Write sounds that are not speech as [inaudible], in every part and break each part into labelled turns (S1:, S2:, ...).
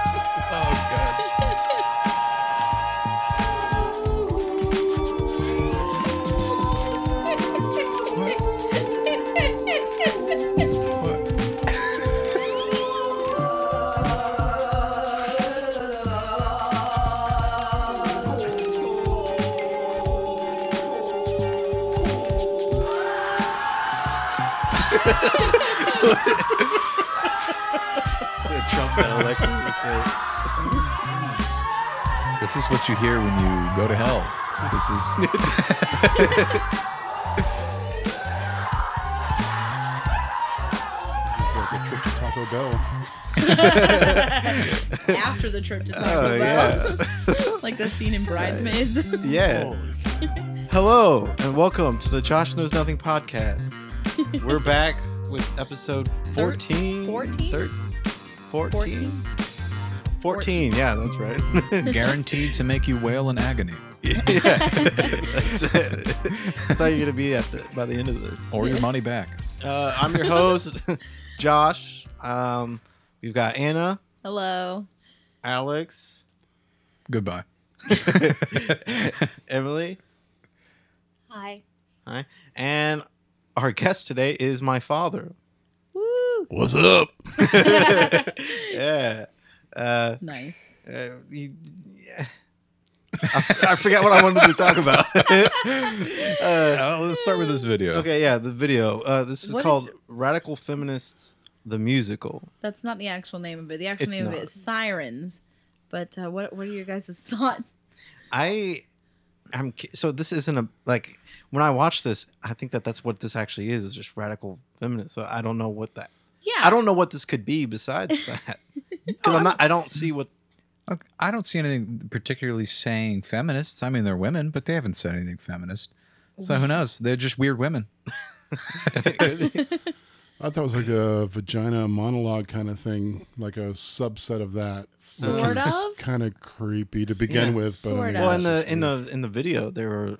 S1: oh god. What?
S2: It's a trumpet electric.
S3: This is what you hear when you go to hell. This is
S4: This is like a trip to Taco Bell.
S1: [laughs] After the trip to Taco
S3: Oh,
S1: Bell. [laughs] like the scene in Bridesmaids. [laughs]
S3: yeah. Hello and welcome to the Josh Knows Nothing podcast. We're back with episode 14.
S1: Fourteen?
S3: Thir- 14? 14.
S1: 14.
S3: Yeah, that's right.
S2: Guaranteed to make you wail in agony.
S3: yeah. [laughs] That's, it. that's how you're gonna be at the, by the end of this.
S2: Or your money back.
S3: Uh, I'm your host, Josh. Um, we've got Anna,
S1: Hello.
S3: Alex,
S2: Goodbye.
S3: Emily,
S5: Hi.
S3: hi, and our guest today is my father.
S1: Woo.
S4: What's up?
S3: Yeah. Uh,
S1: Nice.
S3: uh, he- yeah. I, I forgot what I wanted to talk [laughs] about. uh,
S2: Uh, let's start with this video.
S3: okay, yeah, the video. Uh, this is
S1: What did
S3: called "Radical Feminists: The Musical."
S1: That's not the actual name of it. The actual
S3: It's
S1: name of
S3: not.
S1: it is Sirens. But uh, what what are your guys' [laughs] thoughts?
S3: I I'm ki- so this isn't a like when I watch this, I think that that's what this actually is is just radical feminist. So I don't know what that
S1: Yeah.
S3: I don't know what this could be
S1: [laughs]
S3: besides that because I'm not I don't see what
S2: Look, I don't see anything particularly saying feminists. I mean, they're women, but they haven't said anything feminist. So who knows? They're just weird women.
S1: [laughs]
S3: it could be.
S4: I thought it was like a vagina monologue kind of thing, like a subset of that.
S1: Sort of?
S4: Kind of creepy to begin
S3: Yeah.
S4: with, but I
S1: Sort
S4: mean,
S1: of.
S3: well in
S4: it's
S3: the
S4: just
S3: in
S4: weird.
S3: the in the video they were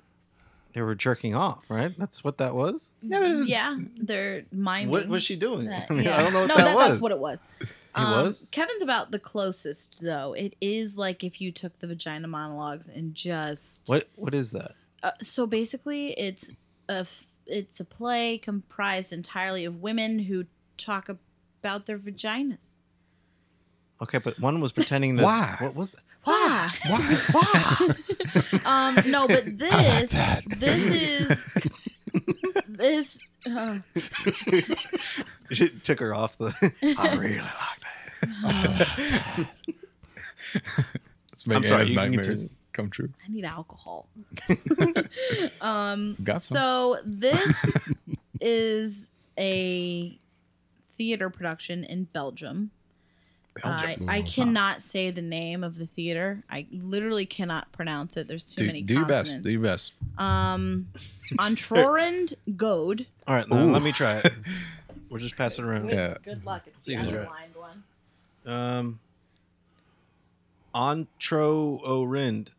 S3: they were jerking off right that's what that was
S1: yeah, they're miming.
S3: what was she doing
S1: that-
S3: [laughs] I, mean,
S1: yeah.
S3: I don't know what
S1: no,
S3: that, was
S1: That's what it was. Um,
S3: It was?
S1: Kevin's about the closest though. It is like if you took the vagina monologues and just
S3: what what is that
S1: uh, so basically it's a f- it's a play comprised entirely of women who talk about their vaginas.
S3: okay but one was pretending to
S2: Why?
S3: what was that? [laughs]
S1: Why?
S2: Why?
S1: [laughs] um no, but this this is this uh,
S3: she took her off
S1: [laughs]
S3: the I really like that
S2: It's making
S3: sorry,
S2: his
S3: you can
S2: nightmares
S3: continue.
S2: come true.
S1: I need alcohol.
S2: [laughs]
S1: um,
S2: Got some.
S1: So
S2: [laughs]
S1: this is a theater production in Belgium. I,
S2: Belgium.
S1: I
S4: Wow.
S1: cannot say the name of the theater. I literally cannot pronounce it. There's too
S2: do
S1: many
S2: do your
S1: consonants.
S2: best. Do your best.
S1: um,
S2: [laughs]
S1: Antrorend Goad.
S3: all right now,
S2: Ooh.
S3: let me try it we'll just pass it around
S2: Yeah.
S1: Good luck. It's
S3: See
S1: the
S3: who's
S1: other
S3: right.
S1: blind one.
S3: Um, Antro [laughs] Orind.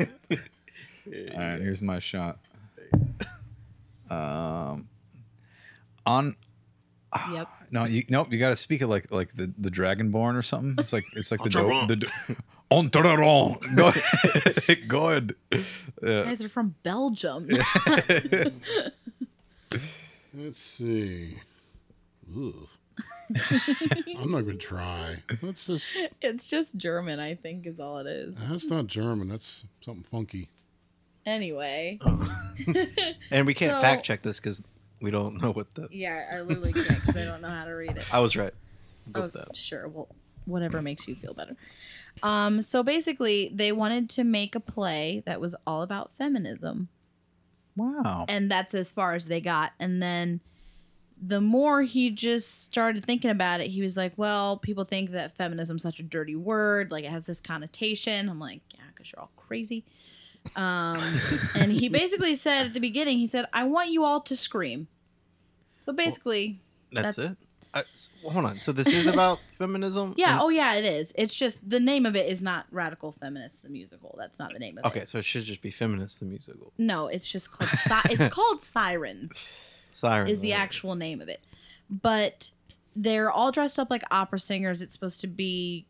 S2: All right, here's my shot. Um, on Ah.
S1: Yep.
S2: no, you nope. You got to speak it like like the the Dragonborn or something. It's like it's like the do,
S3: Entraron.
S2: the do, Entraron. Go ahead. [laughs] Go ahead. Uh,
S1: guys are from Belgium.
S4: Let's see.
S1: [laughs]
S4: Ugh. I'm not going to try. That's just,
S1: [laughs] it's just German, I think, is all it is.
S4: that's not German. That's something funky.
S1: Anyway.
S2: Oh.
S3: And we can't
S1: So-
S3: fact check this because we don't know what the.
S1: Yeah, I literally can't 'cause I don't know how to read it.
S3: I was right.
S1: Oh,
S3: About that.
S1: sure. Well, whatever makes you feel better. Um, so basically, they wanted to make a play that was all about feminism,
S2: wow.
S1: and that's as far as they got. And then the more he just started thinking about it, he was like, "Well, people think that feminism's such a dirty word. Like it has this connotation." I'm like, "Yeah, because you're all crazy." Um, and he basically said at the beginning, he said, "I want you all to scream." So basically.
S3: That's,
S1: That's-
S3: it. I, s- well, hold on. So this
S1: [laughs]
S3: is about feminism.
S1: Yeah.
S3: And-
S1: oh, yeah. It is. It's just the name of it is not Radical Feminist the musical. That's not the name of it.
S3: okay. So it should just be feminist the musical.
S1: [laughs] No, it's just called. Si- it's called Sirens.
S3: Siren
S1: is the
S3: Lady.
S1: actual name of it. But they're all dressed up like opera singers. It's supposed to be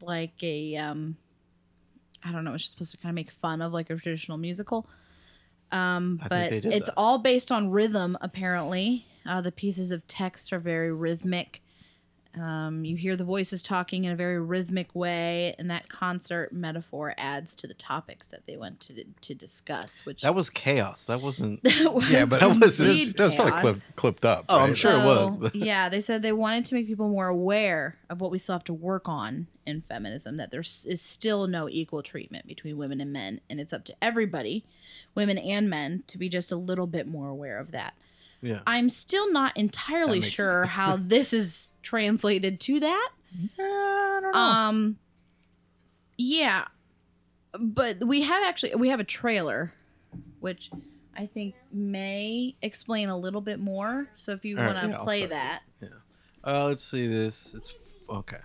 S1: like a um I don't know, it's just supposed to kind of make fun of like a traditional musical. Um
S3: I think
S1: but
S3: they did
S1: it's
S3: that.
S1: all based on rhythm apparently. Uh, the pieces of text are very rhythmic. Um, you hear the voices talking in a very rhythmic way, and that concert metaphor adds to the topics that they went to to discuss. Which
S3: That was chaos. That wasn't.
S1: [laughs] that was
S2: Yeah, but
S3: That was-
S2: that was,
S1: indeed
S2: that was
S1: chaos.
S2: probably clip, clipped up.
S3: Oh, I'm
S2: right?
S3: sure it was,
S1: So,
S3: but- [laughs]
S1: yeah, they said they wanted to make people more aware of what we still have to work on in feminism, that there s- is still no equal treatment between women and men. And it's up to everybody, women and men, to be just a little bit more aware of that.
S3: Yeah.
S1: I'm still not entirely
S3: That makes-
S1: sure how
S3: [laughs]
S1: this is translated to that. Um yeah. But we have actually we have a trailer which I think may explain a little bit more. So if you
S3: All right,
S1: want
S3: yeah,
S1: to
S3: I'll
S1: play
S3: start this.
S1: that.
S3: Yeah. Uh, let's see this. It's okay.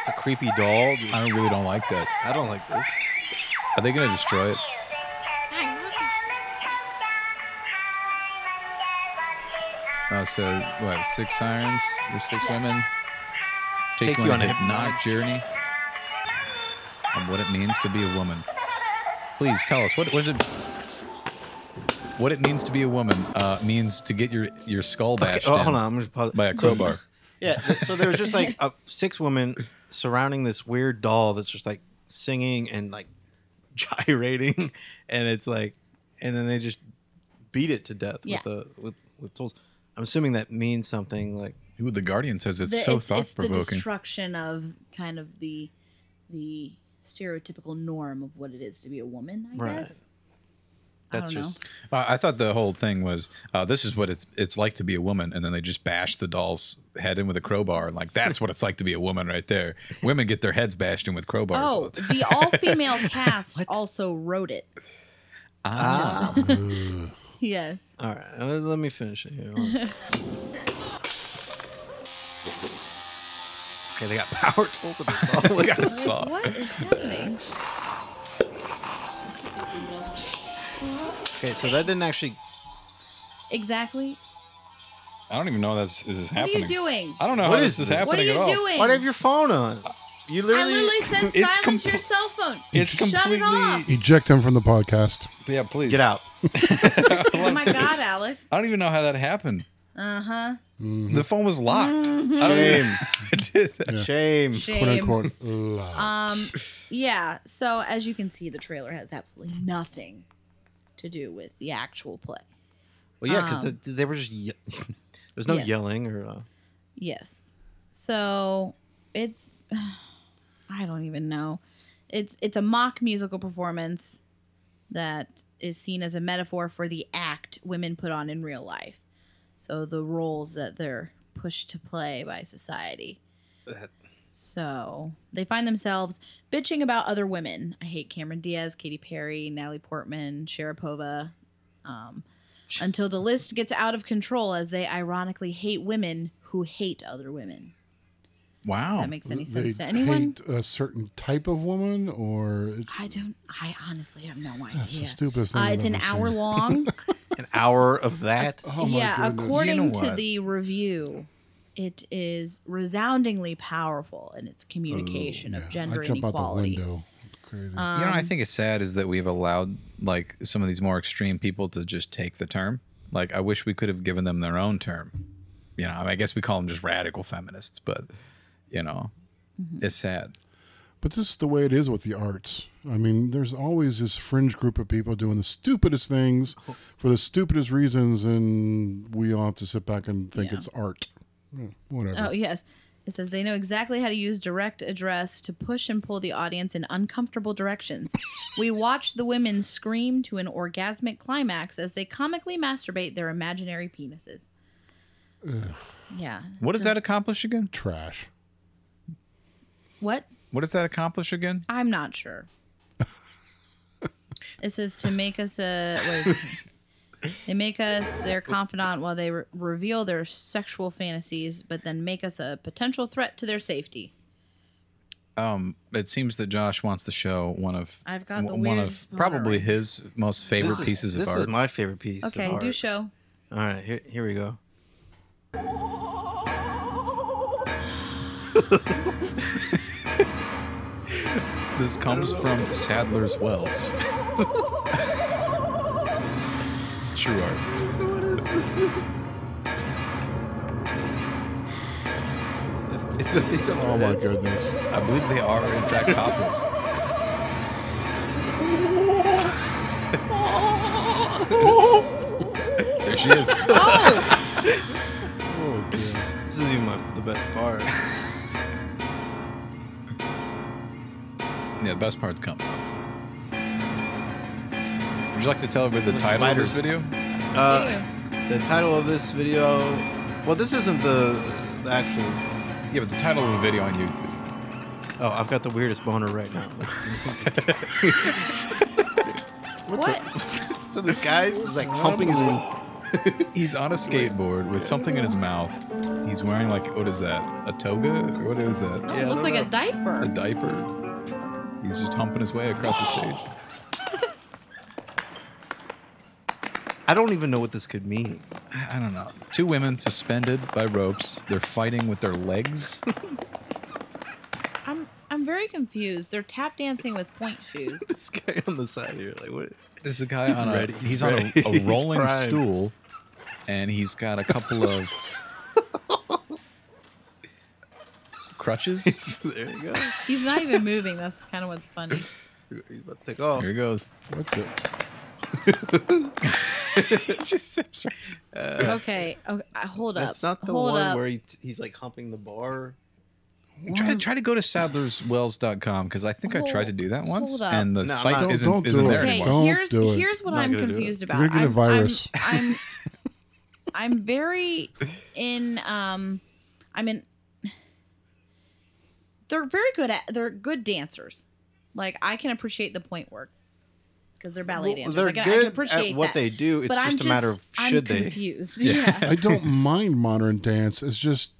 S3: It's a creepy doll. Just-
S2: I really don't like that.
S3: I don't like this.
S2: Are they going to destroy it? Oh, so what? Six sirens or six women take, you on a hypnotic journey on what it means to be a woman. Please tell us what was it. What it means to be a woman uh, means to get your your skull bashed
S3: Oh,
S2: in
S3: hold on. I'm just pause.
S2: by a crowbar.
S3: Yeah. th- So there was just
S1: [laughs]
S3: like a, six women surrounding this weird doll that's just like singing and like [laughs] gyrating, and it's like, and then they just beat it to death
S1: Yeah.
S3: with the with with tools. I'm assuming that means something like
S2: Ooh, the Guardian says it's
S1: The-
S2: so
S1: it's, it's
S2: thought
S1: the
S2: provoking.
S1: destruction of kind of the the stereotypical norm of what it is to be a woman, I
S3: Right.
S1: guess.
S3: that's
S1: I don't
S3: just
S2: Uh, I thought the whole thing was uh, this is what it's it's like to be a woman, and then they just bash the doll's head in with a crowbar, and like that's what it's like to be a woman right there. Women get their heads bashed in with crowbars. all
S1: know. Oh,
S2: the time.
S1: the all
S3: [laughs]
S1: female cast also wrote it.
S3: ah.
S4: Ugh.
S1: Yes.
S3: All right, uh, let me finish it
S1: [laughs]
S3: here. Hold on. okay, they got power tools in this doll. [laughs] Look at this.
S2: Saw.
S1: What is
S2: [laughs]
S1: happening?
S3: Okay, so that didn't actually.
S1: Exactly.
S2: I don't even know this, this is
S1: What
S2: happening.
S1: are you doing?
S2: I don't know
S3: What
S2: how
S3: is
S2: this is
S3: this?
S2: happening
S1: What are you
S2: at all.
S1: doing?
S3: Why do you have your phone on? You
S1: I
S3: literally.
S1: literally said
S2: It's
S1: silence your
S2: compl-
S1: cell phone.
S2: It's completely.
S1: Shut it off.
S4: Eject him from the podcast.
S2: Yeah, please
S3: Get out.
S1: Oh my god, Alex.
S2: I don't even know how that happened.
S1: Uh huh.
S2: The phone was locked.
S1: Mm-hmm.
S2: I don't even. [laughs]
S3: Mm-hmm. Shame.
S2: I did that.
S3: Shame.
S4: Quote
S1: Shame. [laughs]
S4: unquote. lie.
S2: [laughs]
S1: Um, yeah. So as you can see, the trailer has absolutely nothing to do with the actual play.
S3: Well, yeah, because
S1: Um,
S3: they were just. Ye- [laughs] there was no
S1: Yes.
S3: yelling or. Uh,
S1: Yes. So it's [sighs] I don't even know. It's it's a mock musical performance that is seen as a metaphor for the act women put on in real life. So the roles that they're pushed to play by society.
S3: That-
S1: So they find themselves bitching about other women. I hate Cameron Diaz, Katy Perry, Natalie Portman, Sharapova, um, until the list gets out of control as they ironically hate women who hate other women. If
S2: Wow.
S1: that makes any
S4: They
S1: sense to anyone?
S4: hate a certain type of woman, or it's,
S1: I don't. I honestly have no
S4: that's
S1: idea.
S4: the stupidest thing.
S1: Uh,
S4: I've
S1: it's an
S4: ever
S1: hour
S4: seen.
S1: long.
S3: an hour of that.
S4: [laughs] Oh my
S1: yeah,
S4: goodness.
S1: according
S2: You know
S1: to
S2: what?
S1: the review, it is resoundingly powerful in its communication of
S4: Oh, Yeah,
S1: gender
S4: I jump
S1: inequality.
S4: out the window. Crazy.
S2: you know, what I think it's sad is that we've allowed like some of these more extreme people to just take the term. Like, I wish we could have given them their own term. You know, I, mean, I guess we call them just radical feminists, but you know,
S3: Mm-hmm.
S2: it's sad.
S4: But this is the way it is with the arts. I mean, there's always this fringe group of people doing the stupidest things
S3: Oh.
S4: for the stupidest reasons, and we all have to sit back and think
S1: Yeah.
S4: it's art. Yeah, Whatever.
S1: Oh, yes. It says they know exactly how to use direct address to push and pull the audience in uncomfortable directions. we watch the women scream to an orgasmic climax as they comically masturbate their imaginary penises. Yeah.
S2: What does that accomplish again?
S4: Trash.
S1: What?
S2: What does that accomplish again?
S1: I'm not sure. it says to make us a. what is it? they make us their confidant while they re- reveal their sexual fantasies, but then make us a potential threat to their safety.
S2: Um, it seems that Josh wants to show one of
S1: I've got the
S2: w- one of
S1: weirdest one
S2: probably
S1: already.
S2: his most favorite
S3: This is-
S2: pieces of
S3: this
S2: art.
S3: is my favorite piece.
S1: Okay,
S3: of art.
S1: do show.
S3: All right, here, here we go.
S2: This comes from Sadler's
S3: [laughs]
S2: Wells. it's true art.
S3: [laughs] It's the things on
S4: Oh my goodness.
S2: I believe they are, in fact, topless. there she is.
S4: Oh, dear.
S3: [laughs] This is even my, the best
S1: [laughs]
S3: part.
S2: Yeah, the best part's coming. Would you like to tell everybody the
S3: With
S2: title of this
S3: spiders.
S2: video?
S3: Uh, the title of this video. Well, this isn't the, the actual.
S2: Yeah, but the title of the video on YouTube.
S3: Oh, I've got the weirdest boner right now. [laughs]
S1: What?
S3: so this guy's is like humping his.
S2: He's on a skateboard with something in his mouth. He's wearing like what is that? A toga? Or what is that?
S1: No,
S3: [laughs] Yeah, I
S1: Oh, it looks
S3: don't
S1: like a
S3: know.
S2: A
S1: diaper.
S2: diaper. He's just humping his way across the stage.
S3: I don't even know what this could mean. [laughs]
S2: I don't know. It's two women suspended by ropes. They're fighting with their
S3: [laughs]
S2: legs.
S1: I'm I'm very confused. They're tap dancing with point shoes.
S3: This guy on the side here, like what?
S2: This is a guy
S3: He's
S2: on a
S3: ready.
S2: he's,
S3: He's
S2: on
S3: ready.
S2: a, a
S3: [laughs] He's
S2: rolling
S3: primed.
S2: stool, and he's got a couple
S3: [laughs]
S2: of crutches.
S3: [laughs] there you go.
S1: He's not even moving. That's kind of
S3: [laughs]
S1: what's funny.
S3: He's about to take off.
S2: Here he goes.
S4: What the?
S2: Just zips right-
S1: Okay, okay. uh, Hold up.
S3: That's not the
S1: hold
S3: one
S1: up.
S3: where he, he's like humping the bar.
S2: Try to try to go to sadlerswells.com because I think I tried to do that once,
S1: Hold up.
S2: and the
S3: No, I'm
S2: site
S3: not-
S2: isn't
S4: Don't do
S2: isn't
S4: it.
S2: there
S1: Okay,
S2: anymore.
S4: Don't
S1: here's
S4: do it.
S1: here's what
S3: Not
S1: I'm
S3: gonna do it.
S1: confused about.
S4: You're gonna get a
S1: I'm- I'm-
S4: virus.
S1: I'm,
S4: [laughs]
S1: I'm, very in um I'm in they're very good at they're good dancers. Like I can appreciate the point work because they're ballet
S3: Well,
S1: dancers.
S3: They're
S1: I can, I can
S3: good
S1: appreciate
S3: at what
S1: that.
S3: they do. It's
S1: but I'm
S3: just a matter of
S1: I'm
S3: should they.
S1: confused. Yeah.
S3: [laughs]
S4: I don't mind modern dance. It's just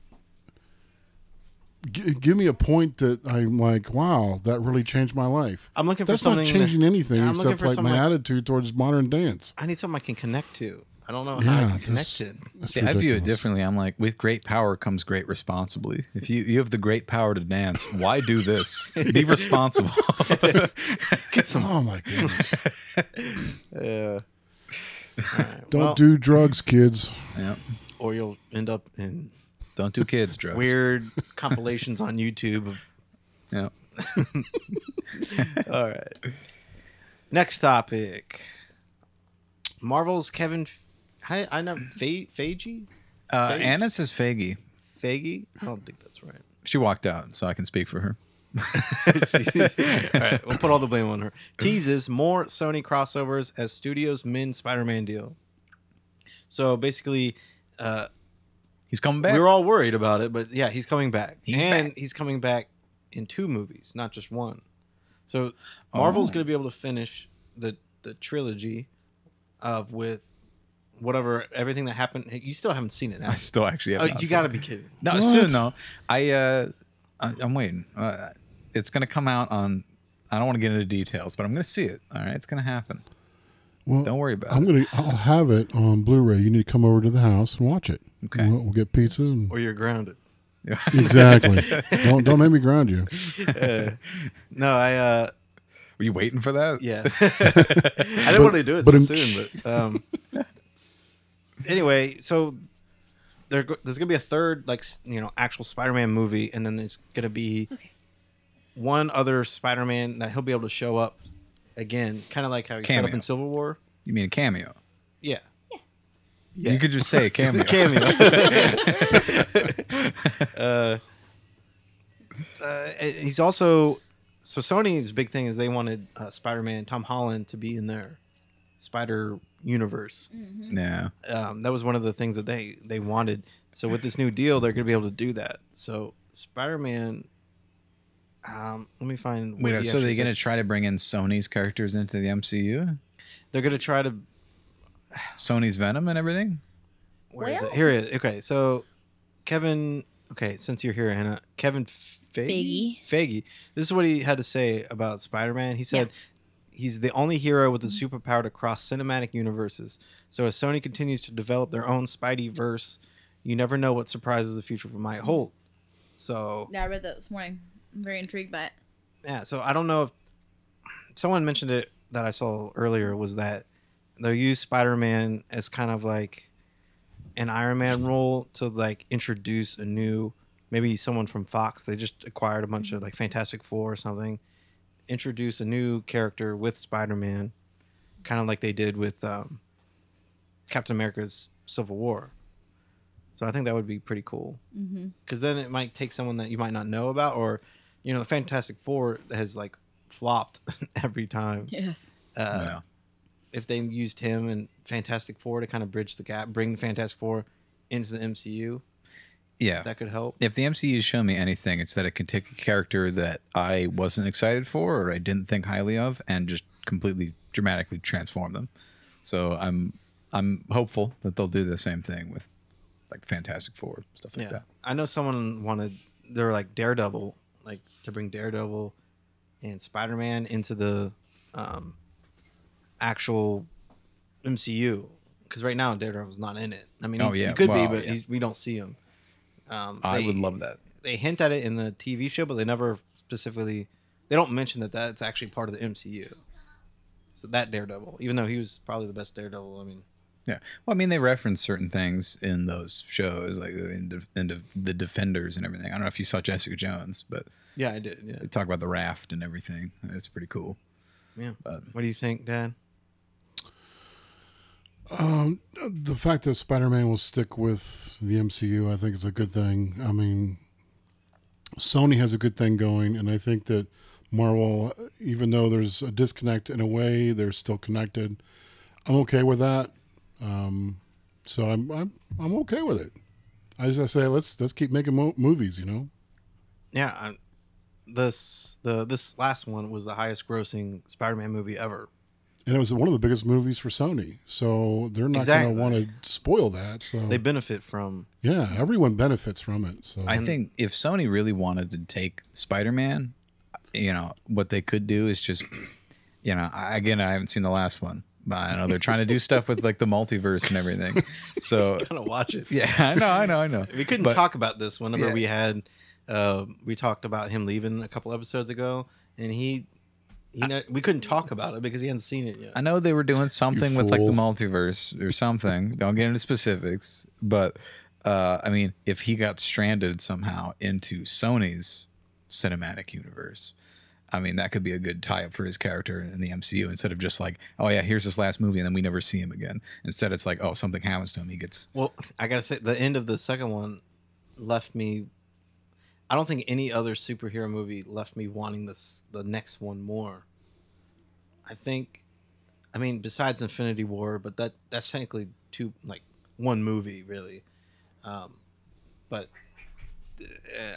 S4: g- give me a point that I'm like, wow, that really changed my life.
S3: I'm looking for
S4: That's
S3: something.
S4: not
S3: that-
S4: changing anything
S3: I'm looking
S4: except
S3: for
S4: like my
S3: something-
S4: attitude towards modern dance.
S3: I need something I can connect to. I don't know how
S4: Yeah,
S3: I can
S4: this-
S3: connect it.
S4: That's
S2: See, I view it
S4: ridiculous.
S2: differently. I'm like, with great power comes great responsibly. If you, you have the great power to dance, why do this?
S3: [laughs]
S2: Be responsible. [laughs]
S3: Get some.
S4: Oh my goodness!
S3: Yeah.
S4: [laughs] Don't do drugs, kids.
S2: yeah.
S3: or you'll end up in
S2: Don't do kids drugs.
S3: weird compilations on YouTube. of-
S2: Yeah.
S3: All right. Next topic. Marvel's Kevin. F- I, I know Fe- Feige.
S2: Uh, Anna says Faggy.
S3: Feige. I don't think that's right.
S2: She walked out, so I can speak for her.
S3: all right, we'll put all the blame on her. Teases more Sony crossovers as studios min Spider-Man deal. So basically, uh,
S2: He's coming back.
S3: we were all worried about it, but yeah, he's coming back,
S2: He's
S3: and he's coming back in two movies, not just one. So Marvel's
S2: Oh.
S3: going to be able to finish the the trilogy of with whatever everything that happened. You still haven't seen it now.
S2: I still actually have.
S3: Oh,
S2: not
S3: you
S2: seen
S3: got to
S2: it.
S3: be kidding!
S2: No,
S4: What?
S2: soon though. I uh, I, I'm waiting. Uh, it's gonna come out on. I don't want to get into details, but I'm gonna see it. All right, it's gonna happen.
S4: Well,
S2: Don't worry about
S4: I'm
S2: it.
S4: gonna. I'll have it on Blu-ray. You need to come over to the house and watch it.
S2: Okay.
S4: We'll, we'll get pizza.
S2: [laughs]
S4: And,
S3: Or you're grounded.
S4: exactly. don't don't make me ground you.
S3: No, I uh,
S2: Were you waiting for that?
S3: Yeah. I didn't want to do it
S4: but
S3: so
S4: in-
S3: soon, but
S4: [laughs]
S3: um, anyway, so there, go- there's gonna be a third, like s- you know, actual Spider-Man movie, and then there's gonna be one other Spider-Man that he'll be able to show up again, kind of like how he showed up
S2: Cameo.
S3: in Civil War.
S2: You mean a cameo?
S3: Yeah,
S2: You could just
S3: [laughs]
S2: say a cameo.
S3: cameo. uh,
S2: [laughs]
S3: uh, and he's also so Sony's big thing is they wanted uh, Spider-Man, Tom Holland, to be in their Spider Universe.
S1: Mm-hmm.
S2: yeah.
S3: um, that was one of the things that they they wanted. So with this new deal, they're going to be able to do that. So Spider Man. Um, let me find. where
S2: Wait,
S3: he
S2: so they're
S3: actually
S2: gonna
S3: says-
S2: try to bring in Sony's characters into the MCU?
S3: they're gonna try to.
S2: Sony's Venom and everything?
S3: Where is
S1: Well-
S3: it? Here it is. Okay, so Kevin. Okay, since you're here, Hannah. Kevin F-
S1: Faggy.
S3: Faggy. This is what he had to say about Spider Man. He said he's the only hero with the superpower to cross cinematic universes. So as Sony continues to develop their own Spidey verse, you never know what surprises the future might hold. So
S1: Yeah, I read that this morning. I'm very intrigued by it.
S3: yeah, so I don't know if someone mentioned it that I saw earlier was that they'll use Spider Man as kind of like an Iron Man role to like introduce a new maybe someone from Fox. They just acquired a bunch of like Fantastic Four or something. Introduce a new character with Spider Man, kind of like they did with um, Captain America's Civil War. So I think that would be pretty cool
S1: Mm-hmm.
S3: because then it might take someone that you might not know about or you know the fantastic four has like flopped [laughs] every time
S1: Yes.
S3: uh,
S2: yeah.
S3: if they used him and fantastic four to kind of bridge the gap bring the fantastic four into the mcu
S2: Yeah.
S3: that could help
S2: if the MCU has shown me anything, it's that it can take a character that I wasn't excited for or I didn't think highly of and just completely dramatically transform them. So I'm I'm hopeful that they'll do the same thing with like the Fantastic Four stuff like
S3: yeah
S2: that.
S3: i know someone wanted they were like daredevil like to bring daredevil and spider-man into the um actual mcu because right now daredevil's not in it i mean
S2: Oh,
S3: he, he
S2: yeah.
S3: could
S2: Well,
S3: be but
S2: yeah.
S3: he's, we don't see him um,
S2: I
S3: they-
S2: would love that.
S3: they hint at it in the TV show, but they never specifically they don't mention that that's actually part of the MCU. So that Daredevil, even though he was probably the best Daredevil, I mean,
S2: Yeah. Well, I mean, they reference certain things in those shows, like in, def- in def- the Defenders and everything. I don't know if you saw Jessica Jones, but
S3: yeah, I did. Yeah.
S2: they talk about the raft and everything. It's pretty cool.
S3: What do you think, Dad?
S4: Um, the fact that Spider Man will stick with the MCU, I think, is a good thing. I mean, Sony has a good thing going, and I think that Marvel, even though there's a disconnect in a way, they're still connected. I'm okay with that. Um, so I'm I'm I'm okay with it. As I say, let's let's keep making mo- movies. You know,
S3: Yeah, I, this the this last one was the highest grossing Spider-Man movie ever.
S4: and it was one of the biggest movies for Sony, so they're not
S3: Exactly.
S4: going to want to spoil that. So
S2: Mm.
S3: They benefit from [laughs]
S4: yeah, everyone benefits from it. So
S2: I think if Sony really wanted to take Spider Man, you know, what they could do is just, you know, I, again, I haven't seen the last one, but I know they're trying to do stuff with like the multiverse and everything. So,
S3: gonna watch
S2: [laughs]
S3: it.
S2: yeah, I know, I know, I know.
S3: We couldn't
S2: But-
S3: talk about this whenever
S2: Yeah.
S3: we had uh, we talked about him leaving a couple episodes ago, and he. You know, we couldn't talk about it because he hadn't seen it yet.
S2: I know they were doing something with like the
S4: fool.
S2: multiverse or [laughs] something. Don't get into specifics, but uh, I mean, if he got stranded somehow into Sony's cinematic universe, I mean, that could be a good tie-up for his character in the MCU. Instead of just like, oh yeah, here's this last movie, and then we never see him again. Instead, it's like, oh, something happens to him. He gets
S3: Well, I gotta say, the end of the second one left me. I don't think any other superhero movie left me wanting this the next one more. I think, I mean, besides Infinity War, but that that's technically two like one movie really, um, but uh,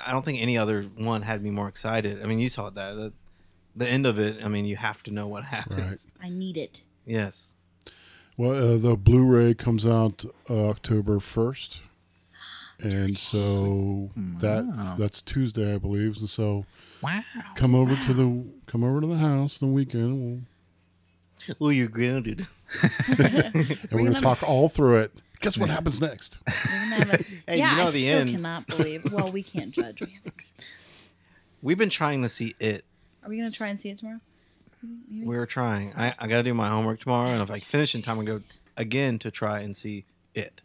S3: I don't think any other one had me more excited. I mean, you saw that the, the end of it. I mean, you have to know what [laughs] happens.
S4: Right.
S1: I need it.
S3: Yes.
S4: Well, uh, the Blu-ray comes out uh, October first, and so
S3: Hmm.
S4: that that's Tuesday, I believe. And so,
S2: wow.
S4: come over to the come over to the house the weekend, we'll,
S3: Oh, you're grounded.
S4: and we're gonna
S1: gonna-
S4: talk all through it. Guess what happens next?
S1: We're gonna have a-
S3: [laughs] Hey,
S1: yeah,
S3: you know
S1: I
S3: the
S1: still
S3: end.
S1: cannot believe. Well, we can't
S3: [laughs]
S1: judge. We haven't seen.
S3: We've been trying to see it
S1: Are we gonna try and see it tomorrow?
S3: We're trying. I, I got to do my homework tomorrow, and if I finish in time, I go again to try and see it.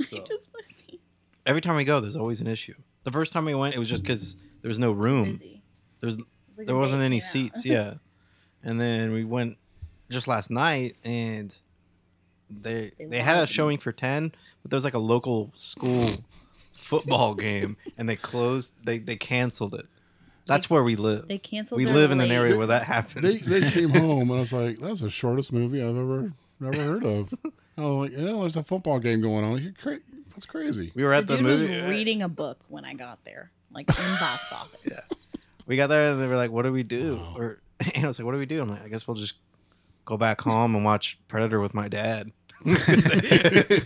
S1: I just want to
S3: [laughs]
S1: see.
S3: Every time we go, there's always an issue. The first time we went, it was just because there was no room.
S1: Busy.
S3: There was
S1: It's like
S3: there
S1: a
S3: wasn't
S1: date
S3: any
S1: night out. [laughs]
S3: seats. Yeah, and then we went just last night, and they
S1: They
S3: they had
S1: lied.
S3: us showing for ten, but there was like a local school
S1: [laughs]
S3: football game, and they closed. They they canceled it. That's where we live.
S1: They canceled.
S3: We
S1: their
S3: live in an
S1: late-
S3: area where that
S4: They
S3: happens.
S4: they came home, and I was like, "That's the shortest movie I've ever never
S3: [laughs]
S4: heard of." I was like, "Yeah, there's a football game going on. You're cra- that's crazy."
S3: We were at
S1: The
S3: the,
S1: dude
S3: movie.
S1: was reading a book when I got there, like in box
S3: [laughs]
S1: office.
S3: we got there and they were like, "What do we do?" Or [laughs] and I was like, "What do we do?" I'm like, "I guess we'll just go back home and watch Predator with my dad."
S4: [laughs]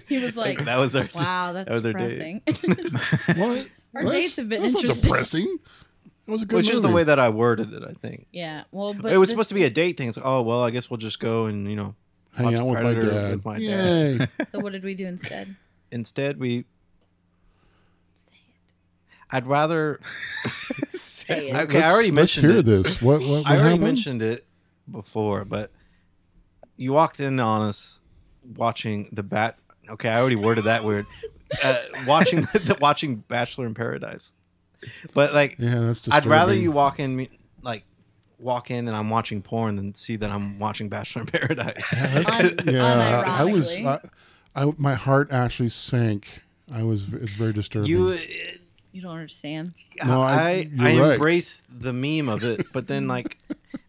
S1: He was like,
S3: that was our
S1: "Wow, that's
S3: was our date.
S1: depressing."
S4: What?
S1: [laughs] Our
S4: Well,
S1: dates have been
S4: that's not
S1: interesting.
S4: depressing. It was a good
S3: Which
S4: movie.
S3: is the way that I worded it, I think.
S1: Yeah. Well, but
S3: it was
S1: this-
S3: supposed to be a date thing. It's like, oh, well, I guess we'll just go and, you know,
S4: Hang
S3: watch
S4: out with my
S3: Predator
S4: dad.
S3: with my
S4: Yay.
S3: dad.
S1: So what did we do instead?
S3: instead we,
S5: Say it.
S3: I'd rather. [laughs]
S1: Say it.
S3: Okay, I already
S4: let's
S3: mentioned
S4: hear
S3: it.
S4: this. What, what,
S3: [laughs]
S4: what
S3: I already
S4: happened?
S3: mentioned it before, but you walked in on us watching the bat. Okay, I already worded that weird. Uh, watching [laughs] the, watching Bachelor in Paradise, but like
S4: Yeah, that's
S3: I'd
S4: disturbing.
S3: rather
S4: [laughs]
S3: you walk in me like walk in and I'm watching porn than see that I'm watching Bachelor in
S4: [laughs]
S3: Paradise.
S1: Un-
S4: Yeah, I was. I,
S1: unironically.
S4: I my heart actually sank. I was. It's very disturbing.
S3: you,
S1: You
S3: [laughs]
S1: don't understand.
S4: No, I-
S3: I
S4: you're
S3: I,
S4: right.
S3: embrace the meme of it, but then like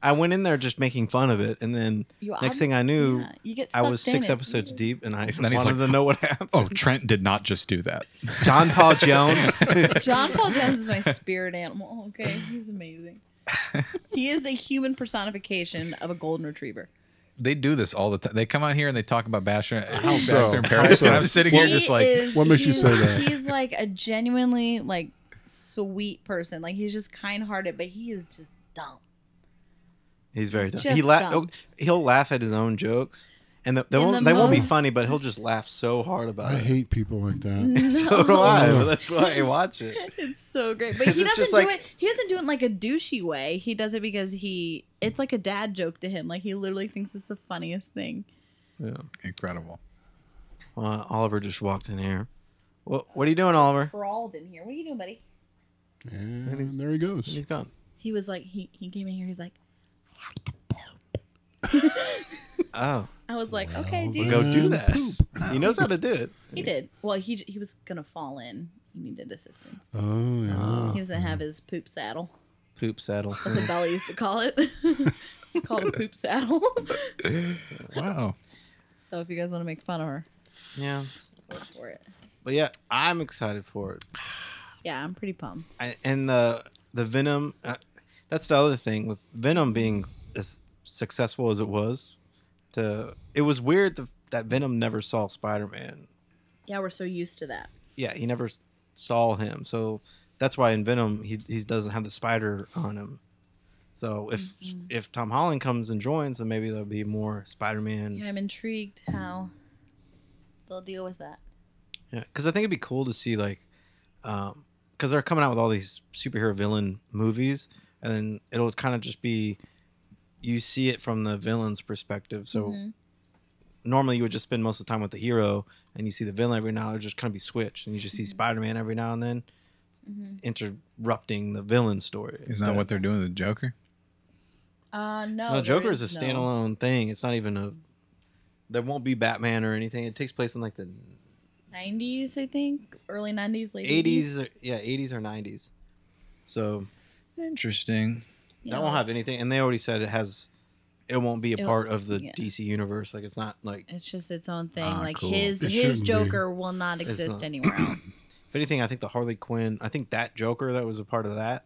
S3: I went in there just making fun of it, and then
S1: You
S3: next
S1: ob-
S3: thing I knew.
S1: yeah, you get
S3: I was
S1: sucked in
S3: six
S1: it.
S3: episodes deep, and I
S2: then
S3: wanted
S2: he's like,
S3: to know what happened.
S2: Oh, Trent did not just do that.
S3: John [laughs] Paul Jones.
S1: John Paul
S3: [laughs]
S1: Jones is my spirit animal. Okay, he's amazing. he is a human personification of a golden retriever.
S2: [laughs] They do this all the time. They come out here and they talk about Bachelor, how
S4: so?
S2: Bachelor in
S4: How
S2: Paradise. [laughs]
S4: so?
S2: And I'm sitting here
S1: He
S2: just like,
S1: is-
S4: What makes you
S1: he's-
S4: say that?
S1: He's like a genuinely like sweet person. Like he's just kind-hearted, but he is just
S4: [laughs]
S1: dumb.
S3: He's very dumb.
S1: just
S3: He la-
S1: dumb.
S3: oh, he'll laugh at his own jokes, and the, they
S1: In
S3: won't
S1: the
S3: they won't be
S1: most-
S3: funny, but he'll just laugh so hard about
S4: I
S3: it.
S4: hate people like that.
S3: [laughs]
S1: [laughs]
S3: so do
S1: Oh,
S3: I. but that's why I watch it.
S1: It's so great, but he
S3: It's
S1: doesn't
S3: just
S1: do
S3: like-
S1: it. He doesn't do it in like a douchey way. He does it because he. It's like a dad joke to him. Like he literally thinks it's the funniest thing.
S2: incredible.
S3: Uh, Oliver just walked in here. What What are you doing, Oliver?
S1: Brawled in here. What are you doing, buddy?
S4: And there he goes.
S3: He's gone.
S1: He was like he he came in here. He's like
S3: Oh,
S1: I was like okay, dude.
S3: go do
S4: And
S3: that. He knows how to do it.
S1: He did. Well, he he was gonna fall in. He needed assistance.
S4: Oh yeah.
S1: He doesn't have his poop saddle.
S3: Poop saddle.
S1: [laughs] That's what Bella used to call it. [laughs] it's called a poop saddle.
S2: [laughs]
S1: [laughs]
S2: Wow.
S1: so if you guys want to make fun of her,
S3: yeah,
S1: go for it.
S3: but yeah, I'm excited for it.
S1: Yeah, I'm pretty pumped.
S3: I, and the the Venom. Uh, that's the other thing with Venom being as successful as it was. To it was weird the, that Venom never saw Spider Man.
S1: Yeah, we're so used to that.
S3: Yeah, he never s- saw him, so that's why in Venom he he doesn't have the spider on him. So if if Tom Holland comes and joins, then maybe there'll be more Spider Man.
S1: Yeah, I'm intrigued how they'll deal with that.
S3: Yeah, because I think it'd be cool to see like, because they're coming out with all these superhero villain movies, and then it'll kind of just be, you see it from the villain's perspective. So
S1: Mm-hmm.
S3: normally you would just spend most of the time with the hero, and you see the villain every now. It'll just kind of be switched, and you just
S1: Mm-hmm.
S3: see Spider Man every now and then, interrupting the villain story.
S2: Isn't that what they're doing with the Joker?
S1: Uh, no.
S3: No,
S1: there
S3: Joker is a
S1: no-
S3: standalone thing. It's not even a. There won't be Batman or anything. It takes place in like the
S1: 90s, I think, early 90s, late
S3: 80s, or, yeah, 80s or 90s. So
S2: Interesting.
S1: You
S3: that
S1: know,
S3: won't have
S1: it's-
S3: anything and they already said it has it won't be a
S1: It'll-
S3: part of the
S1: yeah.
S3: dc universe like it's not like
S1: It's just its own thing.
S2: Ah,
S1: like
S2: cool.
S1: his
S4: It
S1: his
S4: shouldn't be.
S1: Joker will not
S3: It's
S1: exist
S3: not. [clears throat]
S1: anywhere else.
S3: if anything i think the harley quinn i think that joker that was a part of that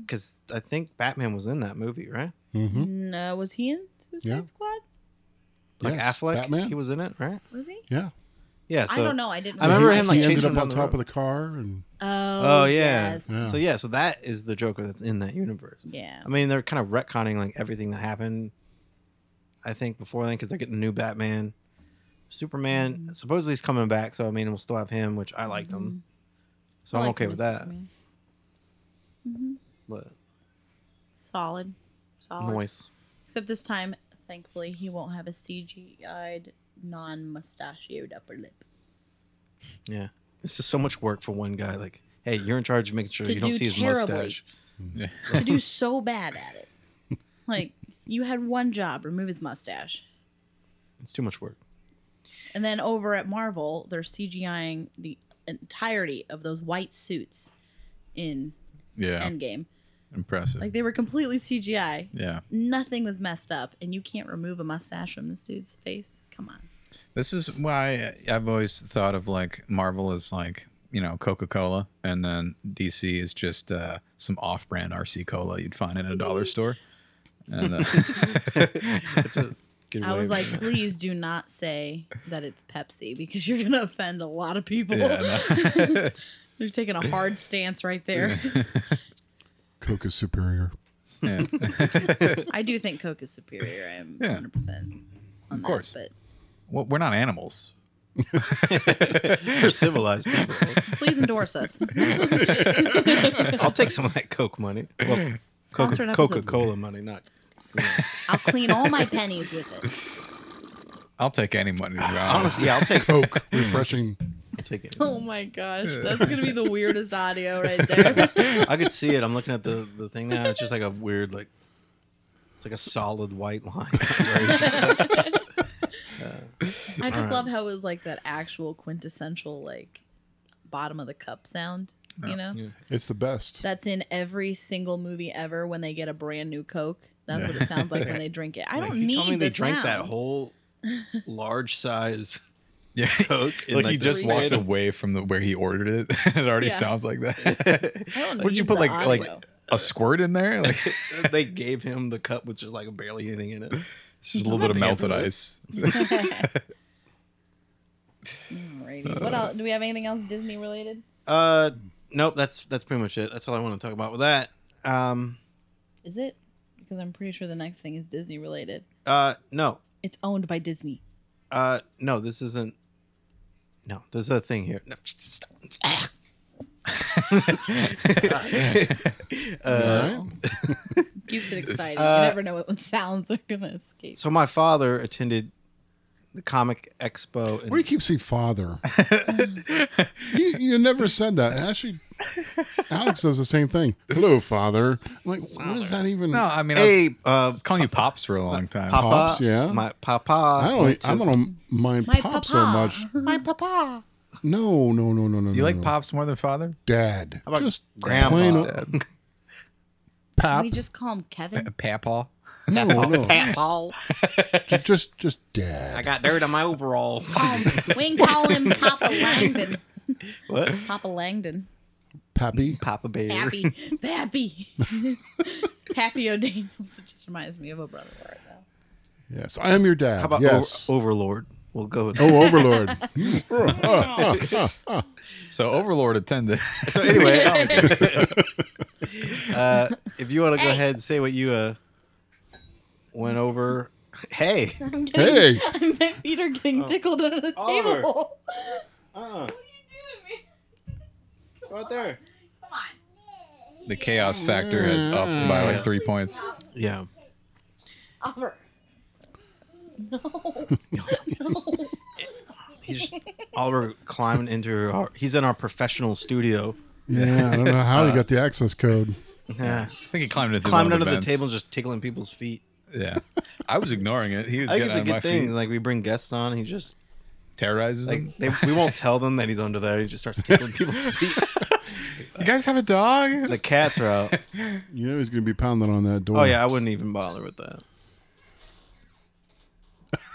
S3: because i think batman was in that movie right
S4: Mm-hmm.
S1: no, was he in Suicide
S4: Yeah.
S1: Squad?
S3: like
S4: Yes,
S3: affleck
S4: Batman.
S3: he was in it right
S1: Was he?
S4: yeah.
S3: yeah so
S1: I don't know. I didn't.
S3: I remember
S1: look.
S3: him, like,
S4: he ended
S3: chasing
S4: up
S3: him down
S4: on
S3: the
S4: top
S3: road.
S4: of the car and
S1: Oh,
S3: oh yeah.
S1: yes.
S4: Yeah.
S3: so yeah so that is the joker that's in that universe
S1: Yeah.
S3: i mean they're kind of retconning like everything that happened i think before then because they're getting the new batman superman
S1: Mm-hmm.
S3: supposedly he's coming back so i mean we'll still have him which i liked him so
S1: I
S3: i'm
S1: like
S3: okay
S1: him
S3: with
S1: as
S3: that
S1: Superman.
S3: but
S1: Solid. Solid.
S3: noise
S1: Except this time, thankfully, he won't have a CGI'd, non mustachioed upper lip.
S3: Yeah. This is so much work for one guy. Like, hey, you're in charge of making sure
S1: To
S3: you don't
S1: do
S3: see his
S1: terribly.
S3: mustache. [laughs]
S1: to do so bad at it. Like, you had one job remove his mustache.
S3: It's too much work.
S1: And then over at Marvel, they're CGIing the entirety of those white suits in
S2: Yeah.
S1: Endgame.
S2: Impressive.
S1: Like, they were completely CGI.
S2: yeah.
S1: Nothing was messed up, and you can't remove a mustache from this dude's face. Come on.
S2: This is why I've always thought of like Marvel as like, you know, Coca Cola, and then DC is just uh, some off brand RC Cola you'd find in a dollar store. And [laughs] uh,
S3: It's a good
S1: I
S3: way
S1: was
S3: of-
S1: like, please do not say that it's Pepsi because you're gonna offend a lot of people.
S2: yeah, I know.
S1: [laughs] They're taking a hard stance right there.
S4: Coke
S3: [laughs]
S4: is superior.
S2: Yeah. [laughs]
S1: I do think Coke is superior. I am
S2: Yeah.
S1: 100% on Of
S2: course.
S1: That,
S2: Well, we're not animals.
S3: You're civilized people.
S1: [laughs] but please endorse us.
S3: I'll take some of that Coke money. Well,
S1: Sponsored
S3: Coca
S1: episode.
S3: Coca Cola money, not.
S1: I'll clean all my pennies with it.
S2: I'll take any money. to be honest.
S3: Honestly, yeah, I'll
S1: [laughs]
S3: take
S4: Coke, refreshing.
S3: I'll take it.
S1: Oh my gosh. That's going to be the weirdest audio right there.
S3: I could see it. I'm looking at the, the thing now. It's just like a weird, like, it's like a solid white line. [laughs]
S1: I just love how it was like that actual quintessential, like, bottom of the cup sound, you know?
S4: It's the best.
S1: That's in every single movie ever when they get a brand new Coke. That's what it
S3: [laughs]
S1: sounds like when they drink it. I don't
S3: Like,
S1: need
S3: you told me
S1: the
S3: they drank
S1: sound.
S3: that whole large
S1: [laughs]
S3: sized
S2: Yeah.
S3: Coke. in,
S2: Like, he
S3: the
S2: just walks
S3: creative-
S2: away from the where he ordered it, and it [laughs] already
S1: Yeah.
S2: sounds like that. [laughs]
S1: I don't
S2: Would you
S1: need
S2: put
S1: the
S2: like like
S3: [laughs]
S1: audio.
S2: a squirt in there? Like
S3: they gave him the cup with just like barely anything in it.
S2: it's just a little
S3: not
S2: bit of
S3: paying for
S2: melted ice.
S3: this.
S1: Alrighty. What else? Do we have anything else Disney related?
S3: Uh, nope. That's that's pretty much it. That's all I want to talk about with that. Um,
S1: Is it? Because I'm pretty sure the next thing is Disney related.
S3: uh, no,
S1: It's owned by Disney.
S3: uh, no. This isn't. No, there's a thing here. No, stop. [laughs] Ah. uh,
S4: All right.
S1: Keeps it exciting.
S3: Uh,
S1: you never know what sounds are gonna escape.
S3: so my father attended the comic expo.
S4: Where do you
S3: And,
S4: keep
S3: [laughs]
S4: saying father? you, you never said that. Actually, Alex does the same thing. Hello, father. I'm like, what is that even?
S2: No, I mean, I was,
S3: hey, uh,
S2: I was calling you pops for a long time.
S3: Papa,
S4: Pops, yeah.
S3: my Papa.
S4: I
S3: went
S4: don't.
S3: to-
S4: I don't mind
S1: My
S4: pop
S1: papa.
S4: so much.
S1: My papa.
S4: No, no, no, no, no.
S2: You
S4: no,
S2: like
S3: Mm.
S4: no.
S2: pops more than father?
S4: Dad.
S3: How about
S4: Just
S3: grandpa? [laughs]
S4: plain old-
S2: Dad.
S1: Can
S4: pap.
S1: we just call him
S3: [laughs]
S1: Kevin?
S2: Papaw.
S4: No, no.
S3: Papa,
S4: Ju- just, just
S3: I
S4: dad.
S3: got dirt on my overalls.
S1: Call him- we can call
S3: [laughs]
S1: him Papa Langdon.
S3: what?
S1: Papa Langdon.
S4: Pappy.
S3: Papa Bear.
S1: Pappy. [laughs] Pappy. Pappy O'Daniels. It just reminds me of a brother right now.
S4: Yes, I am your dad.
S3: How about
S4: yes.
S3: o- Overlord? We'll go with
S4: oh,
S3: [laughs]
S4: Overlord. [laughs] Hmm. Ah, ah, ah,
S2: So Overlord attended.
S3: [laughs]
S2: [laughs]
S3: So anyway,
S1: [laughs]
S3: uh, if you want to go
S1: Hey.
S3: ahead and say what you uh, went over, hey,
S1: I'm
S4: ah. Hey,
S1: I meant Peter
S4: Oh.
S1: getting tickled under the
S3: Oliver.
S1: table.
S3: uh, right there.
S2: the chaos factor is up to by like three
S3: Mm.
S2: points.
S3: Yeah.
S1: Oliver.
S4: [laughs]
S3: He's just, Oliver climbing into our. He's in our professional studio.
S4: yeah. I don't know how you got the access code.
S3: Yeah.
S2: I think he climbed into
S3: Climbed
S2: one
S3: under
S2: of
S3: the
S2: Ben's.
S3: table, and just tickling people's feet.
S2: Yeah, I was ignoring it. He was
S3: I think
S2: getting
S3: it's
S2: out
S3: a
S2: of my
S3: good thing.
S2: feet.
S3: Like we bring guests on, and he just
S2: Terrorizes [laughs] them.
S3: like they, we won't tell them that he's under there. He just starts tickling people's feet.
S2: You guys have a dog?
S3: The cats are out.
S4: You know he's gonna be pounding on that door.
S3: Oh yeah, I wouldn't even bother with that.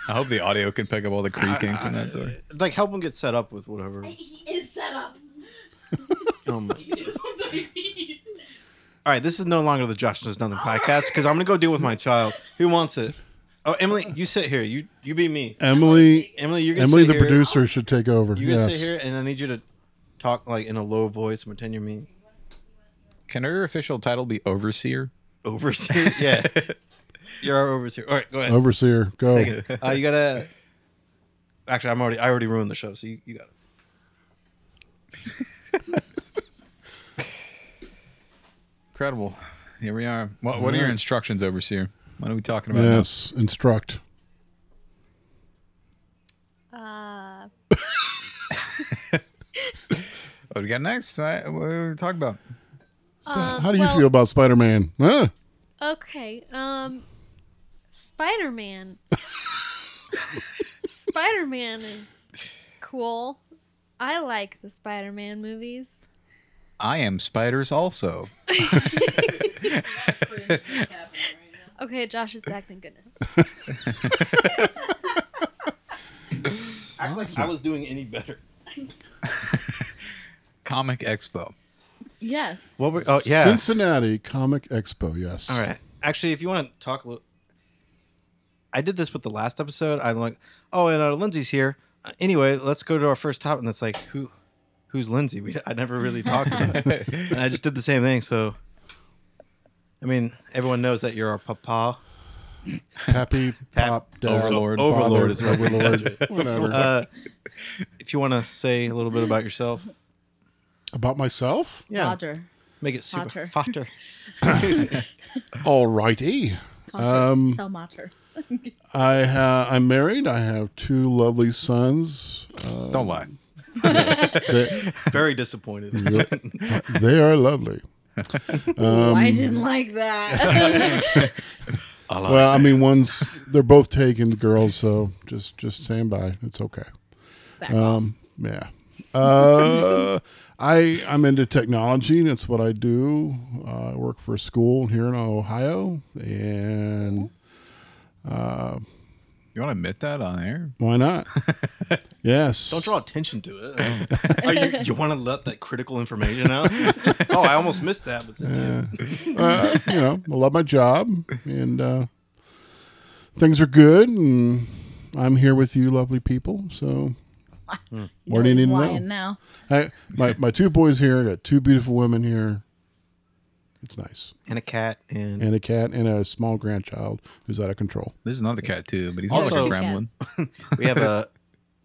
S2: I hope the audio can pick up all the creaking from that door.
S3: Like help him get set up with whatever.
S1: He is set up. [laughs]
S3: Oh my.
S1: Just wants to be beat.
S3: All right, this is no longer the Josh Knows Nothing podcast because I'm gonna go deal with my child. Who wants it? Oh, Emily, you sit here. You you be me.
S4: Emily.
S3: Emily, you're gonna
S4: Emily,
S3: sit
S4: the
S3: here.
S4: producer, should take over.
S3: You're gonna
S4: yes.
S3: sit here, and I need you to talk like in a low voice and pretend you're me.
S2: Can her official title be overseer?
S3: Overseer, [laughs] yeah. you're our overseer. All right, go ahead.
S4: Overseer, go.
S3: Take it. Uh, you gotta. Actually, I'm already. I already ruined the show, so you, you got it.
S2: [laughs] Incredible. Here we are. What, what are your instructions, overseer? What are we talking about? now?
S4: Yes, instruct.
S5: Uh,
S2: What do we got next? All right, What are we talking about?
S4: So,
S5: Uh,
S4: how do you
S5: well-
S4: feel about Spider-Man? Huh?
S5: okay. Um, Spider
S4: [laughs]
S5: Man. Spider Man is cool. I like the Spider Man movies.
S2: I am spiders also.
S5: Okay, Josh is acting good now.
S3: Act like I was doing any better.
S2: Comic Expo.
S1: Yes.
S3: What were? Oh yeah.
S4: Cincinnati Comic Expo. Yes.
S3: All right. Actually, if you want to talk a little, I did this with the last episode. I'm like, oh, and uh, Lindsay's here. Uh, anyway, let's go to our first topic. And it's like, who, who's Lindsay? We, I never really talked about it. [laughs] And I just did the same thing. So, I mean, everyone knows that you're our papa.
S4: Happy pop dad,
S2: Overlord.
S4: father,
S3: Overlord is what we
S4: overlord,
S3: call
S4: [laughs] whatever.
S3: Uh, if you want to say a little bit about yourself,
S4: About myself,
S3: yeah,
S1: Roger.
S3: make it super
S1: Potter.
S3: Potter.
S4: all righty. Um,
S1: Tell Mater.
S4: I ha- I'm married. I have two lovely sons. Uh,
S2: Don't lie.
S4: they,
S3: [laughs]
S4: uh,
S3: Very [laughs] disappointed.
S4: they are lovely. Um,
S1: Oh, I didn't like
S4: [laughs] Uh,
S1: that.
S4: Well, I mean, one's they're both taken girls, so just just stand by. It's okay.
S1: Back
S4: Um, yeah. Uh, I I'm into technology. That's what I do. Uh, I work for a school here in Ohio, and
S2: You want to admit that on air?
S4: why not? yes.
S3: Don't draw attention to it. Are you you want to let that critical information [laughs] out? oh, I almost missed that. But since you-
S4: Uh, you know, I love my job, and uh, things are good, and I'm here with you, lovely people. So. What do you
S1: He's
S4: need to know?
S1: lying now.
S4: I, my, my two boys here, I got two beautiful women here. It's nice.
S3: and a cat and,
S4: And a cat and a small grandchild who's out of control.
S2: This is another cat too, but he's more
S3: Also-
S2: like a gremlin.
S3: we have
S4: [laughs]
S3: a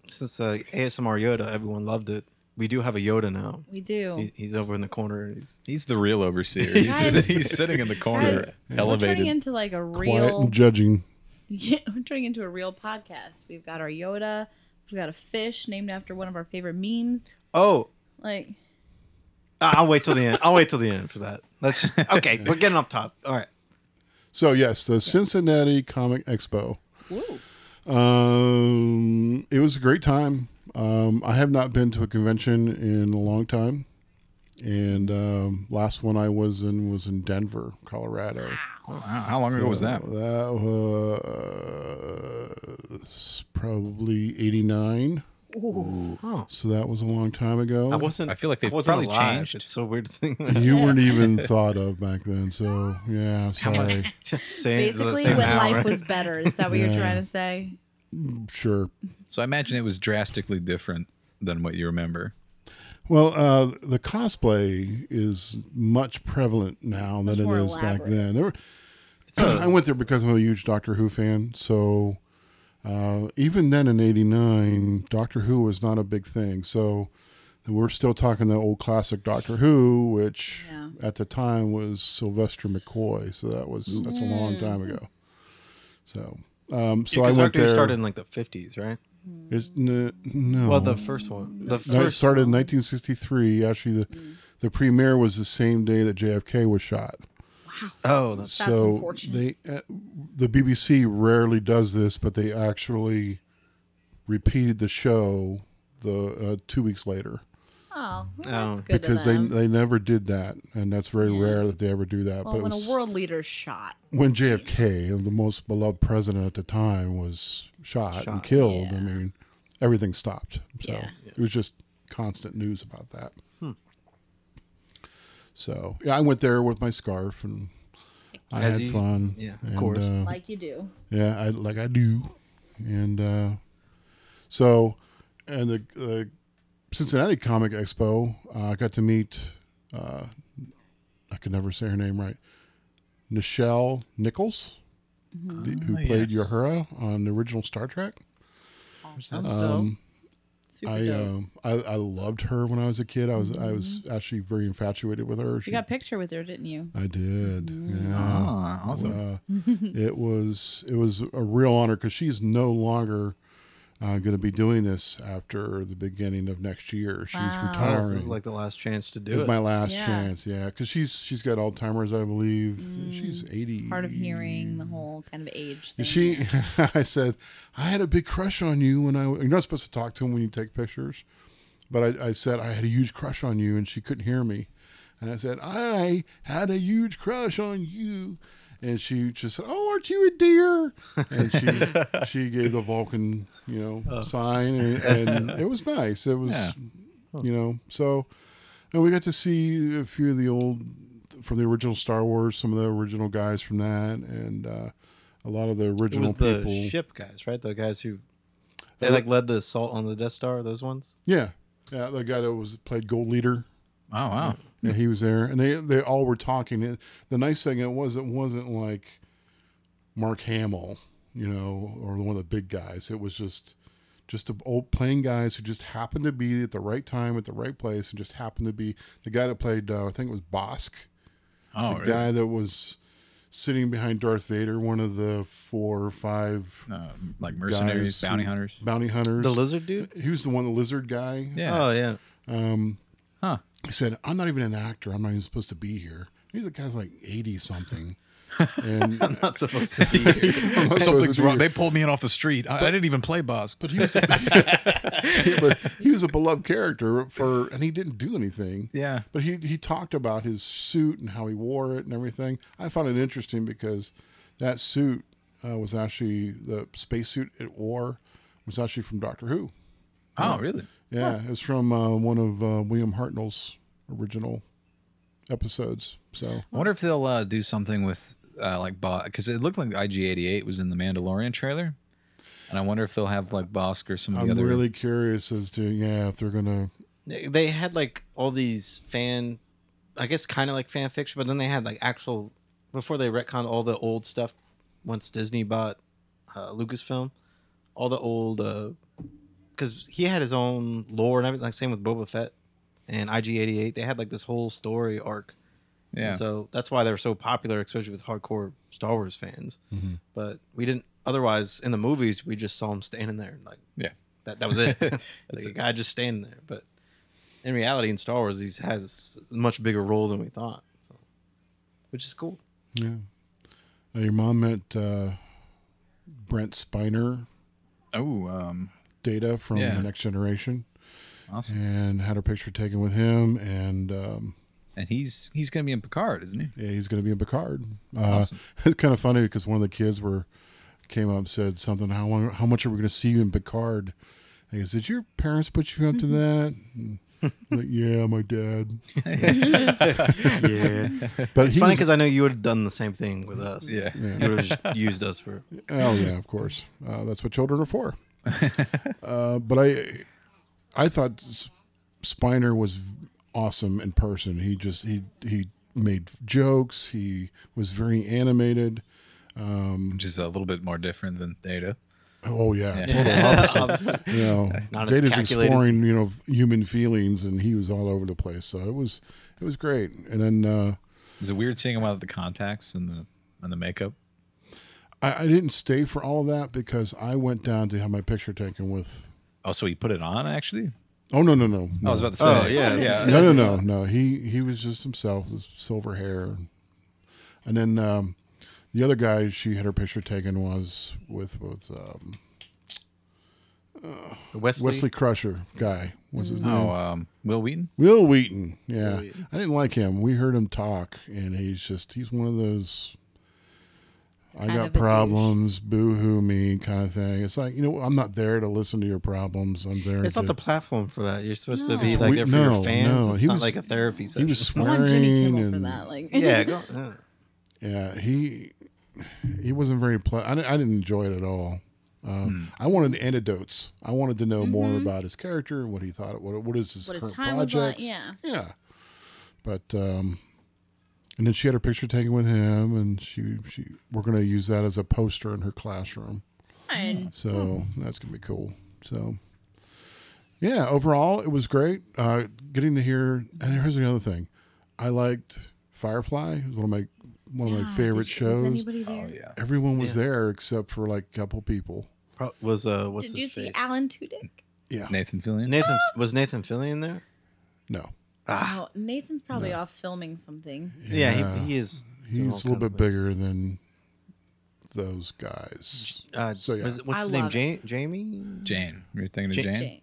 S3: since uh, ASMR Yoda, everyone loved it. We do have a Yoda now.
S1: We do.
S3: He, he's over in the corner. and He's
S2: [laughs] He's the real overseer. He's,
S1: Guys-
S2: he's [laughs] sitting in the corner,
S1: Guys, We're turning
S2: elevated.
S1: into like a
S4: Quiet
S1: real.
S4: and judging.
S1: [laughs] Yeah, we're turning into a real podcast. We've got our Yoda. We've got a fish named after one of our favorite memes.
S3: oh.
S1: Like
S3: I- I'll wait till the end. I'll wait till the end for that. Let's
S4: [laughs]
S3: just okay. We're getting off top. All right.
S4: So, yes, the Cincinnati Comic Expo.
S1: Woo.
S4: Um, it was a great time. Um, I have not been to a convention in a long time. And um, last one I was in was in Denver, Colorado.
S2: Wow, How long ago was that?
S4: That was probably 89.
S3: Oh,
S4: So that was a long time ago.
S3: I wasn't.
S2: I feel like they've
S3: I wasn't
S2: probably
S3: alive.
S2: changed.
S3: It's so weird to think. [laughs]
S4: You weren't even thought of back then, so yeah, sorry.
S3: Saying-
S1: basically,
S3: saying
S1: when
S3: now,
S1: life
S3: right? [laughs]
S1: was better. Is that what
S4: Yeah.
S1: you're trying to say?
S4: Sure.
S2: So I imagine it was drastically different than what you remember.
S4: Well, uh, the cosplay is much prevalent now than it
S1: more
S4: is back
S1: elaborate.
S4: then. There were, [clears throat] I went there because I'm a huge Doctor Who fan, so uh, even then in '89, Doctor Who was not a big thing. So we're still talking the old classic Doctor Who, which
S1: Yeah.
S4: at the time was Sylvester McCoy. So that was that's a long time ago. So. Um, so
S3: Yeah,
S4: I
S3: 'cause
S4: went
S3: Doctor Who
S4: there.
S3: started in like the fifties, right?
S4: It's, n- no,
S3: Well, the first one, the
S4: No, it
S3: first.
S4: started in 1963. Actually, the
S1: Mm.
S4: the premiere was the same day that JFK was shot.
S3: Oh, that's
S1: That's
S4: so
S1: unfortunate.
S4: they, uh, the BBC rarely does this, but they actually repeated the show the uh, two weeks later
S1: Oh, well,
S3: Oh,
S1: that's good
S4: because
S1: of
S4: they
S1: them.
S4: they never did that, and that's very rare that they ever do that.
S1: well,
S4: but it
S1: when
S4: was
S1: a world leader's shot,
S4: when JFK, the most beloved president at the time, was shot, and
S3: Shot.
S4: killed. I
S1: Yeah.
S4: mean, everything stopped. So
S1: Yeah. Hmm.
S4: it was just constant news about that. So yeah, I went there with my scarf and I
S3: As
S4: had
S3: you-
S4: fun.
S3: yeah, of
S4: And,
S3: course.
S4: uh,
S1: like you do.
S4: yeah, I, like I do, and uh, so and the, the Cincinnati Comic Expo, uh, I got to meet. Uh, I could never say her name right. Nichelle Nichols,
S1: Mm-hmm.
S4: the- who
S2: Ah,
S4: played
S2: yes.
S4: Uhura on the original Star Trek.
S3: that's
S1: Oh,
S4: Um,
S1: Super
S4: I,
S1: dope.
S4: um, I I loved her when I was a kid. I was I was actually very infatuated with her.
S1: Mm-hmm.
S4: She,
S1: you got Mm-hmm. a picture with her, didn't you?
S4: I did. Yeah.
S2: Ah, awesome.
S4: Uh, [laughs] it was it was a real honor because she's no longer uh, going to be doing this after the beginning of next year. She's
S1: Wow.
S3: dope. This
S4: retiring.
S3: is like the last chance to do
S4: it's
S3: it.
S4: my last
S1: Yeah.
S4: chance, yeah, because she's she's got Alzheimer's, I believe. she's eighty.
S1: Hard Mm. of hearing, the whole kind of age. Thing.
S4: And Mm. she, [laughs] I said, I had a big crush on you when I. You're not supposed to talk to him when you take pictures, but I, I said I had a huge crush on you, and she couldn't hear me, and I said I had a huge crush on you, and she just said, "Oh, aren't you a dear?" And she she gave the Vulcan, you know, sign, and, and it was nice. It was,
S2: Yeah.
S4: you know, so, and we got to see a few of the old from the original Star Wars, some of the original guys from that, and uh, a lot of the
S3: it
S4: original
S3: was the
S4: people.
S3: ship guys, right? The guys who they like led the assault on the Death Star. Those ones.
S4: Yeah, Yeah, the guy that was played Gold Leader.
S2: Oh wow.
S4: Yeah, he was there, and they they all were talking. And the nice thing it was, it wasn't like Mark Hamill, you know, or one of the big guys. It was just just the old playing guys who just happened to be at the right time at the right place, and just happened to be the guy that played. Uh, I think it was Bosk,
S2: Oh
S4: the
S2: really?
S4: guy that was sitting behind Darth Vader, one of the four or five
S2: Uh, like mercenaries,
S4: guys
S2: bounty
S4: who-
S2: hunters.
S4: bounty hunters.
S3: The lizard dude?
S4: he was the one, the lizard guy.
S2: Yeah.
S3: Oh yeah.
S4: Um,
S2: Huh.
S4: He said, I'm not even an actor. I'm not even supposed to be here. He's a guy's like
S2: [laughs]
S4: 80 something. And
S3: I'm [laughs]
S4: [laughs]
S3: not supposed to be here.
S4: I'm not supposed
S2: Something's
S4: to be
S2: wrong.
S4: here.
S2: They pulled me in off the street. I, I didn't even play Bosk.
S4: But he, was a, [laughs] but he was a beloved character for, and he didn't do anything.
S2: Yeah.
S4: But he, he talked about his suit and how he wore it and everything. I found it interesting because that suit uh, was actually the spacesuit it wore was actually from Doctor Who.
S2: Oh really?
S4: Yeah, it was from uh, one of uh, William Hartnell's original episodes. So
S2: I wonder if they'll uh, do something with uh, like Bosk because it looked like IG88 was in the Mandalorian trailer, and I wonder if they'll have like Bosk or some of the
S4: I'm
S2: other.
S4: really curious as to yeah if they're gonna
S3: [laughs] they had like all these fan i guess kind of like fan fiction but then they had like actual before they retconned all the old stuff once disney bought uh, lucasfilm all the old because he had his own lore and everything like same with boba fett and ig88 they had like this whole story arc
S2: yeah.
S3: so that's why they were so popular especially with hardcore star wars fans but we didn't otherwise in the movies we just saw him standing there like
S2: yeah.
S3: that that was it. like a guy just standing there. But in reality, in Star Wars, he has a much bigger role than we thought, so, which is cool.
S4: yeah. Uh, your mom met uh, Brent Spiner,
S2: Oh, um,
S4: Data from
S2: Yeah.
S4: the Next Generation,
S2: awesome.
S4: and had her picture taken with him. And um,
S2: And he's he's gonna be in Picard, isn't he?
S4: yeah, he's gonna be in Picard. Uh,
S2: Awesome.
S4: [laughs] It's kind of funny because one of the kids were came up and said something. How long, how much are we gonna see you in Picard? I guess did your parents put you up to that? And, like, yeah, my dad. [laughs]
S3: Yeah,
S4: But
S3: it's
S4: he
S3: funny
S4: was-
S3: because I know you would have done the same thing with us.
S2: Yeah.
S3: you would have just used us for.
S4: Oh yeah, of course. Uh, that's what children are for. uh, but I, I thought S- Spiner was awesome in person. He just he he made jokes. He was very animated.
S2: Which is a little bit more different than Data.
S4: Oh [laughs]
S3: [laughs]
S4: yeah, total opposite. [laughs] you know,
S3: Not as
S4: Data's
S3: calculated.
S4: exploring you know human feelings, and he was all over the place. So it was it was great. And then uh,
S2: Is it weird seeing him without the contacts and the and the makeup?
S4: I, I didn't stay for all that because I went down to have my picture taken with.
S2: Oh, so he put it on actually.
S4: Oh no no no!
S2: I
S4: no.
S2: was about to say.
S3: Oh yeah,
S4: no, no, no, no. He he was just himself, his silver hair, and then um, the other guy she had her picture taken was with with um,
S3: Wesley.
S4: Wesley Crusher guy. Was his name
S2: Oh, um, Will Wheaton.
S4: Will Wheaton? Yeah,
S3: Will Wheaton.
S4: I didn't like him. We heard him talk, and he's just he's one of those. I
S1: kind of a
S4: got
S1: douche.
S4: problems, boo hoo me kind of thing. It's like you know I'm not there to listen to your problems. I'm there.
S3: It's
S4: to,
S3: not the platform for that. You're supposed to
S1: No.
S3: be
S1: It's
S3: like
S4: we-
S3: there for
S4: no,
S3: your fans.
S4: no,
S3: It's
S4: he
S3: not
S4: was-
S3: like a therapy
S4: he
S3: session.
S4: was
S1: I
S4: swearing
S1: want Jimmy Kimmel
S4: and
S1: for that. Like,
S4: [laughs]
S3: yeah, go, yeah.
S4: Yeah, he he wasn't very ple- I, di- I didn't enjoy it at all. Uh,
S1: Hmm.
S4: I wanted anecdotes. I wanted to know more about his character and what he thought. What what is
S1: [laughs]
S4: his
S1: Mm-hmm. What his
S4: current
S1: time was like,
S4: projects?
S1: yeah.
S4: yeah. But um, and then she had her picture taken with him, and she she we're gonna use that as a poster in her classroom.
S1: fine.
S4: So
S1: Hmm.
S4: that's gonna be cool. So yeah, overall it was great. Uh, getting to hear and here's another thing. I liked Firefly. It was one of my one of my
S1: Yeah,
S4: favorite
S1: did you-
S4: shows.
S1: Was anybody
S3: Oh,
S1: there?
S2: Oh, yeah.
S4: Everyone was there except for like a couple people.
S3: Pro- was uh, what's
S1: Did
S3: his
S1: you see
S3: face?
S1: Alan Tudyk?
S4: Yeah.
S2: Nathan Fillion.
S1: [gasps]
S3: Nathan was Nathan Fillion there? Ah,
S4: No.
S1: Oh, Nathan's probably off filming something.
S3: Yeah,
S4: Ah. Yeah.
S3: he, he is. doing all
S4: He's a little
S3: kinds of
S4: bit bigger than those guys.
S3: Uh,
S4: So, yeah.
S3: was it- what's
S1: I
S3: his name?
S1: love
S3: Ja- Jamie?
S2: Jane. You're thinking
S3: Ja-
S2: of Jane.
S1: Jane.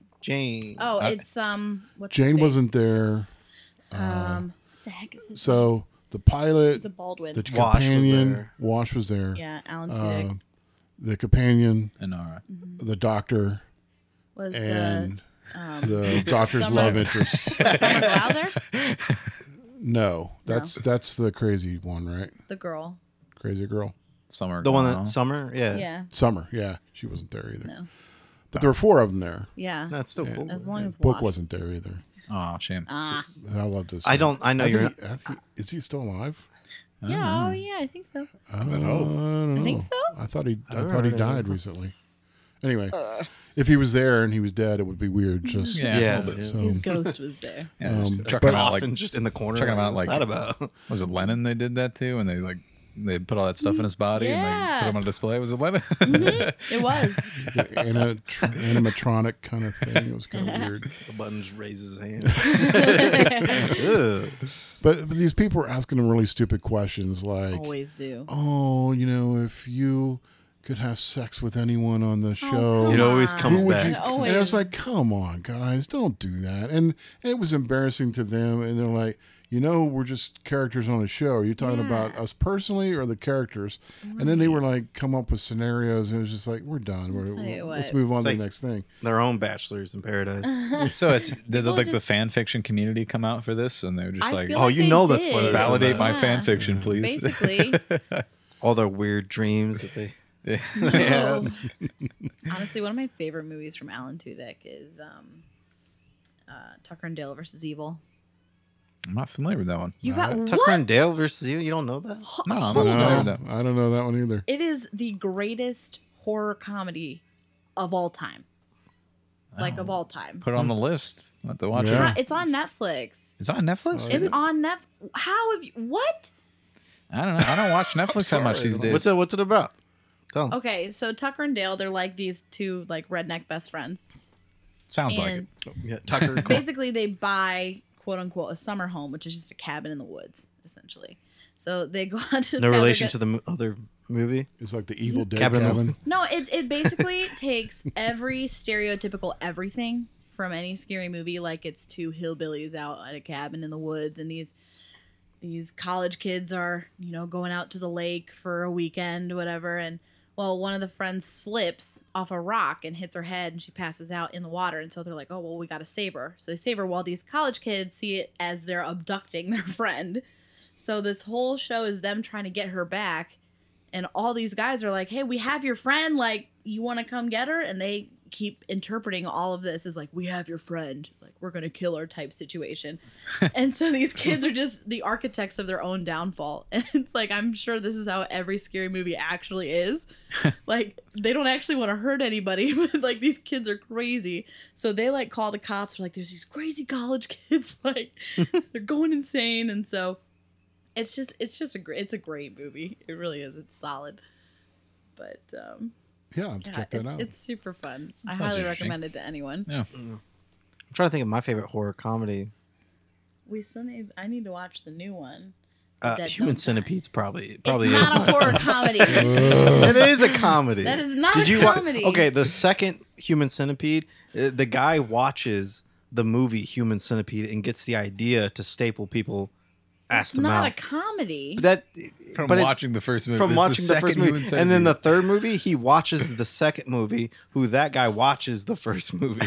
S3: Jane.
S1: Oh,
S2: I-
S1: it's um. What's his
S4: Jane
S1: face?
S4: wasn't there.
S1: Um, the heck is his?
S4: So the
S1: It's
S4: pilot,
S1: a Baldwin.
S4: the
S3: Wash was
S4: companion,
S3: there.
S4: Wash was there.
S1: yeah, Alan Tudyk
S4: Uh, the companion,
S2: Inara.
S4: the doctor,
S1: was uh,
S4: and
S1: [laughs]
S4: the doctor's
S1: Summer. [laughs]
S4: love interest.
S1: Summer Glau there.
S4: No, that's that's the crazy one, right?
S1: The girl.
S4: Crazy girl,
S2: Summer.
S3: The one
S2: Glau.
S3: that summer, yeah.
S1: Yeah.
S4: Summer. Yeah, she wasn't there either.
S1: No.
S4: But there were four of them there.
S1: Yeah.
S3: That's still
S4: Yeah.
S3: cool.
S1: As long
S4: And
S1: as
S4: book
S1: Wash-
S4: wasn't there either.
S2: Oh, shame.
S1: Ah.
S4: I love this.
S3: I don't. I know
S4: I
S3: you're.
S4: think, I think, is he still alive?
S2: I don't
S1: Yeah. Oh
S2: know. Oh.
S1: yeah, I think so.
S4: I
S2: don't
S4: don't
S1: I think
S4: know.
S1: so.
S4: I thought he. I,
S3: I don't
S4: thought he
S3: know.
S4: died recently. Anyway,
S1: Uh.
S4: if he was there and he was dead, it would be weird.
S1: Mm-hmm.
S4: Just
S2: Yeah. a
S3: Yeah.
S2: little bit.
S4: so.
S1: His ghost was there.
S2: Yeah, just
S4: Um,
S2: chuck
S4: but-
S2: him out
S3: Coffin
S2: like
S3: just in the corner.
S2: Check 'em out,
S3: what's
S2: like-
S3: that about? [laughs]
S2: Was it Lennon they did that too? And they like they put all that stuff in his body and
S1: Yeah.
S2: they put him on display. Was it Lennon? [laughs]
S1: It [laughs] was.
S4: in a tr- animatronic kind of thing. It was
S1: [laughs]
S4: kind of weird.
S3: The button just raises his
S1: [laughs]
S3: hand. Ugh.
S4: But, but these people were asking him really stupid questions like,
S1: Always do.
S4: "Oh, you know, if you could have sex with anyone on the show,
S1: Oh, come
S3: it always
S1: on.
S3: comes
S4: Who would
S3: back.
S4: you-
S1: Always.
S4: and I was like, come on, guys, don't do that. And it was embarrassing to them. And they're like, you know, we're just characters on a show. Are you talking about us personally or the characters? And then they were like, come up with scenarios. And it was just like, we're done. We're,
S1: Tell you
S4: let's
S1: what.
S4: move on
S3: It's
S4: to
S3: like-
S4: the next thing.
S3: Their own bachelors in
S2: [laughs]
S3: paradise.
S1: [sighs]
S2: so it's did the,
S5: People
S2: like the
S5: just-
S2: fan fiction community come out for this and they were just
S1: I
S2: like
S1: feel
S3: oh,
S1: like
S3: you
S1: they
S3: know that's what
S1: did.
S3: it is.
S2: validate my
S1: Yeah.
S2: fan fiction,
S3: Mm-hmm.
S2: please. [laughs]
S1: Basically,
S3: All their weird dreams that they.
S2: [laughs]
S1: no. honestly, one of my favorite movies from Alan Tudyk is um, uh, Tucker and Dale versus Evil.
S2: I'm not familiar with that one.
S1: You got
S4: Uh,
S1: what?
S3: Tucker and Dale versus you. You don't know that?
S1: Ho-
S2: No, I'm
S1: hold
S2: not familiar
S1: on.
S2: with
S4: No, I don't know that one either.
S1: It is the greatest horror comedy of all time. Like of all time.
S2: Put it on
S3: Mm-hmm.
S2: the list. I'll have to watch
S4: Yeah.
S1: Uh, It's on Netflix.
S2: it. Is that on Netflix?
S4: Oh,
S1: It's
S4: Is it?
S1: on Netflix. How have you? What?
S2: I don't know. I don't watch Netflix that much
S4: sorry.
S2: these days.
S3: What's it? What's it about? Tell 'em.
S1: Okay, so Tucker and Dale, they're like these two like redneck best friends,
S2: Sounds like it.
S1: and
S3: Yeah, Tucker.
S1: basically they buy quote unquote a summer home, which is just a cabin in the woods, essentially. So they go [laughs] out to
S3: no relation to the mo- other movie.
S4: It's like the Evil Dead
S3: Cabin
S4: Cabin.
S3: in the-
S1: No, it it basically [laughs] takes every stereotypical everything from any scary movie, like it's two hillbillies out at a cabin in the woods, and these these college kids are you know going out to the lake for a weekend, whatever, and well, one of the friends slips off a rock and hits her head, and she passes out in the water, and so they're like, oh well, we got to save her, so they save her while these college kids see it as they're abducting their [laughs] friend. So this whole show is them trying to get her back and all these guys are like, "Hey, we have your friend. Like, you want to come get her?" And they keep interpreting all of this as like, "We have your friend. Like, we're gonna kill her." Type situation. and so these kids are just the architects of their own downfall. [laughs] And it's like, I'm sure this is how every scary movie actually is. like, they don't actually want to hurt anybody, [laughs] but like these kids are crazy. So they like call the cops. They're like, "There's these crazy college kids. [laughs] Like, they're going insane." And so it's just it's just a great it's a great movie it really is it's solid but um
S4: Yeah, I'll have to
S1: yeah,
S4: check
S1: it's,
S4: that out.
S1: it's super fun i
S2: Sounds
S1: highly
S2: interesting.
S1: recommend it to anyone
S2: Yeah.
S3: I'm trying to think of my favorite horror comedy.
S1: we still need i need to watch the new one
S3: Uh,
S1: Dead
S3: Human
S1: Don't Die.
S3: Centipede's probably probably
S1: it's
S3: is.
S1: not
S3: [laughs]
S1: a horror comedy
S4: Ugh.
S3: it is
S1: [laughs]
S3: a comedy.
S1: That is not a
S3: wa-
S1: comedy.
S3: okay, the second Human Centipede, uh, the guy watches the movie Human Centipede and gets the idea to staple people, ask
S1: it's
S3: them
S1: not
S3: out.
S1: a comedy
S3: But that
S2: From
S3: but it-
S2: watching the first movie.
S3: from
S2: This is
S3: watching the,
S2: second
S3: first movie,
S2: human
S3: and then the
S2: centipede.
S3: third movie, he watches the second movie. Who that guy watches the first
S1: [laughs]
S3: movie?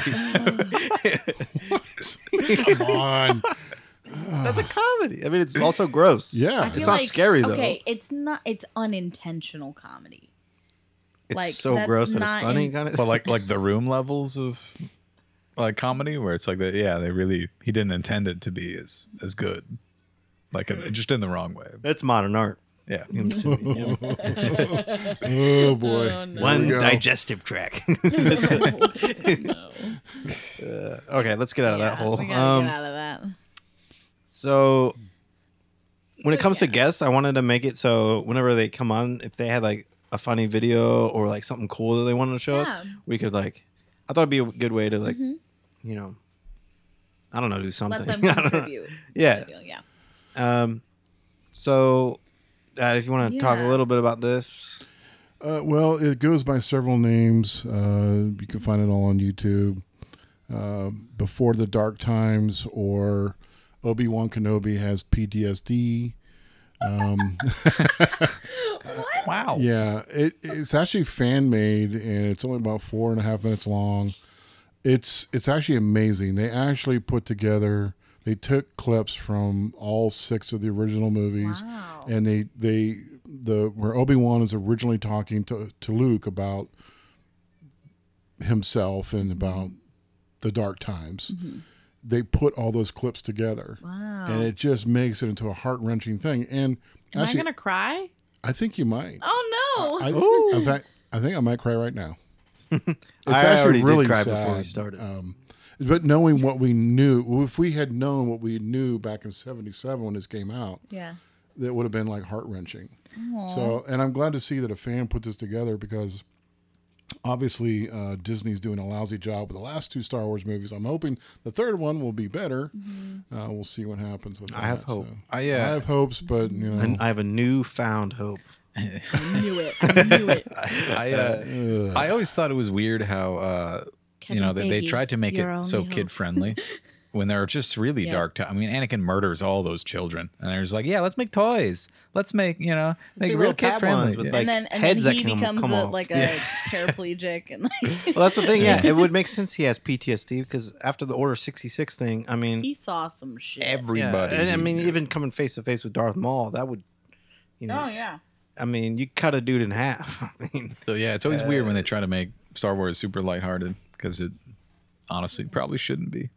S1: [laughs]
S4: Come on.
S3: That's a comedy. I mean, it's also gross.
S4: Yeah. I
S1: I
S3: it's
S1: feel
S3: not
S1: like-
S3: scary though.
S1: okay it's not it's
S3: [laughs]
S1: unintentional comedy [laughs]
S3: It's
S1: like,
S3: so
S1: that's
S3: gross and it's
S1: not
S3: funny.
S1: in-
S3: kind of.
S2: but like like the room levels of like comedy where it's like that yeah they really he didn't intend it to be as as good like in- just in the wrong way
S3: that's modern
S1: [laughs]
S3: art.
S2: yeah
S3: Human Centipede.
S4: Oh, boy.
S1: Oh, no.
S4: Here
S3: One
S4: we go.
S3: digestive [laughs] track.
S1: no.
S3: okay, let's get out of that
S1: Yeah,
S3: hole.
S1: we gotta
S3: Um,
S1: get out of that
S3: So when
S1: So,
S3: it comes to
S1: yeah.
S3: guests, I wanted to make it so whenever they come on, if they had like a funny video or like something cool that they wanted to show us,
S1: Yeah.
S3: we could like. I thought it'd be a good way to like, you know, I don't know, do something.
S1: Mm-hmm. let
S3: [laughs]
S1: them
S3: I don't know.
S1: contribute
S3: yeah.
S1: yeah
S3: Um. So, Dad, if you want to talk a
S1: Yeah.
S3: little bit about this,
S4: Uh, well, it goes by several names. Uh, you can find it all on YouTube. Uh, Before the Dark Times or Obi Wan Kenobi has PTSD.
S2: wow
S4: Yeah, it, it's actually fan made and it's only about four and a half minutes long. It's it's actually amazing. They actually put together. They took clips from all six of the original movies,
S1: Wow.
S4: and they they the where Obi Wan is originally talking to to Luke about himself and about the dark times. They put all those clips together,
S1: Mm-hmm. Wow.
S4: and it just makes it into a heart wrenching thing. And
S1: Am
S4: actually,
S1: I gonna cry?
S4: I think you might.
S1: Oh no!
S4: I, think, in fact, I think I might cry
S3: [laughs]
S4: right now. It's
S3: I already did cry before we
S4: sad,
S3: started.
S4: Um, but knowing what we knew, well, if we had known what we knew back in '77 when this came out,
S1: yeah.
S4: that would have been like heart wrenching. So, and I'm glad to see that a fan put this together because obviously uh, Disney's doing a lousy job with the last two Star Wars movies. I'm hoping the third one will be better.
S1: Mm-hmm.
S4: Uh, we'll see what happens with that.
S3: I have hope.
S2: I, uh,
S4: I have hopes, but you know,
S3: And I have a newfound hope.
S2: [laughs]
S1: I knew it. I knew it.
S2: I, uh, I always thought it was weird how uh, you
S1: Kevin
S2: know that they
S1: Feige,
S2: tried to make
S1: your
S2: it so
S1: only hope.
S2: kid
S1: [laughs]
S2: friendly when there are just really
S1: Yeah.
S2: dark times. I mean, Anakin murders all those children, and they're just like, yeah, let's make toys. Let's make you know make
S3: do
S2: real
S3: little cat
S2: kid friendly.
S3: ones with,
S2: Yeah.
S3: like,
S1: and then and
S3: heads
S1: then
S3: that
S1: he
S3: can
S1: becomes
S3: come
S1: a,
S3: off.
S1: like a
S3: Yeah.
S1: paraplegic
S3: [laughs]
S1: and like [laughs]
S3: Well, that's the thing. Yeah, it would make sense he has PTSD because after the Order 66 thing, I mean,
S1: he saw some shit.
S2: everybody.
S3: Yeah, and I mean, even coming face to face with Darth Maul, that would, you know,
S1: oh yeah.
S3: I mean, you cut a dude in half. [laughs] I mean,
S2: so yeah, it's always weird when
S3: Uh,
S2: they try to make Star Wars super lighthearted because it honestly probably shouldn't be.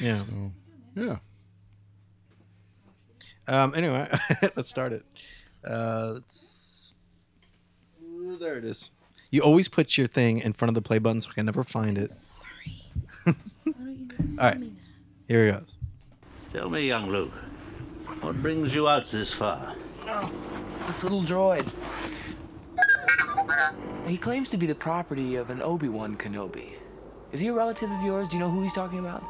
S3: yeah.
S4: yeah.
S3: Um. Anyway, [laughs] let's start it. Uh, let's. Ooh, there it is. You always put your thing in front of the play button, so I can never find it.
S1: [laughs]
S3: All right. Here it goes.
S6: Tell me, young Luke, what brings you out this far?
S7: This little droid. He claims to be the property of an Obi-Wan Kenobi. Is he a relative of yours? Do you know who he's talking about?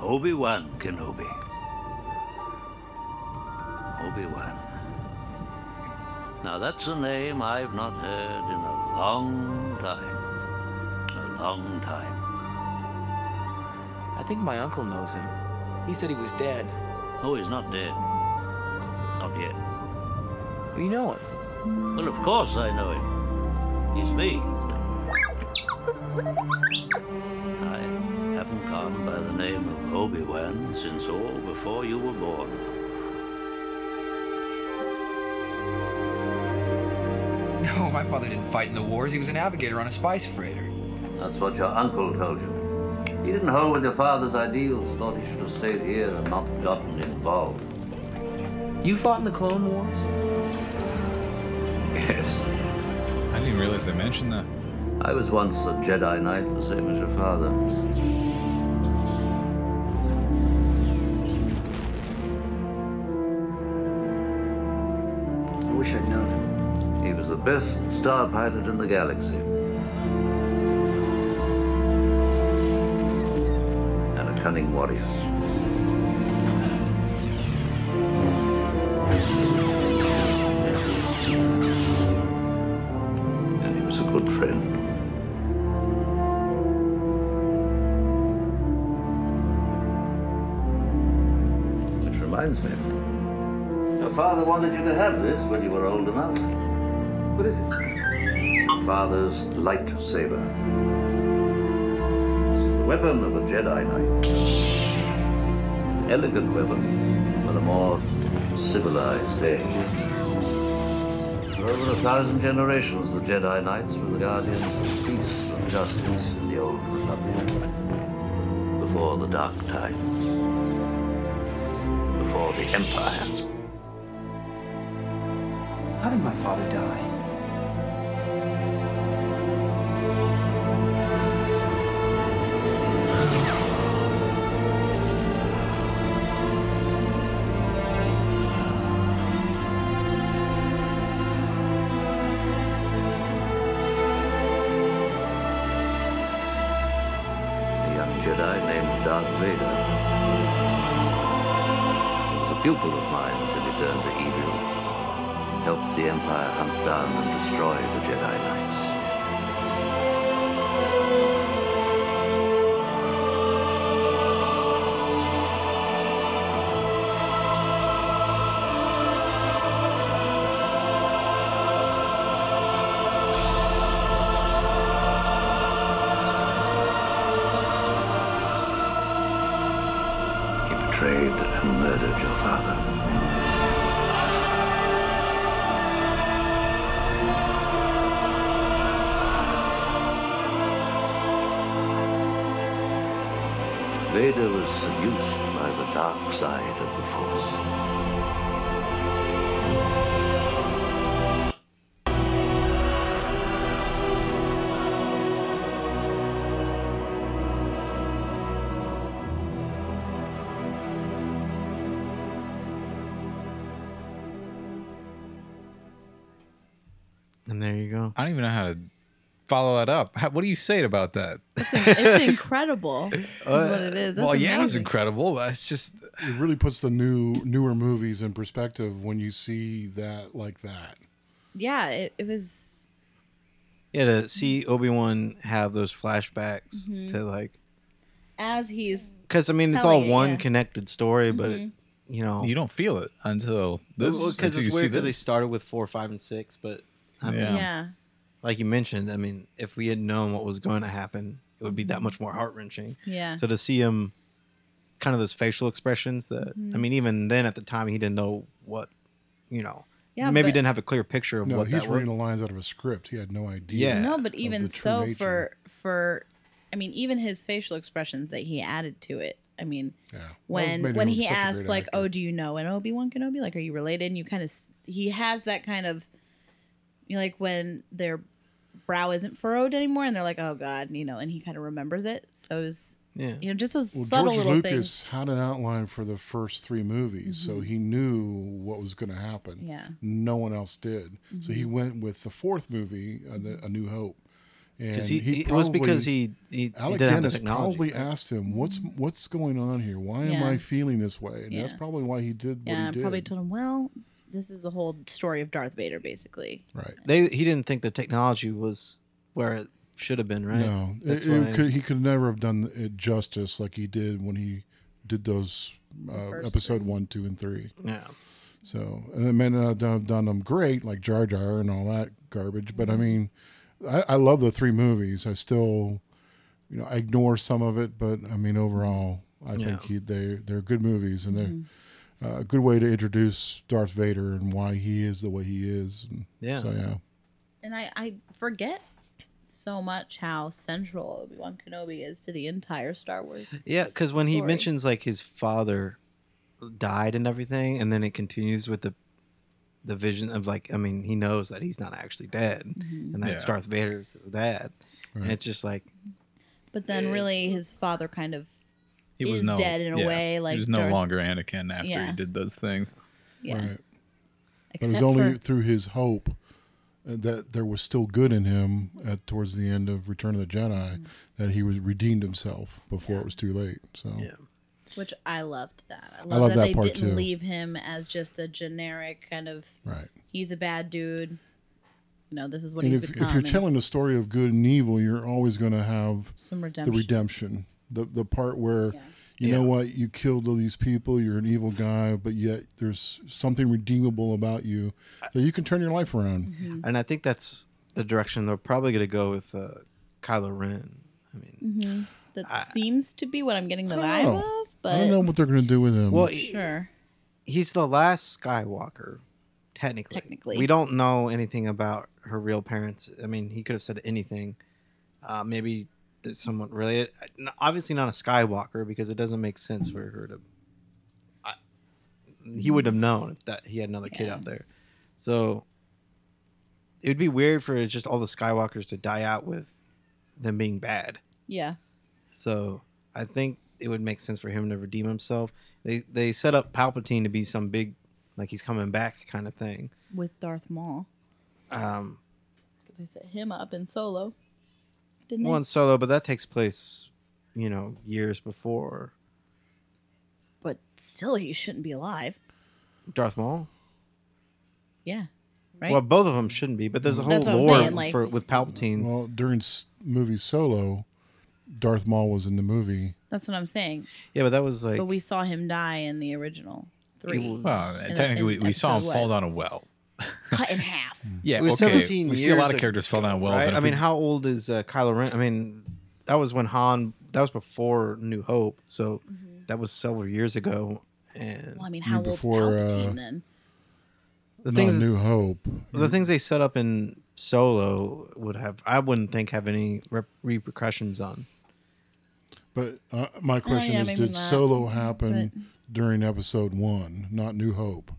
S6: Obi-Wan Kenobi. Obi-Wan. Now that's a name I've not heard in a long time. A long time.
S7: I think my uncle knows him. He said he was dead.
S6: Oh, he's not dead. Not yet.
S7: Well, you know him.
S6: Well, of course I know him. He's me. I haven't gone by the name of Obi-Wan since all before you were born.
S8: [laughs] No, my father didn't fight in the wars. He was a navigator on a spice freighter.
S6: That's what your uncle told you. He didn't hold with your father's ideals, thought he should have stayed here and not gotten involved.
S7: You fought in the Clone Wars?
S6: Yes.
S2: I didn't realize they mentioned that.
S6: I was once a Jedi Knight, the same as your father.
S8: I wish I'd known him.
S6: He was the best star pilot in the galaxy. And a cunning warrior. And he was a good friend. Which reminds me. Your father wanted you to have this when you were old enough.
S7: What is it?
S6: Father's lightsaber. This is the weapon of a Jedi Knight. Elegant weapon for the more civilized age. For over a thousand generations, the Jedi Knights were the guardians of peace and justice in the old Republic. Before the Dark Times. Before the Empire.
S7: How did my father die?
S6: a young Jedi named Darth Vader. He was a pupil of mine until he turned to evil. Helped the Empire hunt down and destroy the Jedi Knights. He betrayed and murdered your father. Vader was seduced by the dark side of the Force.
S3: And there you go.
S2: I don't even know how to follow that up. How, what do you say about that?
S1: It's incredible. is what it is. That's
S2: well, yeah, it was
S1: amazing.
S2: incredible. But it's just
S4: It really puts the new newer movies in perspective when you see that like that.
S1: Yeah, it, it was.
S3: Yeah, to see Obi Wan have those flashbacks
S1: Mm-hmm.
S3: to like,
S1: As he's
S3: because I mean it's
S1: Telling
S3: all
S1: it,
S3: one
S1: yeah. Mm-hmm.
S3: connected story, but it, you know,
S2: you don't feel it until this.
S3: because
S2: until you
S3: it's
S2: see
S3: weird because they
S2: this.
S3: started with four, five, and six, but I mean,
S2: Yeah.
S1: yeah.
S3: like you mentioned, I mean, if we had known what was going to happen, it would be that much more heart wrenching.
S1: Yeah.
S3: So to see him, kind of those facial expressions that
S1: Mm-hmm.
S3: I mean, even then at the time he didn't know what, you know,
S1: Yeah,
S3: maybe
S1: but-
S3: didn't have a clear picture of
S4: No,
S3: what
S4: he's
S3: that was.
S4: reading the lines out of a script. He had no idea.
S3: Yeah.
S1: No, but
S4: of
S1: even
S4: the true
S1: so,
S4: nature.
S1: for for, I mean, even his facial expressions that he added to it. I mean,
S4: Yeah. That was-
S1: when
S4: made
S1: when
S4: him
S1: he
S4: such a
S1: asks
S4: great
S1: like,
S4: actor.
S1: "Oh, do you know an Obi Wan Kenobi? Like, are you related?" and you kind of he has that kind of, you know, like when their brow isn't furrowed anymore, and they're like, "Oh God," you know, and he kind of remembers it. So it was,
S3: Yeah.
S1: you know, just those
S4: Well,
S1: subtle
S4: George
S1: little
S4: Lucas had an outline for the first three movies, so he knew what was going to happen.
S1: things. Mm-hmm. Yeah, Mm-hmm.
S4: No one else did. So he went with the fourth movie, uh, the, A New Hope. And
S3: Because he, it was because he he, he didn't have
S4: Alec
S3: the
S4: Guinness
S3: technology.
S4: probably asked him, "What's what's going on here? Why am
S1: Mm-hmm. Yeah.
S4: I feeling this way?" And that's
S1: Yeah.
S4: probably why he did what
S1: yeah.
S4: he
S1: I
S4: did.
S1: probably told him, "Well, this is the whole story of Darth Vader, basically."
S4: right.
S3: they he didn't think the technology was where it should have been, right?
S4: No,
S3: That's
S4: it, it
S3: why-
S4: could, he could never have done it justice like he did when he did those uh,
S1: first
S4: episode one, two, and three.
S3: yeah.
S4: So, and it may not have done them great, like Jar Jar and all that garbage. But
S3: Mm-hmm.
S4: I mean, I, I love the three movies. I still, you know, I ignore some of it, but I mean, overall, I think
S3: Yeah. Mm-hmm.
S4: he, they they're good movies and they're uh, a good way to introduce Darth Vader and why he is the way he is. And
S3: Yeah.
S4: So yeah,
S1: and I, I forget so much how central Obi Wan Kenobi is to the entire Star Wars.
S3: Yeah, because when he
S1: story.
S3: mentions like his father died and everything, and then it continues with the the vision of like, I mean, he knows that he's not actually dead,
S1: Mm-hmm.
S3: and that's
S2: Yeah.
S3: Darth Vader's dad, and it's just like,
S1: But then, really, his father kind of
S2: He was
S1: is
S2: no,
S1: dead in a
S2: yeah,
S1: way, like
S2: he was no
S1: Darth-
S2: longer Anakin after
S1: Yeah.
S2: he did those things.
S1: yeah.
S4: right. But it
S1: Except
S4: was only
S1: for
S4: through his hope uh, that there was still good in him at, towards the end of Return of the
S3: Mm-hmm.
S4: Jedi that he was redeemed himself before it was too late. So
S3: yeah,
S1: which I loved that. I love,
S4: love
S1: that,
S4: that
S1: they
S4: part,
S1: didn't
S4: too.
S1: leave him as just a generic kind of
S4: right.
S1: he's a bad dude. You know, this is what
S4: and
S1: he's
S4: if,
S1: become.
S4: if you're
S1: and
S4: telling the story of good and evil, you're always going to have
S1: some
S4: the
S1: redemption.
S4: redemption, the the part where
S1: Yeah.
S4: you know
S3: Yeah.
S4: what you killed all these people, you're an evil guy, but yet there's something redeemable about you that you can turn your life around.
S1: Mm-hmm.
S3: and I think that's the direction they're probably gonna go with uh, Kylo Ren. I mean,
S1: Mm-hmm. that seems to be what I'm getting the
S4: I
S1: vibe
S4: don't
S1: of,
S4: know.
S1: but
S4: I don't know what they're going to do with him.
S3: well,
S1: sure.
S3: he's the last Skywalker, technically.
S1: Technically.
S3: we don't know anything about her real parents. I mean, he could have said anything. Uh, maybe there's someone related. N- Obviously, not a Skywalker because it doesn't make sense for her to. I, he would have known that he had another kid out there, so it would be weird for just all the Skywalkers to die out with them being bad.
S1: Yeah.
S3: So I think it would make sense for him to redeem himself. They they set up Palpatine to be some big, like he's coming back kind of thing.
S1: With Darth Maul.
S3: Um,
S1: Because they set him up in solo. Didn't they?
S3: one solo, but that takes place, you know, years before
S1: but still he shouldn't be alive.
S3: Darth Maul.
S1: Yeah. Right?
S3: Well, both of them shouldn't be, but there's a whole
S1: That's what I'm
S3: lore
S1: saying, like-
S3: for with Palpatine.
S4: Well, during s- movie Solo, Darth Maul was in the movie.
S1: That's what I'm saying.
S3: yeah, but that was like
S1: But we saw him die in the original three.
S2: Well,
S1: And-
S2: technically,
S1: and
S2: we saw him
S1: episode
S2: fall
S1: what?
S2: down a well.
S1: Cut in half.
S2: Yeah,
S3: It was
S2: okay.
S3: 17
S2: we see a
S3: years
S2: lot of
S3: ago,
S2: characters fall down wells.
S3: right?
S2: and
S3: I
S2: if
S3: mean,
S2: we-
S3: how old is uh, Kylo Ren? I mean, that was when Han. That was before New Hope, so
S1: Mm-hmm.
S3: that was several years ago. And
S1: Well,
S4: [laughs]
S1: I mean, how old's
S4: before, uh,
S1: Palpatine then?
S3: the
S4: Not
S3: things
S4: New Hope.
S3: the things they set up in solo would have i wouldn't think have any rep- repercussions on
S4: But uh, my question
S1: yeah,
S4: is,
S1: maybe
S4: did
S1: not,
S4: Solo happen during Episode One, not New Hope?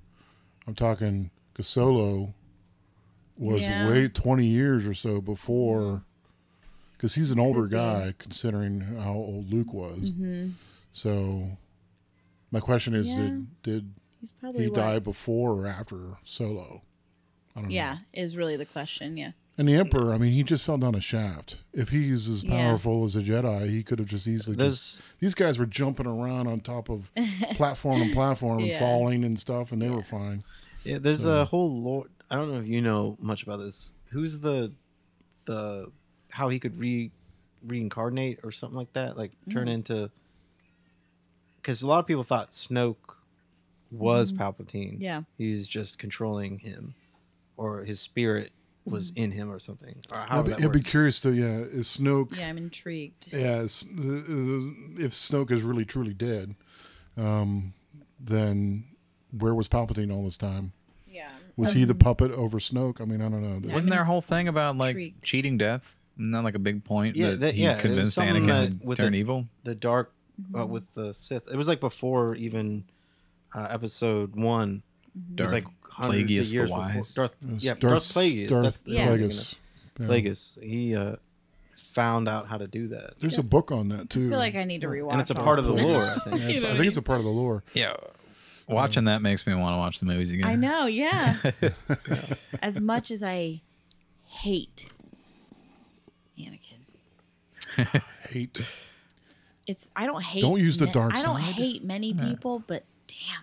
S4: I'm talking because Solo was
S1: Yeah.
S4: way 20 years or so before, because he's an older guy considering how old Luke was. So, my question is,
S1: Mm-hmm. Yeah.
S4: did did
S1: He's probably
S4: he
S1: what-
S4: die before or after Solo? I don't know.
S1: Yeah,
S2: Mm-hmm.
S1: is really the question. Yeah.
S4: And the Emperor, I mean, he just fell down a shaft. If he's as
S1: Yeah.
S4: powerful as a Jedi, he could have just easily. just-
S3: There's-
S4: these guys were jumping around on top
S1: [laughs]
S4: of platform and platform and
S1: Yeah.
S4: falling and stuff, and they were fine.
S3: Yeah, there's a whole lore. I don't know if you know much about this. Who's the the how he could re reincarnate or something like that, like
S4: Mm-hmm.
S3: turn into because a lot of people thought Snoke was
S4: Mm-hmm.
S3: Palpatine.
S1: Yeah.
S3: he's just controlling him, or his spirit was in him or something. Or how
S4: I'd Mm-hmm. be,
S3: Oh, that
S4: I'd be
S3: works.
S4: curious to yeah, is Snoke?
S1: Yeah, I'm intrigued.
S4: Yeah, is- uh, if Snoke is really truly dead, um, then where was Palpatine all this time?
S1: Yeah.
S4: Was he the
S1: Um,
S4: puppet over Snoke? I mean, I don't know.
S2: Wasn't there a whole thing about like
S1: Intrigued.
S2: cheating death? Not like a big point
S3: Yeah,
S2: that,
S3: that-
S2: he
S3: yeah, it was
S2: convinced
S3: something
S2: Anakin
S3: that-
S2: to
S3: with
S2: turn
S3: the-
S2: evil.
S3: the dark uh,
S1: Mm-hmm.
S3: with the Sith. It was like before even uh, episode one.
S2: Darth
S3: it was like hundreds
S2: Plagueis
S3: of years
S2: the Wise.
S3: before. Darth, yeah, Darth, Plagueis. That's
S4: Darth
S3: the one I'm thinking
S4: Plagueis.
S3: of.
S4: Yeah.
S3: Plagueis. He uh, found out how to do that,
S4: There's a book on that too.
S1: I feel like I need to
S2: Mm.
S1: rewatch.
S3: and it's a
S1: all
S3: part of the
S1: this.
S3: lore. I think.
S4: I think it's a part of the lore.
S2: Yeah, watching that makes me want to watch the movies again.
S1: I
S2: [laughs]
S1: know. Yeah. as much as I hate Anakin, [laughs]
S4: Hate.
S1: it's I don't hate.
S4: Don't use the
S1: ma-
S4: dark
S1: I don't
S4: side.
S1: hate many people, but damn,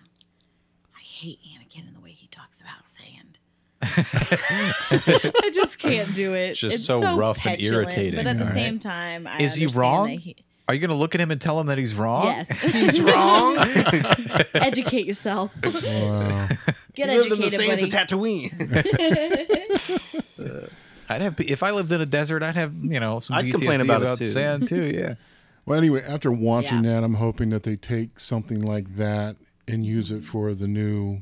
S1: I hate Anakin and the way he talks about sand. [laughs] I just can't do it.
S2: Just so rough and irritating,
S1: But at the
S2: all right?
S1: same time, I
S2: Is he
S1: understand
S2: wrong?
S1: that He,
S2: Are you gonna look at him and tell him that he's wrong?
S1: yes,
S3: He's wrong.
S1: [laughs] educate yourself.
S4: Wow.
S1: Get
S3: Lived in the
S1: educated,
S3: sands
S1: buddy.
S3: of
S2: [laughs]
S3: Tatooine.
S2: I'd have if I lived in a desert, I'd have you know some
S3: I'd
S2: PTSD
S3: complain
S2: about,
S3: about it, too.
S2: sand too. Yeah,
S4: Well, anyway, after watching
S1: Yeah.
S4: that, I'm hoping that they take something like that and use it for the new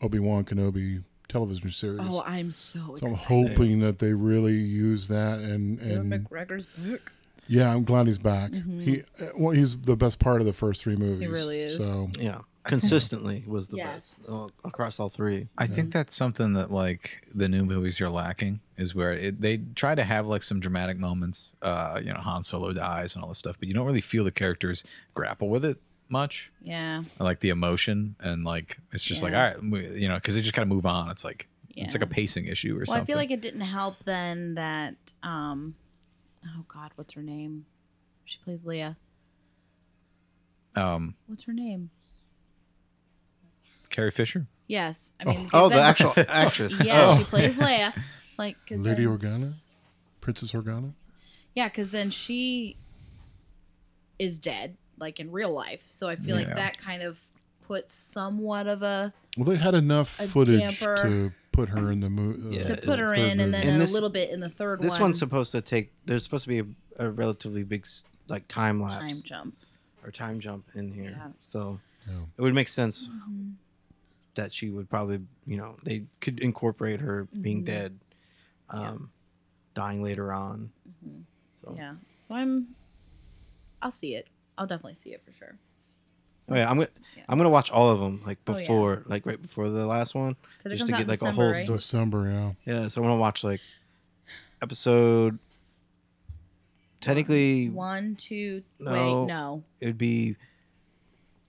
S4: Obi Wan Kenobi television series.
S1: oh, I'm so
S4: so I'm
S1: excited.
S4: hoping that they really use that and and
S1: McGregor's book.
S4: yeah, I'm glad he's back. He uh, well, he's the best part of the first three movies.
S1: Mm-hmm. really is.
S4: So
S3: [laughs] yeah, consistently was the
S1: Yeah.
S3: best uh, across all three.
S2: I think that's something that like the new movies are lacking is where it, they try to have like some dramatic moments. Uh, you know, Han Solo dies and all this stuff, but you don't really feel the characters grapple with it much.
S1: Yeah.
S2: I like the emotion and like it's just like all right, we- you know, because they just kind of move on. It's like it's like a pacing issue or
S1: Well,
S2: something.
S1: I feel like it didn't help then that um oh god, what's her name? She plays Leah.
S2: um,
S1: What's her name?
S2: Carrie Fisher.
S1: Yes. I mean
S3: Oh, the
S1: that- [laughs]
S3: actual actress.
S1: Yeah,
S3: Oh.
S1: she plays Leia.
S3: [laughs]
S1: Like 'cause
S4: Lady
S1: then-
S4: Organa, Princess Organa.
S1: Yeah, cuz then she is dead like in real life. So I feel
S2: Yeah.
S1: like that kind of puts somewhat of a
S4: Well, they had enough
S1: A
S4: footage
S1: damper.
S4: to put her in the movie.
S3: Yeah.
S1: to put her in and then
S3: And
S1: a
S3: this-
S1: little bit in the third
S3: This
S1: one.
S3: one's supposed to take. There's supposed to be a, a relatively big s- like time lapse.
S1: time jump.
S3: or time jump in here.
S1: Yeah.
S3: So
S4: Yeah.
S3: it would make sense
S1: Mm-hmm.
S3: that she would probably, you know, they could incorporate her
S1: Mm-hmm.
S3: being dead, um, dying later on. So yeah,
S1: Yeah. So I'm I'll see it. I'll definitely see it for sure.
S3: oh, yeah I'm gonna
S1: Yeah.
S3: I'm gonna watch all of them like
S1: Oh, yeah.
S3: before, like right before the last one,
S1: it
S3: just
S1: comes
S3: to
S1: out
S3: get
S1: in
S3: like
S1: December,
S3: a whole
S1: right?
S3: story.
S4: December, yeah.
S3: Yeah, so I want to watch like episode. Technically,
S1: One, two,
S3: No.
S1: wait, no.
S3: it would be.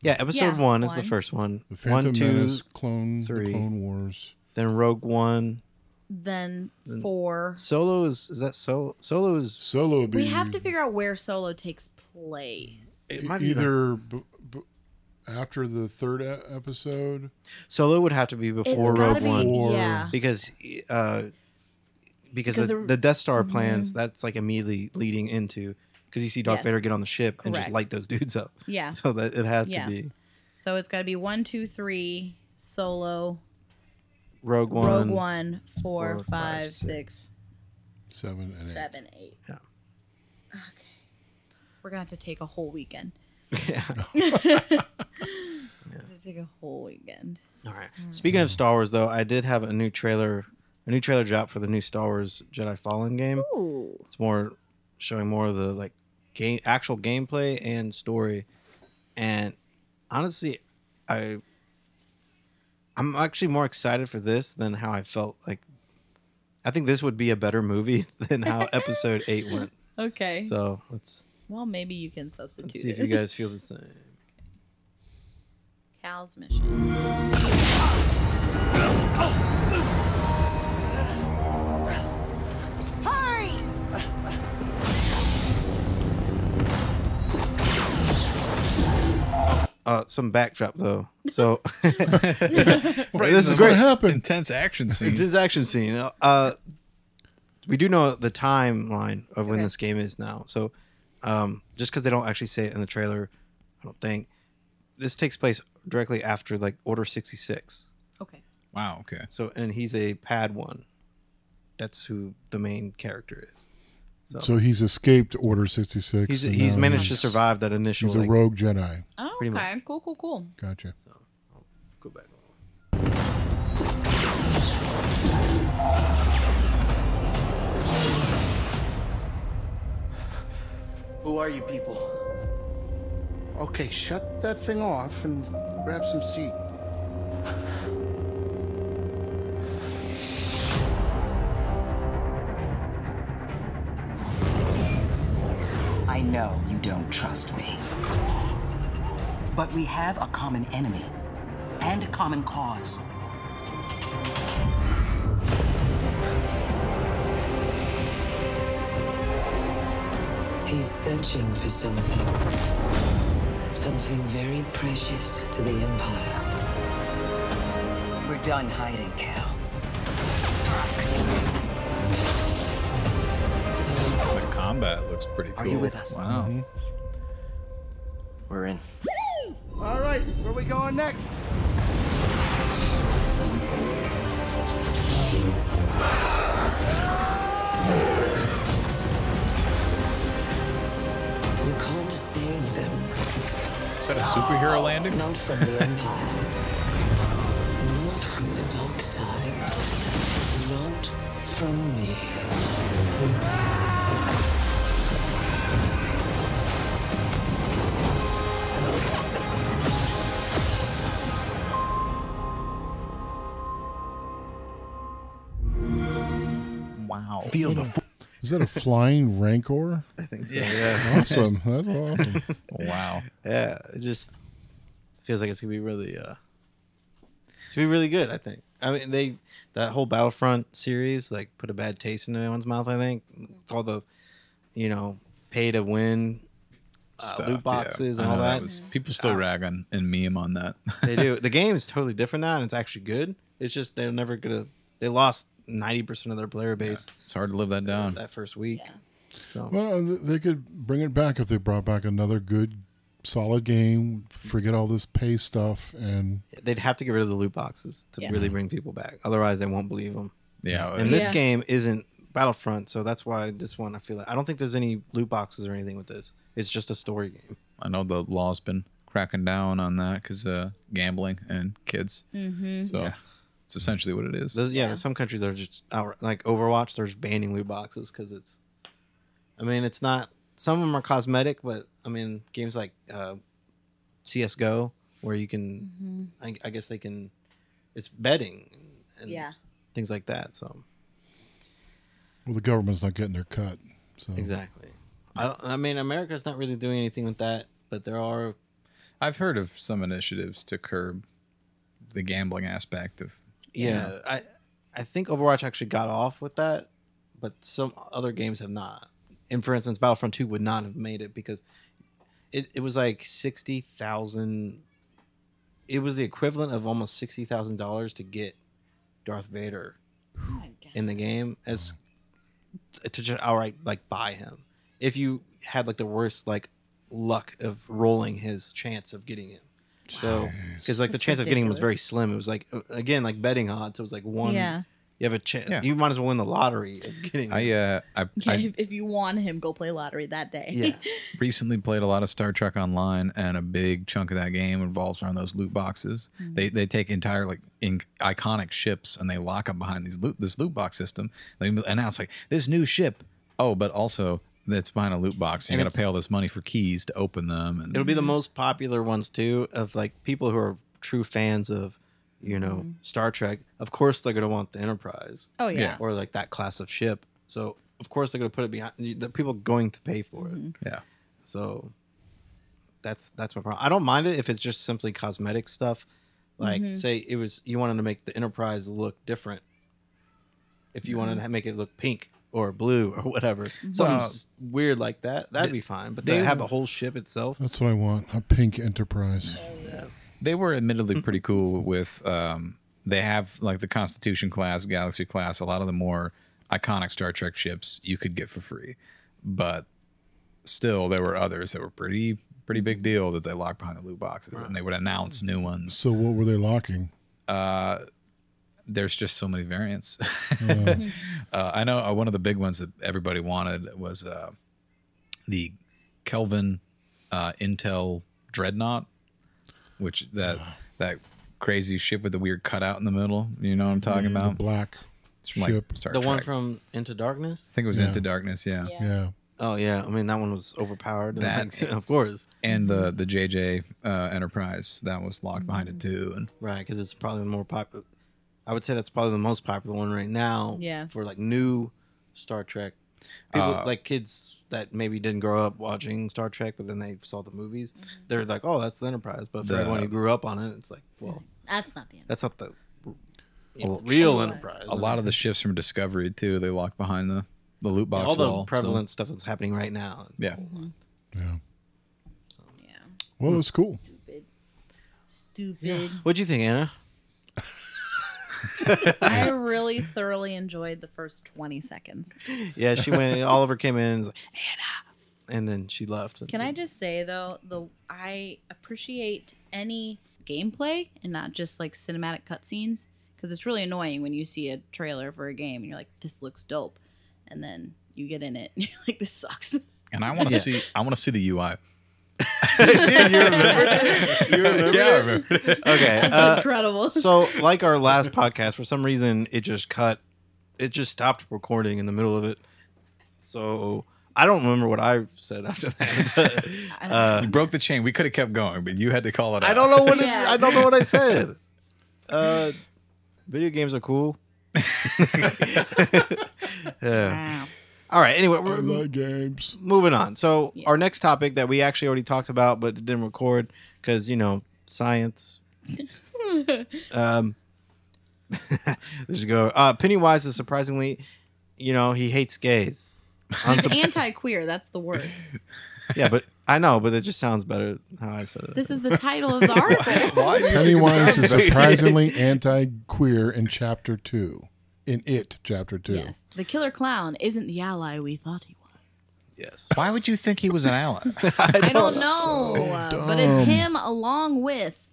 S3: Yeah, episode
S1: Yeah,
S3: one is the
S1: one.
S3: first one.
S4: The Phantom
S3: One, two,
S4: Menace, Clone, the
S3: three.
S4: Clone Wars.
S3: then Rogue One.
S1: Then four.
S3: Solo is is that solo? Solo is
S4: Solo would be
S1: We have to figure out where Solo takes place.
S3: It
S4: E-
S3: might be the-
S4: either b- b- after the third e- episode.
S3: Solo would have to be before Rogue
S1: gotta be-
S3: One
S4: Or-
S1: Yeah.
S3: because uh, because the,
S1: Because
S3: the,
S1: the- Mm-hmm.
S3: Death Star plans that's like immediately leading into because you see Darth
S1: Yes.
S3: Vader get on the ship and just
S1: Correct.
S3: light those [laughs] dudes up.
S1: Yeah.
S3: So that it had
S1: Yeah.
S3: to be
S1: So it's got to be one, two, three, Solo,
S3: Rogue One. [laughs]
S1: Rogue One, four,
S3: four,
S1: five,
S3: five,
S1: six,
S4: Seven and eight.
S1: seven, eight.
S3: Yeah.
S1: Okay. We're going to have to take a
S3: [laughs]
S1: whole weekend. [laughs] Mm-hmm. We're gonna Take a whole weekend.
S3: All right. Speaking of Star Wars, though, I did have a new trailer, a new trailer drop for the new Star Wars Jedi Fallen game.
S1: Ooh,
S3: It's more showing more of the like game actual gameplay and story. And honestly, I I'm actually more excited for this than how I felt like I think this would be a better movie [laughs] than how episode 8 went.
S1: Okay.
S3: So, let's
S1: well, maybe you can substitute.
S3: let's see if
S1: it.
S3: you guys feel the same.
S1: [laughs] Cal's mission.
S3: Uh some backdrop though. So [laughs]
S2: Right,
S3: this is great.
S4: What happened?
S2: Intense action scene.
S3: It is action scene. Uh, we do know the timeline of when
S1: Okay.
S3: this game is now. So, um, just because they don't actually say it in the trailer, I don't think this takes place directly after like Order sixty six.
S1: Okay.
S2: Wow. Okay.
S3: So, and he's a Padawan. That's who the main character is.
S4: So he's escaped Order 66.
S3: He's
S4: and
S3: he's
S4: now
S3: managed to
S4: he's-
S3: survive that initial.
S4: He's a
S3: like-
S4: rogue Jedi.
S1: Oh,
S3: Pretty
S1: okay. Cool, cool, cool.
S4: Gotcha.
S3: Go back.
S9: Who are you people? Okay, shut that thing off and grab some seat.
S10: I know you don't trust me. But we have a common enemy and a common cause. He's searching for something. Something very precious to the Empire. We're done hiding, Cal.
S2: The combat looks pretty cool.
S10: Are you with us?
S2: Wow.
S7: We're in.
S9: All right, where we going next?
S10: You can't save them.
S2: Is that a superhero landing?
S10: Not from the Empire. Not from the dark side. Not from me.
S2: Wow.
S9: Feel the
S4: Is that
S3: [laughs]
S4: a flying rancor?
S3: I think so. Yeah.
S4: Awesome.
S3: [laughs]
S4: That's awesome.
S2: Wow.
S3: yeah. It just feels like it's gonna be really. uh It's gonna be really good. I think. I mean, they that whole Battlefront series like put a bad taste in everyone's mouth. I think With all the, you know, pay to win uh,
S2: Stuff, yeah.
S3: loot boxes and
S2: I
S3: all
S2: know
S3: that.
S2: was- people still rag on and meme on that. [laughs]
S3: they do. The game is totally different now, and it's actually good. It's just they're never gonna. They lost ninety percent of their player base
S2: it's hard to live that down.
S3: that first week. So
S4: Well, th- they could bring it back if they brought back another good, solid game. Forget all this pay stuff, and
S3: they'd have to get rid of the loot boxes to
S1: Yeah.
S3: really bring people back. Otherwise, they won't believe them.
S2: Oh, Yeah.
S3: And this
S1: Yeah.
S3: game isn't Battlefront, so that's why this one I feel like I don't think there's any loot boxes or anything with this. It's just a story game.
S2: I know the law's been cracking down on that because uh, gambling and kids. Mm-hmm. So it's essentially what it is.
S3: There's, yeah, there's some countries that are just out, like Overwatch. They're just banning loot boxes because it's. I mean, it's not. Some of them are cosmetic, but I mean, games like uh, CS:GO, where you
S1: Mm-hmm.
S3: can, I, I guess they can, it's betting, and
S1: Yeah.
S3: things like that. So
S4: well, the government's not getting their cut. So
S3: exactly, I, don't- I mean, America's not really doing anything with that, but there are
S2: I've heard of some initiatives to curb the gambling aspect of.
S3: Yeah, uh, I I think Overwatch actually got off with that, but some other games have not. And for instance, Battlefront Two would not have made it because it, it was like sixty thousand. It was the equivalent of almost sixty thousand dollars to get Darth Vader in the game as to just outright like buy him. If you had like the worst like luck of rolling his chance of getting him. So, because like the
S1: That's
S3: chance of getting him was
S1: ridiculous.
S3: very slim. It was like uh, again like betting odds. It was like one.
S1: Yeah.
S3: You have a chance.
S2: Yeah.
S3: You might as well win the lottery of
S2: [laughs]
S3: getting.
S2: I uh, I,
S1: Yeah,
S2: I
S1: if, if you want him, go play lottery that day.
S3: yeah.
S2: recently played a lot of Star Trek Online, and a big chunk of that game involves around those loot boxes.
S3: Mm.
S2: They they take entire like in, iconic ships and they lock them behind these loot this loot box system. They announce like this new ship. Oh, but also that's behind a loot box. You
S3: And
S2: got to pay
S3: it's-
S2: all this money for keys to open them. And
S3: It'll be the most popular ones too of like people who are true fans of, you know, Star Trek. Of course they're gonna want the Enterprise.
S1: [laughs] Oh, yeah. Yeah.
S3: Or like that class of ship. So of course they're gonna put it behind the people going to pay for it.
S2: Yeah.
S3: So that's that's my problem. I don't mind it if it's just simply cosmetic stuff. Like
S2: Mhm.
S3: say it was you wanted to make the Enterprise look different. If you wanted to make it look pink or blue or whatever, something
S2: Well,
S3: s- weird like that, that'd be fine. But
S2: they-
S3: they have the whole ship itself.
S4: That's what I want. A pink Enterprise.
S2: They were admittedly pretty cool with. Um, they have like the Constitution class, Galaxy class, a lot of the more iconic Star Trek ships you could get for free, but still there were others that were pretty pretty big deal that they locked behind the loot boxes, and they would announce new ones.
S4: So what were they locking?
S2: Uh, there's just so many variants.
S3: Mm-hmm.
S2: [laughs] uh, I know uh, one of the big ones that everybody wanted was uh, the Kelvin uh, Intel Dreadnought, which that that crazy ship with the weird cutout in the middle. You know what I'm talking
S4: The
S2: about?
S4: black
S2: From, like,
S4: ship.
S2: Star
S3: Mm-hmm. the one
S2: Trek.
S3: from Into Darkness.
S2: I think it was
S4: Yeah.
S2: Into Darkness. Yeah.
S4: yeah.
S3: Oh yeah, I mean that one was overpowered. and,
S2: That-
S3: like, [laughs] of course,
S2: And the the JJ uh, Enterprise that was locked behind
S3: Mm-hmm.
S2: it too. And
S3: right? Because it's probably the more popular. I would say that's probably the most popular one right now.
S1: Yeah.
S3: For like new Star Trek, people
S2: Uh,
S3: like kids that maybe didn't grow up watching Star Trek, but then they saw the movies.
S1: Mm-hmm.
S3: They're like, oh, that's the Enterprise. But for
S2: The-
S3: everyone who grew up on it, it's like, well,
S1: That's not the end.
S3: that's not the you know,
S2: Well,
S3: real Enterprise.
S2: a lot of the ships from Discovery too, they locked behind the the loot box
S3: all the
S2: wall, so-
S3: prevalent Mm-hmm. stuff that's happening right now.
S2: Yeah.
S4: Yeah.
S1: Yeah.
S4: Well, that's cool.
S1: Stupid. Stupid.
S3: What'd you
S2: [laughs]
S3: think, Anna?
S1: I really thoroughly enjoyed the first 20 seconds.
S3: Yeah, she went. Oliver came in and was like, Anna, and then she left.
S2: [laughs]
S1: Can I just say though, the I appreciate any gameplay and not just like cinematic cutscenes because it's really annoying when you see a trailer for a game and you're like, "This looks dope," and then you get in it and [laughs] you're like, "This sucks."
S2: And I want to
S3: Yeah.
S2: see. I want to see the UI.
S3: Dude, you remember? [laughs] You remember?
S2: Yeah, I remember.
S3: [laughs] Okay. uh,
S1: Incredible. [laughs]
S3: so, like our last podcast, for some reason, it just cut. It just stopped recording in the middle of it. So I don't remember what I said after that. [laughs] but, uh,
S2: you broke the chain. We could have kept going, but you had to call it.
S3: I
S2: out.
S3: don't
S2: [laughs]
S3: know what it,
S1: Yeah.
S3: I don't know what I said. Uh, video games are cool. yeah.
S1: Wow.
S3: All right. Anyway,
S4: I
S3: we're,
S1: Um,
S4: love games.
S3: moving on. So
S1: Yeah.
S3: our next topic that we actually already talked about, but didn't record because you know science. um, [laughs] let's go. Uh, Pennywise is surprisingly, you know, he hates gays.
S1: It's anti-queer. That's the word.
S3: yeah, but I know, but it just sounds better how I said it.
S1: This is the title of the article.
S2: Why do you think it
S4: Pennywise is
S2: sounds
S4: surprisingly anti-queer in chapter two. In it, chapter two.
S1: yes, the killer clown isn't the ally we thought he was.
S3: yes.
S2: [laughs] Why would you think he was an [laughs] ally? Oh,
S1: I don't know, uh, but
S4: dumb.
S1: it's him along with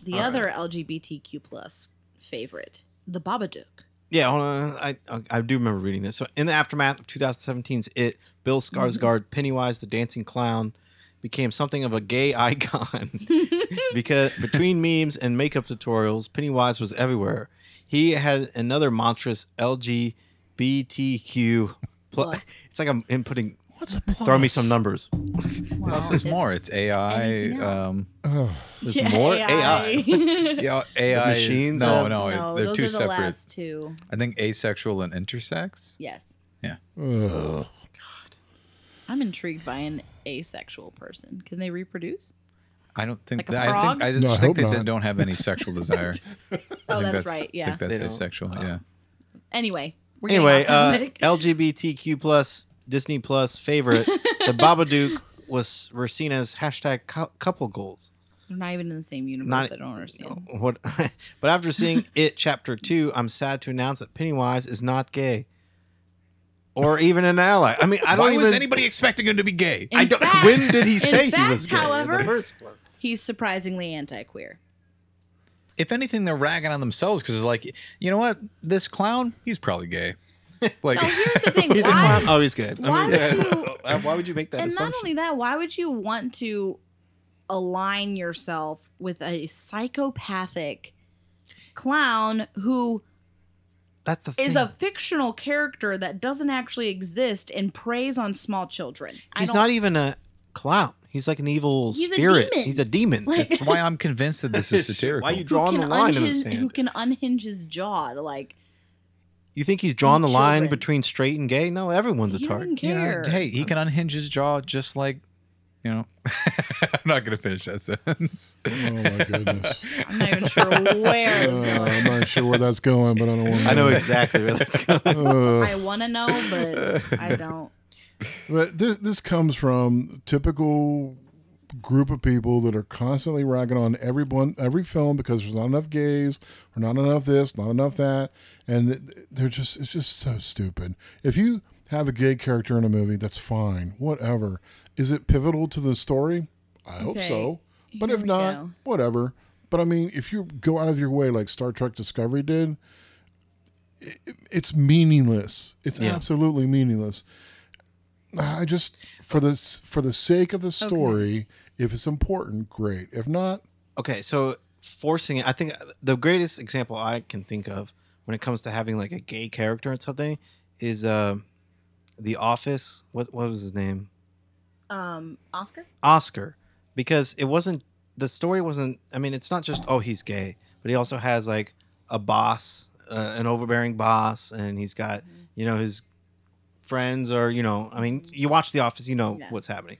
S1: the
S3: All right.
S1: other LGBTQ plus favorite, the Babadook.
S3: Yeah, hold on. I, I I do remember reading this. So in the aftermath of 2017's It, Bill Skarsgård, Pennywise the Dancing Clown, became something of a gay [laughs] icon because between memes and makeup tutorials, Pennywise was everywhere. He had another monstrous LGBTQ. Plus.
S1: Plus.
S3: [laughs] It's like I'm inputting. What's Throw me some numbers.
S1: Wow.
S2: Plus, it's more. It's AI.
S1: anything else.
S2: Um,
S3: There's more AI.
S1: [laughs]
S2: yeah, AI.
S3: machines
S2: No,
S3: have-
S2: no, it-
S1: no,
S2: they're
S1: those
S2: two
S1: are the
S2: separate.
S1: last two.
S2: I think asexual and intersex.
S1: Yes,
S4: Ugh. Oh,
S1: I'm intrigued by an asexual person. Can they reproduce?
S2: I don't think.
S1: Like a
S2: that, I think.
S1: frog?
S2: I
S4: No,
S2: just
S4: I
S2: think
S4: hope
S2: that they
S4: not.
S2: don't have any
S1: [laughs]
S2: sexual desire. I
S1: Oh,
S2: think
S1: that's right, yeah.
S2: I think that's
S3: They don't.
S2: asexual. yeah.
S1: Anyway, we're getting
S3: Anyway,
S1: off
S3: uh,
S1: topic.
S3: LGBTQ plus Disney plus favorite, the Babadook was Racina's hashtag cou- couple goals.
S1: we're not even in the same universe.
S3: Not-
S1: I don't understand.
S3: What? [laughs] but after
S1: [laughs]
S3: seeing it, chapter two, I'm sad to announce that Pennywise is not gay, or even an ally. I mean, I don't
S2: Why
S3: even.
S2: was anybody expecting him to be gay?
S1: In
S3: I don't. [laughs]
S1: fact-
S3: when did he
S1: in
S3: say
S1: fact,
S3: he was gay? in the
S1: however-
S3: first one?
S1: He's surprisingly anti-queer.
S2: if anything, they're ragging on themselves because it's like, you know what? This clown, he's probably
S1: [laughs]
S2: gay. Like, [laughs]
S1: No, here's the thing.
S3: He's a
S1: why,
S3: clown. Oh, he's good.
S1: why would
S3: [laughs] you, Uh, why would you make that
S1: and
S3: assumption?
S1: not only that, why would you want to align yourself with a psychopathic clown who
S3: That's the
S1: is a fictional character that doesn't actually exist and preys on small children. I
S3: He's
S1: don't-
S3: not even a clown. He's like an evil
S1: He's a
S3: spirit.
S1: demon.
S3: he's a demon.
S1: Like-
S2: That's why I'm convinced that
S1: [laughs]
S2: this is satirical.
S3: Why you
S1: who
S3: drawing the
S1: can
S3: line in the
S1: unhinge- Who
S3: sand?
S1: can unhinge his jaw? to, Like
S3: You think he's drawn the line
S1: children.
S3: between straight and gay? No, everyone's a
S1: he doesn't [laughs]
S3: target.
S2: You know,
S1: care.
S2: hey, he can unhinge his jaw just like, you know. [laughs] I'm not gonna finish that sentence.
S4: Oh my
S1: [laughs]
S4: goodness.
S1: I'm not even
S3: [laughs]
S1: sure where.
S4: Uh, I'm not sure where that's going, but I don't want.
S3: I know exactly where
S1: [laughs]
S3: that's going.
S4: Uh,
S1: I want to know, but I don't.
S4: But this this comes from typical group of people that are constantly ragging on everyone every film because there's not enough gays or not enough this, not enough that, and they're just it's just so stupid. If you have a gay character in a movie, that's fine, whatever. Is it pivotal to the story? I hope
S1: Okay,
S4: so. But
S1: here
S4: if
S1: we
S4: not,
S1: go.
S4: whatever. But I mean, if you go out of your way like Star Trek Discovery did, it, it's meaningless. It's
S3: Yeah.
S4: absolutely meaningless. I just for this for the sake of the story, if it's important, great. If not,
S3: Okay, so forcing it. I think uh, the greatest example I can think of when it comes to having like a gay character in something is uh, The Office. What what was his name?
S1: Um, Oscar.
S3: Oscar because it wasn't the story wasn't I mean it's not just oh he's gay but he also has like a boss uh, an overbearing boss and he's got
S1: Mm-hmm.
S3: you know his friends or you know I mean you watch the office you know
S1: Yeah.
S3: what's happening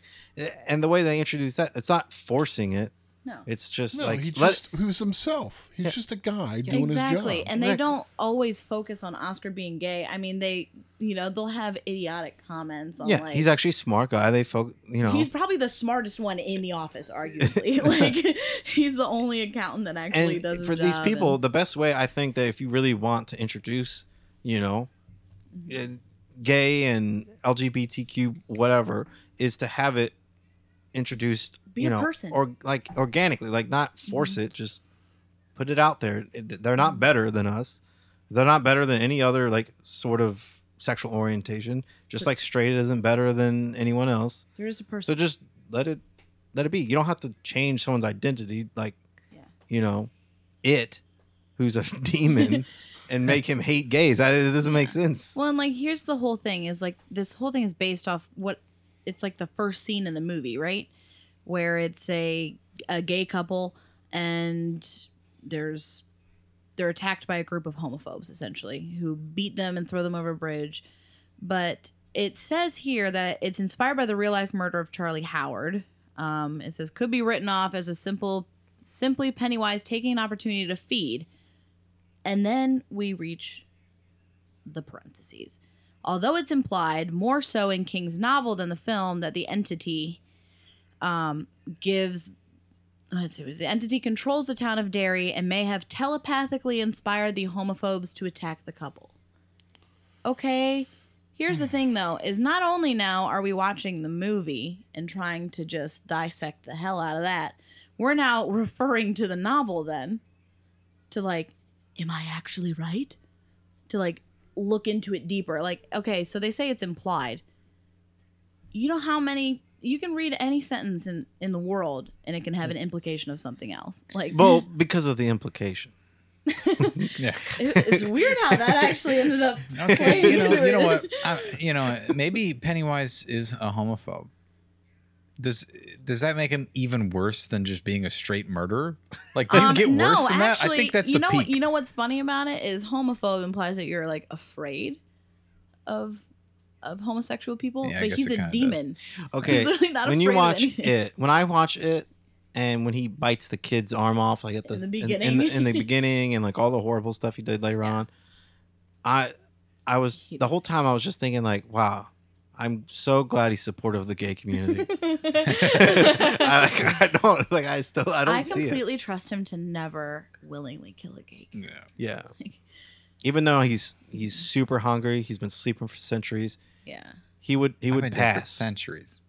S3: and the way they introduce that it's not forcing it
S1: No.
S3: it's just
S4: no,
S3: like
S4: he
S3: let-
S4: just he was himself. He's just a guy doing
S1: Exactly,
S4: his job.
S1: and they
S3: Exactly.
S1: don't always focus on Oscar being gay. I mean, they you know they'll have idiotic comments on
S3: yeah
S1: like
S3: he's actually a smart guy they folk you know
S1: He's probably the smartest one in the office, arguably. [laughs] like he's the only accountant that actually
S3: and
S1: does his
S3: for these
S1: job
S3: people
S1: and-
S3: the best way i think that if you really want to introduce you know
S1: Mm-hmm.
S3: uh, gay and lgbtq whatever is to have it introduced
S1: Be
S3: you
S1: a
S3: know
S1: person. Mm-hmm.
S3: or like organically like not force it just put it out there It- they're not better than us they're not better than any other like sort of sexual orientation just like straight isn't better than anyone else
S1: there is a person.
S3: so just let it let it be. You don't have to change someone's identity, like
S1: Yeah.
S3: you know, it who's a [laughs] demon and make him hate gays. I, it doesn't make sense.
S1: Well, and like here's the whole thing is like this whole thing is based off what it's like the first scene in the movie, right? Where it's a a gay couple and there's they're attacked by a group of homophobes essentially who beat them and throw them over a bridge. But it says here that it's inspired by the real life murder of Charlie Howard. Um, it says could be written off as a simple, simply Pennywise taking an opportunity to feed. And then we reach the parentheses. Although it's implied more so in King's novel than the film that the entity um, gives. Let's see, the entity controls the town of Derry and may have telepathically inspired the homophobes to attack the couple. Okay, here's
S2: Mm.
S1: the thing though: is not only now are we watching the movie and trying to just dissect the hell out of that, we're now [laughs] referring to the novel then, to like, am I actually right? to like look into it deeper. Like, okay, so they say it's implied. You know how many you can read any sentence in in the world and it can have an
S2: Mm.
S1: implication of something else. Like,
S3: Well, because of the implication.
S2: Yeah.
S1: [laughs] it- it's weird how that actually ended up.
S2: [laughs] Okay.
S1: playing
S2: You know,
S1: into
S2: you know
S1: it. [laughs]
S2: what? I, you know, maybe Pennywise is a homophobe. Does does that make him even worse than just being a straight murderer? Like they
S1: Um,
S2: get
S1: no,
S2: worse than that. I
S1: actually,
S2: think that's
S1: you
S2: the
S1: know,
S2: peak.
S1: You know what's funny about it is homophobe implies that you're like afraid of of homosexual people,
S2: Yeah, I
S1: but
S2: guess
S1: he's
S2: it
S1: a
S2: kinda
S1: demon.
S3: Okay,
S1: He's literally not
S3: when you
S1: afraid of
S3: watch
S1: anything.
S3: it, when I watch it, and when he bites the kid's arm off, like at the
S1: In the
S3: in- in,
S1: beginning.
S3: the, in the beginning, and like all the horrible stuff he did later on, I, I was the whole time I was just thinking like, wow, I'm so glad he's supportive of the gay community.
S1: [laughs]
S3: [laughs] I, I don't like. I still. I don't
S1: I
S3: see it.
S1: completely trust him to never willingly kill a gay
S2: yeah.
S3: Yeah.
S1: Like-
S3: Even though he's he's super hungry, he's been sleeping for centuries.
S1: Yeah.
S3: He would he
S2: I've
S3: would
S2: been dead for
S3: pass. [laughs]
S2: centuries.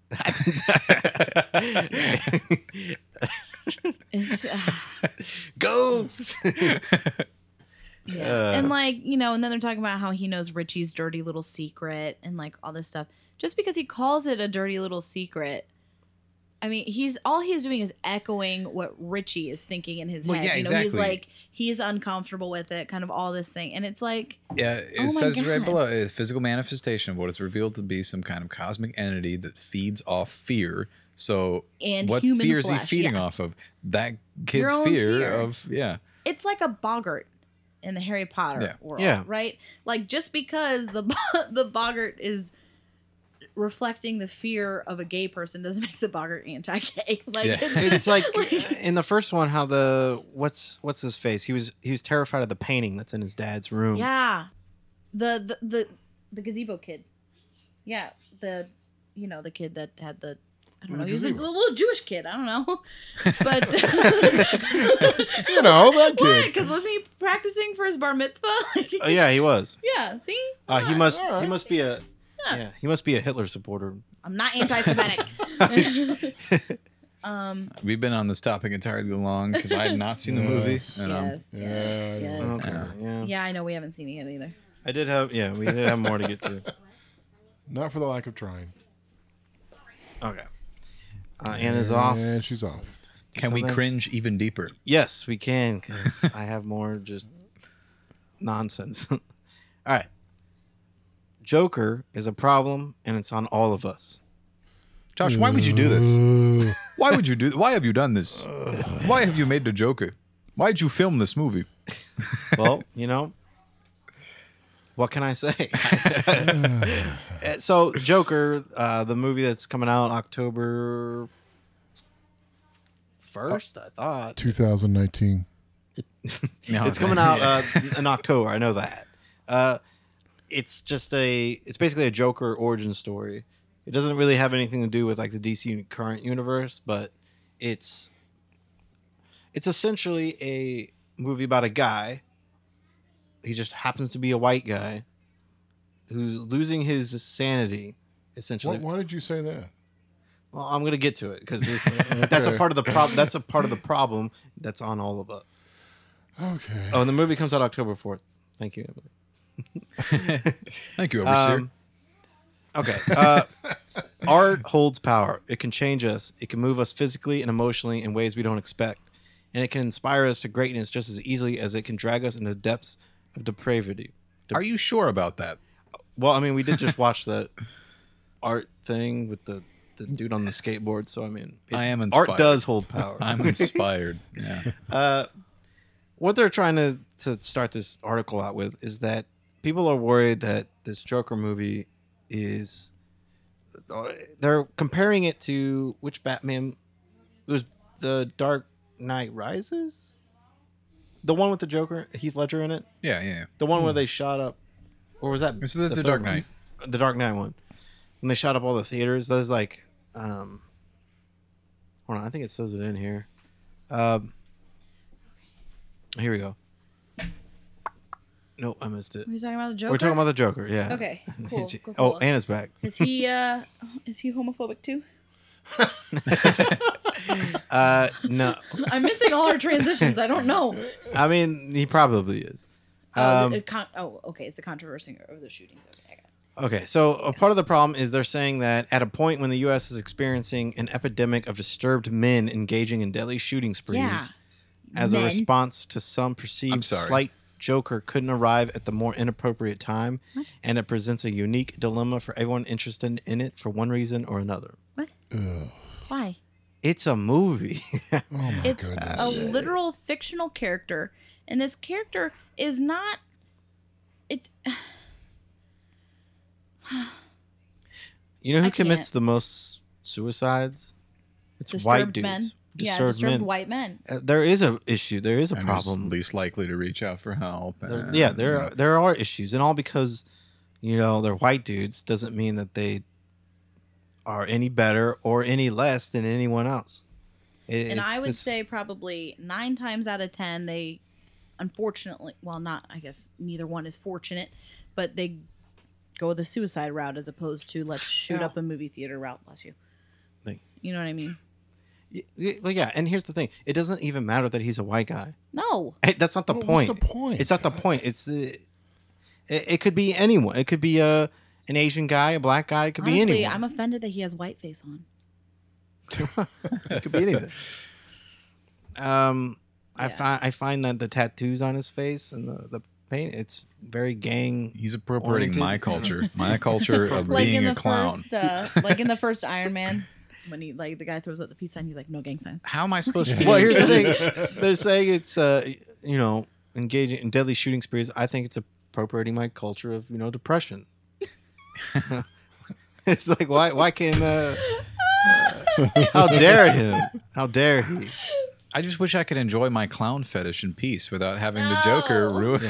S1: It's, ah.
S3: Ghosts.
S2: Uh,
S1: yeah. and like, you know, and then they're talking about how he knows Richie's dirty little secret and like all this stuff. Just because he calls it a dirty little secret, I mean, he's all he's doing is echoing what Richie is thinking in his
S2: Well,
S1: head.
S2: yeah,
S1: you know, he's
S2: exactly.
S1: like he's uncomfortable with it, kind of all this thing, and it's like
S2: Yeah, it
S1: Oh my
S2: says right
S1: God.
S2: below a physical manifestation of what is revealed to be some kind of cosmic entity that feeds off fear. So
S1: And
S2: what
S1: human
S2: fear is he
S1: flesh,
S2: feeding
S1: yeah.
S2: off of? That kid's
S1: own
S2: fear,
S1: fear.
S2: of yeah.
S1: it's like a boggart in the Harry Potter
S2: Yeah.
S1: world,
S2: Yeah.
S1: right? Like just because the bo- [laughs] the boggart is reflecting the fear of a gay person doesn't [laughs] make the boggart anti-gay. [laughs] Like
S3: yeah. it's
S1: just-
S3: like in the first one how the what's what's his face he was he was terrified of the painting that's in his dad's room
S1: yeah, the the the, the gazebo kid. Yeah, the you know the kid that had the. I don't
S4: The
S1: know. He was a
S4: gazebo.
S1: little Jewish kid. I
S3: [laughs]
S1: don't know, but [laughs]
S4: You know, that
S1: what?
S4: kid.
S1: Because wasn't he practicing for his bar mitzvah? [laughs]
S3: oh yeah he was
S1: yeah. See,
S3: uh, he
S1: Yeah,
S3: must
S1: all
S3: he
S1: right.
S3: must be a
S1: Yeah.
S3: yeah he must be a hitler supporter
S1: I'm not
S3: [laughs]
S1: anti-Semitic. um,
S2: We've been on this topic entirely long because I have not
S3: [laughs]
S2: seen the
S4: Yes.
S2: movie. um,
S1: Yes, yes, yes.
S3: um, okay yeah
S1: Yeah, I know we haven't seen it yet either.
S3: i did have yeah we did have more to get to
S4: Not for the lack of trying.
S3: okay uh, anna's off
S4: And she's off. [sighs]
S2: Can we
S3: Something-
S2: cringe even deeper?
S3: Yes, we can. 'cause I have more just nonsense. [laughs] all right. Joker is a problem, and it's on all of us.
S2: Josh, why would you do this?
S3: [laughs]
S4: Uh,
S2: Why would you do? Why have you done this? Why have you made the Joker? Why did you film this movie?
S3: Well, you know, what can I say? Uh, so, Joker, uh, the movie that's coming out October first, I thought
S4: 2019.
S2: No,
S3: it's coming out uh, in October. I know that. Uh, it's just a. It's basically a Joker origin story. It doesn't really have anything to do with like the DC current universe, but it's it's essentially a movie about a guy. He just happens to be a white guy who's losing his sanity. Essentially,
S4: Why, why did you say that?
S3: well, I'm gonna get to it because that's a part of the problem. That's a part of the problem that's on all of us.
S4: Okay.
S3: Oh, and the movie comes out October fourth. Thank you. Emily.
S2: Thank you, overseer.
S3: Um, Okay. Uh,
S2: [laughs]
S3: art holds power. It can change us. It can move us physically and emotionally in ways we don't expect, and it can inspire us to greatness just as easily as it can drag us into depths of depravity.
S2: Are you sure about that?
S3: Well, I mean, we
S2: [laughs]
S3: did just watch that art thing with the, the dude on the skateboard. So I mean, it-
S2: I am
S3: Art
S2: inspired.
S3: does hold power.
S2: [laughs]
S3: [laughs]
S2: I'm inspired. Yeah.
S3: Uh, what they're trying to, to start this article out with is that people are worried that this Joker movie is uh, they're comparing it to which Batman it was the Dark Knight Rises? The one with the Joker, Heath Ledger in it?
S2: Yeah, yeah.
S3: The one where they shot up or was that
S2: Hmm. It's the- the
S3: third
S2: Dark
S3: one?
S2: Knight.
S3: The Dark Knight one. When they shot up all the theaters, there's like um Hold on, I think it says it in here. Um Here we go. Nope, I missed it.
S1: We're talking about the Joker.
S3: We're talking about the Joker, yeah. [laughs]
S1: Okay, cool.
S3: She-
S1: cool,
S3: oh,
S1: cool.
S3: Anna's back.
S1: is he uh is he homophobic too?
S3: Uh,
S1: [laughs]
S3: no,
S1: I'm missing all our transitions. I
S3: [laughs]
S1: don't know.
S3: I mean he probably is.
S1: Oh,
S3: Um,
S1: the- con- oh, okay. It's the controversy of the shootings. Okay, I got it.
S3: Okay, so a part of the problem is they're saying that at a point when the U.S. is experiencing an epidemic of disturbed men engaging in deadly shooting sprees,
S1: Yeah.
S3: as a
S1: Men.
S3: response to some
S2: I'm
S3: perceived
S2: sorry.
S3: slight Joker couldn't arrive at the more inappropriate time, and it presents a unique dilemma for everyone interested in it for one reason or another.
S1: Why?
S3: It's a movie. [laughs]
S4: Oh my
S1: It's
S4: goodness.
S1: a literal fictional character, and this character is not. It's
S3: you know who
S1: I
S3: commits
S1: can't.
S3: the most suicides? It's
S1: disturbed
S3: white dudes.
S1: men.
S3: Disturbed,
S1: yeah, disturbed
S3: men.
S1: white men.
S3: Uh, there is a issue. There is a
S2: And who's
S3: problem.
S2: Least likely to reach out for help.
S3: There-
S2: and,
S3: yeah,
S2: you
S3: there
S2: know.
S3: are, there are issues, and all because you know they're white dudes doesn't mean that they are any better or any less than anyone else. It-
S1: and I
S3: it's
S1: would
S3: this-
S1: say probably nine times out of ten they unfortunately well not I guess neither one is fortunate, but they go the suicide route as opposed
S3: [sighs]
S1: to let's shoot up a movie theater route, bless you.
S3: Thank-
S1: You know what I mean?
S3: Y- y- well, yeah, and here's the thing: it doesn't even matter that he's a white guy. [laughs]
S1: No.
S3: Hey, That's not the
S4: Well,
S3: point.
S4: what's the point?
S3: It's not the point. It's the. It, it could be anyone. It could be a an Asian guy, a black guy. It could be
S1: Honestly,
S3: anyone.
S1: I'm offended that he has white face on.
S3: it could be
S1: [laughs]
S3: anything. Um, I find I find that the tattoos on his face and the, the paint, it's very gang.
S2: He's appropriating
S3: [laughs]
S2: my culture, my culture
S3: culture
S2: of
S1: like
S2: being
S1: in
S2: a
S1: the
S2: clown.
S3: [laughs]
S1: first, uh, like in the first Iron Man, when he like the guy throws out the peace sign, he's like, "No gang signs."
S2: How am I supposed [laughs]
S3: Well, here's the thing: they're saying it's uh, you know, engaging in deadly shooting sprees. I think it's appropriating my culture of you know depression. [laughs] it's like why why can uh, uh, how dare him? How dare he?
S2: I just wish I could enjoy my clown fetish in peace without having the Joker
S1: No.
S2: ruin.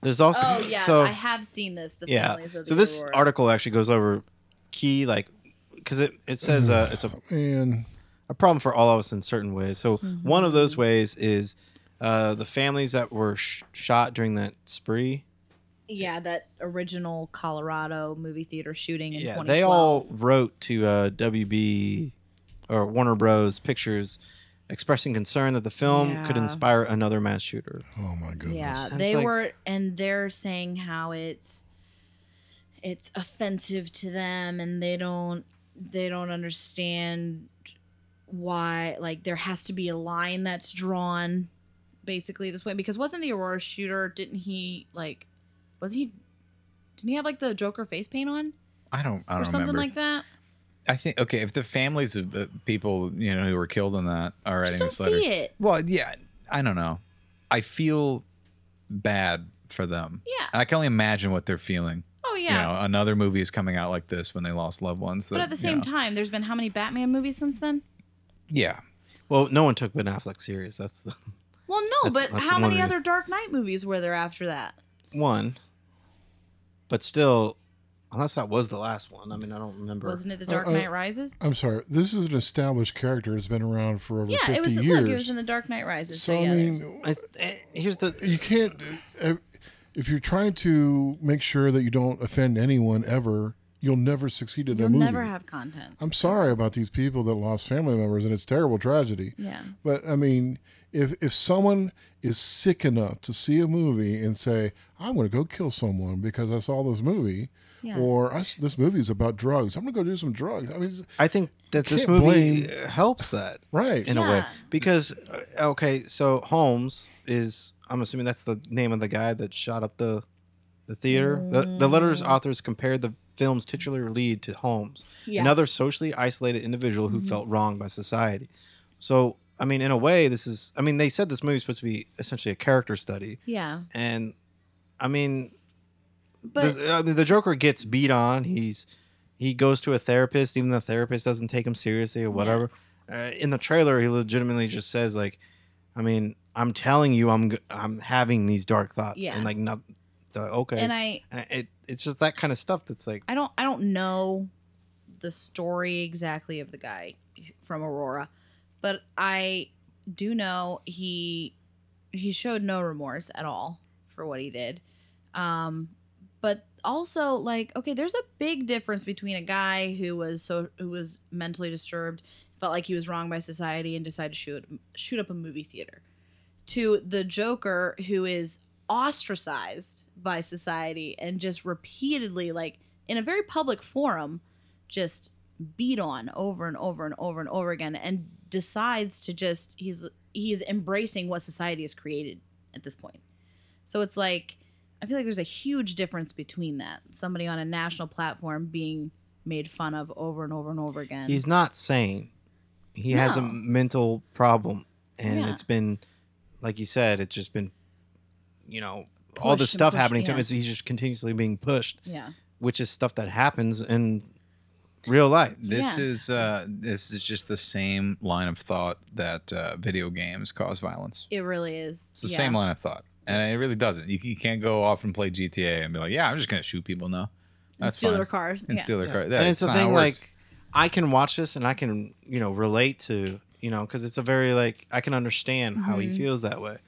S3: There's also
S1: Oh yeah,
S3: so
S1: I have seen this. The
S3: yeah.
S1: families of the
S3: So this
S1: Aurora.
S3: article actually goes over key like because it it says uh, it's a
S4: man.
S3: a problem for all of us in certain ways. So
S1: Mm-hmm.
S3: one of those ways is uh, the families that were sh- shot during that spree.
S1: yeah, that original Colorado movie theater shooting in
S3: Yeah,
S1: 2012.
S3: they all wrote to uh, WB or Warner Bros. Pictures expressing concern that the film could
S1: Yeah.
S3: inspire another mass shooter.
S4: Oh my goodness.
S1: Yeah,
S3: It's
S1: they
S3: like-
S1: were, and they're saying how it's it's offensive to them, and they don't they don't understand why. Like there has to be a line that's drawn, basically this way. Because wasn't the Aurora shooter? Didn't he like? Was he? Didn't he have like the Joker face paint on
S2: [laughs] I don't. I
S1: or
S2: don't
S1: something
S2: remember.
S1: like that?
S2: I think okay. If the families of the people you know who were killed in that are writing
S1: Just don't
S2: this letter,
S1: see it.
S2: well, yeah, I don't know. I feel bad for them.
S1: Yeah.
S2: I can only imagine what they're feeling.
S1: Oh yeah.
S2: You know, another movie is coming out like this when they lost loved ones.
S1: but
S2: that,
S1: at the
S2: you
S1: same
S2: know-
S1: time, there's been how many Batman movies since then?
S2: yeah.
S3: Well, no one took Ben Affleck serious. That's the [laughs]
S1: Well, no,
S3: That's-
S1: but
S3: that's
S1: how
S3: one
S1: many
S3: reason.
S1: other Dark Knight movies were there after that?
S3: one. But still, unless that was the last one. I mean, I don't remember.
S1: Wasn't it The Dark
S4: Uh, uh,
S1: Knight Rises?
S4: I'm sorry. This is an established character. that has been around for over
S1: Yeah,
S4: 50
S1: it was
S4: years.
S1: look, it was in The Dark Knight Rises. So,
S4: so
S1: yeah,
S4: I
S1: there's-
S4: mean,
S3: It's- eh, here's the
S4: you can't. eh, If you're trying to make sure that you don't offend anyone ever, you'll never succeed in a
S1: you'll
S4: movie.
S1: never have content.
S4: I'm sorry about these people that lost family members, and it's terrible tragedy.
S1: Yeah.
S4: But I mean, if if someone is sick enough to see a movie and say, "I'm going to go kill someone because I saw this movie,"
S1: Yeah.
S4: or I s "This movie's about drugs, I'm going to go do some drugs." I mean, it's-
S3: I think that this
S4: Can't
S3: movie
S4: blame-
S3: uh, helps that
S4: right?
S3: in a way
S1: Yeah.
S3: because uh, okay, so Holmes is I'm assuming that's the name of the guy that shot up the the theater. The, the letter's
S1: Mm.
S3: authors compared the film's titular lead to Holmes,
S1: Yeah. Mm-hmm.
S3: another socially isolated individual who felt wronged by society. So, I mean, in a way, this is I mean, they said this movie's supposed to be essentially a character study,
S1: Yeah.
S3: and I mean,
S1: But
S3: this- I mean, the Joker gets beat on. He's he goes to a therapist. Even the therapist doesn't take him seriously or whatever. Uh, in the trailer, he legitimately just says like, "I mean, I'm telling you, I'm g- I'm having these dark thoughts."
S1: Yeah.
S3: And like, not the okay.
S1: and I
S3: And it it's just that kind of stuff that's like,
S1: I don't I don't know the story exactly of the guy from Aurora, but I do know he he showed no remorse at all for what he did. Um but also like okay, there's a big difference between a guy who was so who was mentally disturbed, felt like he was wronged by society and decided to shoot shoot up a movie theater to the Joker who is ostracized by society and just repeatedly, like in a very public forum, just beat on over and over and over and over again, and decides to just he's he's embracing what society has created at this point. So it's like I feel like there's a huge difference between that somebody on a national platform being made fun of over and over and over again.
S3: he's not sane. He has a
S1: No.
S3: mental problem, and
S1: Yeah.
S3: it's been, like you said, it's just been, you know, all
S1: Pushed
S3: this
S1: and
S3: stuff
S1: pushed,
S3: happening to him.
S1: yeah.
S3: It's, he's just continuously being pushed.
S1: yeah.
S3: which is stuff that happens in real life.
S2: This
S1: Yeah.
S2: is uh, this is just the same line of thought that uh, video games cause violence.
S1: It really is.
S2: It's the
S1: yeah.
S2: same line of thought, and it really doesn't. You, you can't go off and play GTA and be like, "Yeah, I'm just gonna shoot people now."
S1: And
S2: That's
S1: steal
S2: fine.
S1: their cars.
S2: and
S1: Yeah.
S2: steal their car. Yeah,
S3: and it's the
S2: not how it
S3: thing,
S2: works.
S3: like, I can watch this and I can, you know, relate to, you know, because it's a very, like, I can understand how he feels that way.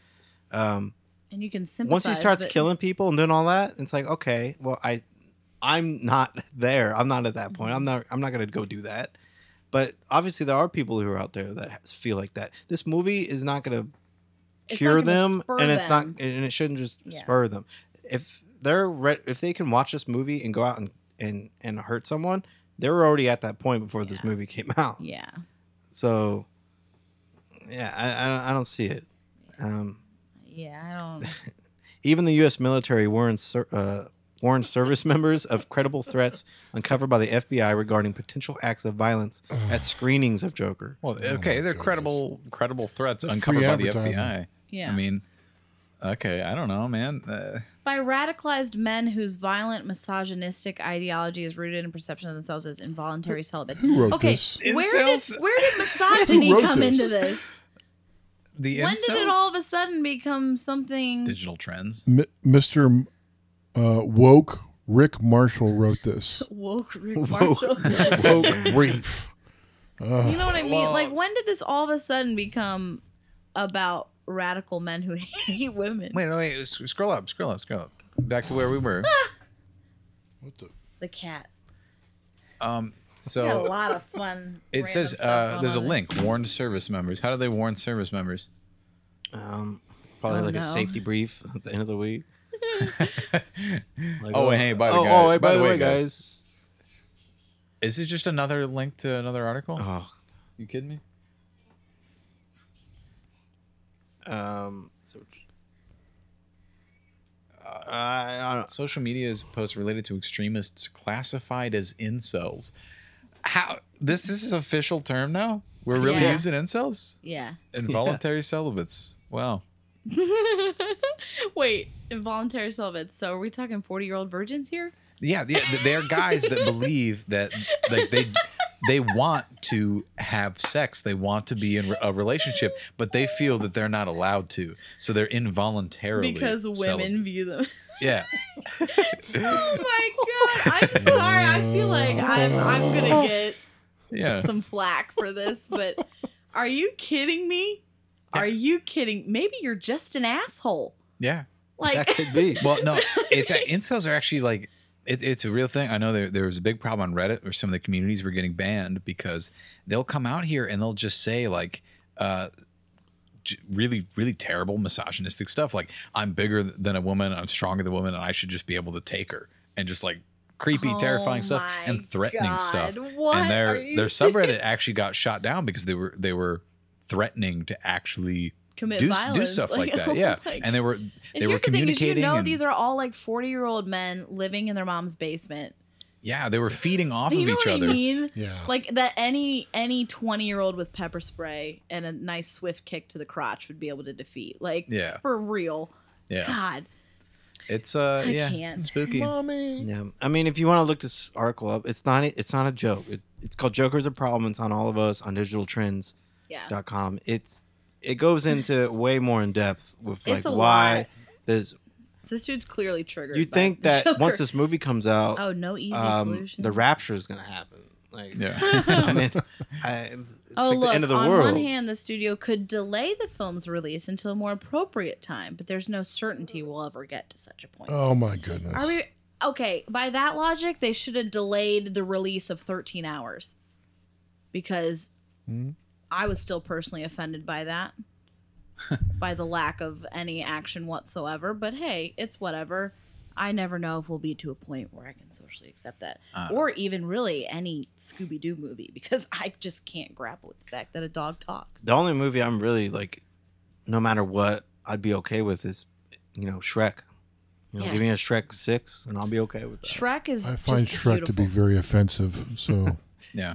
S3: Um,
S1: and you can sympathize.
S3: once he starts
S1: but-
S3: killing people and doing all that, it's like, okay, well, I, I'm not [laughs] there. I'm not at that point. I'm
S1: Mm-hmm.
S3: not. I'm not gonna go do that. But obviously, there are people who are out there that has- feel like that. This movie is not gonna
S1: It's
S3: cure
S1: not gonna
S3: them,
S1: spur
S3: and it's
S1: them.
S3: not, and it shouldn't just
S1: Yeah.
S3: spur them. If they're re- if they can watch this movie and go out and and and hurt someone, They were already at that point before this movie came out.
S1: Yeah.
S3: So, yeah, I, I, don't, I don't see it. Um,
S1: Yeah,
S2: [laughs]
S1: I don't.
S3: even the U.S. military warns ser- uh, warns service [laughs] members of credible threats uncovered by the FBI regarding potential acts of violence at screenings of Joker.
S2: Well, okay, they're credible credible threats
S3: Free
S2: uncovered by the
S3: advertising.
S2: FBI.
S1: Yeah.
S2: I mean, okay, I don't know, man. Uh,
S1: By radicalized men whose violent misogynistic ideology is rooted in perception of themselves as involuntary celibates.
S2: who wrote
S1: okay,
S2: this?
S1: where
S2: Incels?
S1: did where did misogyny
S2: Who wrote
S1: come
S2: this?
S1: into this?
S2: the
S1: when did it
S2: incels?
S1: all of a sudden become something?
S2: digital trends?
S4: M- Mr. Uh, woke Rick Marshall wrote this.
S1: Woke
S2: [laughs]
S1: Rick
S4: Woke-
S1: Marshall.
S4: woke Reef. Uh,
S1: [laughs] You know what I mean?
S4: Well-
S1: like, when did this all of a sudden become about radical men who [laughs] hate women?
S2: Wait, no, wait. s- Scroll up, scroll up, scroll up. Back to where we
S1: [laughs]
S2: were.
S1: The cat.
S2: Um,
S1: Got a
S2: so
S1: lot of fun.
S2: [laughs] it says uh, there's a link warned service members. How do they warn service members?
S3: Um, Probably
S2: Oh,
S3: like
S2: no.
S3: a safety brief at the end of the week. Like,
S2: oh, hey, by the
S3: oh,
S2: guy,
S3: oh, hey, by, the way, guys.
S2: Is it just another link to another article?
S3: Oh.
S2: You kidding me?
S3: Um, so, Uh,
S2: Social media's posts related to extremists classified as incels. How this, this is official term now? We're really
S1: Yeah.
S2: using [laughs] incels?
S1: Yeah.
S2: Involuntary celibates. Wow.
S1: [laughs] Wait, involuntary celibates. So are we talking 40 year old virgins here?
S2: Yeah, yeah, th- they're guys that believe that like they they want to have sex, they want to be in a relationship, but they feel that they're not allowed to, so they're involuntarily
S1: Because women
S2: celibate.
S1: view them. [laughs]
S2: Yeah,
S1: oh my god! I'm sorry. I feel like I'm I'm
S2: [laughs]
S1: gonna get
S2: yeah.
S1: some flack for this, but are you kidding me? Are you kidding? Maybe you're just an asshole.
S2: Yeah.
S1: Like- That could
S3: be.
S2: Well, no, it's uh, incels are actually like it, it's a real thing. I know there there was a big problem on Reddit where some of the communities were getting banned because they'll come out here and they'll just say like uh j- really really terrible misogynistic stuff like I'm bigger than a woman, I'm stronger than a woman and I should just be able to take her and just like creepy
S1: Oh
S2: terrifying stuff
S1: my
S2: and threatening stuff.
S1: God, what
S2: and
S1: are
S2: their
S1: you
S2: their subreddit actually got shot down because they were they were threatening to actually
S1: Commit
S2: do, do
S1: violence.
S2: stuff
S1: [laughs]
S2: like,
S1: Like,
S2: that.
S1: oh
S2: yeah.
S1: my
S2: And they were
S1: And
S2: they were
S1: here's the thing: is you
S2: communicating
S1: know
S2: and-
S1: these are all like 40 year old men living in their mom's basement.
S2: Yeah, they were feeding off
S1: you
S2: of
S1: know
S2: each
S1: what
S2: other.
S1: I mean? Like that any any 20 year old with pepper spray and a nice swift kick to the crotch would be able to defeat. Like
S2: Yeah.
S1: for real.
S2: Yeah.
S1: God.
S2: It's uh
S1: I
S2: yeah,
S1: can't.
S2: spooky.
S4: Mommy.
S3: Yeah, I mean, if you want to look this article up, it's not it's not a joke. It, it's called "Joker's a Problem." It's on all of us on digitaltrends.com.
S1: Yeah.
S3: It's it goes into way more in depth with
S1: It's
S3: like
S1: a lot.
S3: why there's.
S1: This dude's clearly triggered.
S3: You
S1: by
S3: think
S1: the
S3: that
S1: Joker.
S3: once this movie comes out, um,
S1: Oh, no easy solution.
S3: The rapture is gonna happen. Like,
S1: [laughs]
S2: yeah,
S3: I mean, I, it's
S1: Oh
S3: like
S1: look!
S3: the end of the
S1: on
S3: world.
S1: one hand, the studio could delay the film's release until a more appropriate time, but there's no certainty we'll ever get to such a point.
S4: Oh my goodness.
S1: Are we okay? By that logic, they should have delayed the release of 13 hours because
S4: Hmm?
S1: I was still personally offended by
S4: [laughs]
S1: that, by the lack of any action whatsoever. But hey, it's whatever. I never know if we'll be to a point where I can socially accept that,
S2: Uh.
S1: or even really any Scooby Doo movie, because I just can't grapple with the fact that a dog talks.
S3: The only movie I'm really like, no matter what, I'd be okay with is, you know, Shrek. You know, give me a
S1: Yes.
S3: Shrek six, and I'll be okay with that.
S1: Shrek is.
S4: I find
S1: just
S4: Shrek to be
S1: beautiful.
S4: very offensive.
S1: [laughs]
S4: So
S2: Yeah.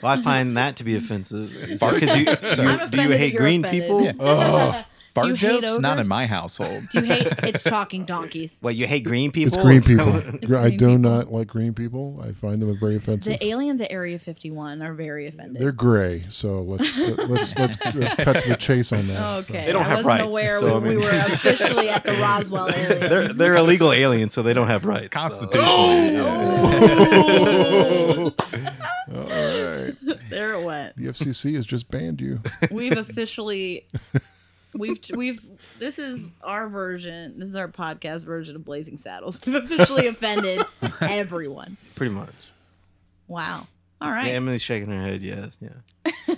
S3: Well, I find that to be offensive.
S4: [laughs]
S2: Bark-
S3: Because you,
S2: Sorry.
S3: you-
S2: I'm
S3: do you
S1: offended
S3: hate
S1: that you're
S3: green
S1: offended.
S3: people?
S1: Yeah. Ugh. Do you
S2: Fart
S1: hate
S2: jokes not
S1: ogres?
S2: in my household.
S1: Do you hate? It's talking donkeys.
S4: [laughs]
S3: Wait, you hate green people?
S4: it's green people.
S3: So-
S4: Gr- I do not like green people. I find them very offensive.
S1: The aliens at Area 51 are very offended.
S4: They're gray,
S1: [laughs]
S4: so let's let, let's let's let's cut to the chase on that.
S1: Okay.
S3: They don't
S1: I
S3: have rights,
S1: wasn't aware
S3: so,
S1: we,
S3: I mean- [laughs]
S1: we were officially at the Roswell area.
S3: [laughs] they're they're illegal aliens, so they don't have rights.
S2: [laughs] Constitutionally,
S4: Oh! All right.
S1: There it went.
S4: The FCC has just banned you.
S1: We've officially we've we've this is our version. This is our podcast version of Blazing Saddles. We've officially offended everyone.
S3: Pretty much.
S1: Wow. All right.
S3: Yeah, Emily's shaking her head. Yeah, yeah.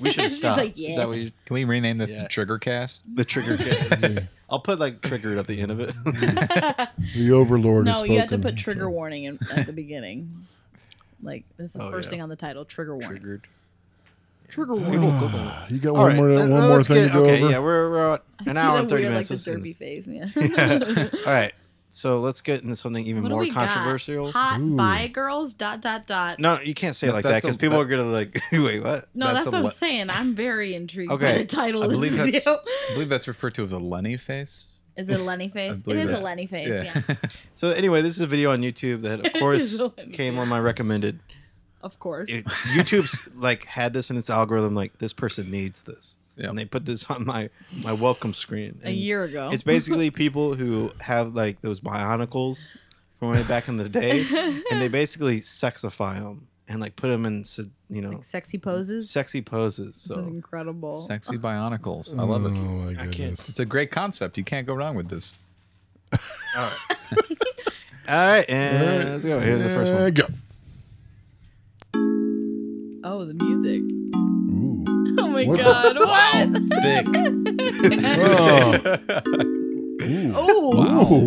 S3: We should
S1: [laughs] She's
S3: stop.
S1: like,
S3: Is
S1: yeah.
S3: that what you?
S2: Can we rename this
S3: Yeah.
S2: to Trigger Cast?
S3: The trigger.
S1: [laughs]
S3: Can. I'll put like triggered at the end of it.
S4: The overlord.
S1: no,
S4: has
S1: you have to
S4: spoken.
S1: put trigger warning in, at the beginning. Like that's the
S3: Oh,
S1: first
S3: yeah.
S1: thing on the title. Trigger warning.
S3: Triggered.
S1: Trigger
S3: People
S1: warning.
S3: Google it.
S4: You got
S3: All
S4: one
S3: right,
S4: more
S3: let- let's
S4: one more thing
S3: get-
S4: to go
S3: okay,
S4: over.
S3: Yeah, we're, we're at
S1: I
S3: an
S1: see
S3: hour
S1: that
S3: and thirty
S1: weird,
S3: minutes.
S1: Like the
S3: Let's end
S1: derby
S3: this.
S1: phase,
S3: [laughs]
S1: yeah.
S3: All right, so let's get into something even
S1: What do
S3: more
S1: we got?
S3: controversial.
S1: Hot bi girls. Dot dot dot.
S3: No, you can't say it
S2: That-
S3: like that
S2: that's a-
S3: because people are gonna like, [laughs] wait, what?
S1: No, that's,
S2: a
S1: what I'm
S2: le-
S1: saying. I'm very intrigued by
S3: Okay,
S1: the title
S2: I
S1: of this
S2: believe
S1: video.
S2: that's I believe that's referred to as a Lenny face.
S1: Is it a Lenny face? It
S2: believe
S1: is a
S2: that's-
S1: Lenny face. Yeah.
S3: So anyway, this is a video on YouTube
S1: [laughs]
S3: that, of course, came on my recommended.
S1: Of course.
S3: It, YouTube's like had this in its algorithm, like this person needs this,
S2: Yeah.
S3: and they put this on my my welcome screen
S1: a
S3: And
S1: year ago.
S3: It's basically people who have like those bionicles from way back in the
S1: [laughs]
S3: day, and they basically sexify them and like put them in se- you know
S1: like sexy poses.
S3: sexy poses.
S1: That's
S3: So
S2: [laughs]
S1: incredible.
S2: Sexy bionicles. I love
S4: Oh
S2: it.
S4: my
S3: I can't-
S4: goodness.
S2: It's a great concept. You can't go wrong with this.
S3: all right, and let's go. Here's the first
S4: Uh,
S3: one.
S4: Go.
S1: Oh, the music. [laughs]
S4: Ooh.
S1: Oh my
S4: What the- [laughs]
S1: god. What?
S2: Thick.
S4: Whoa. Ooh.
S1: Oh.
S4: Ooh.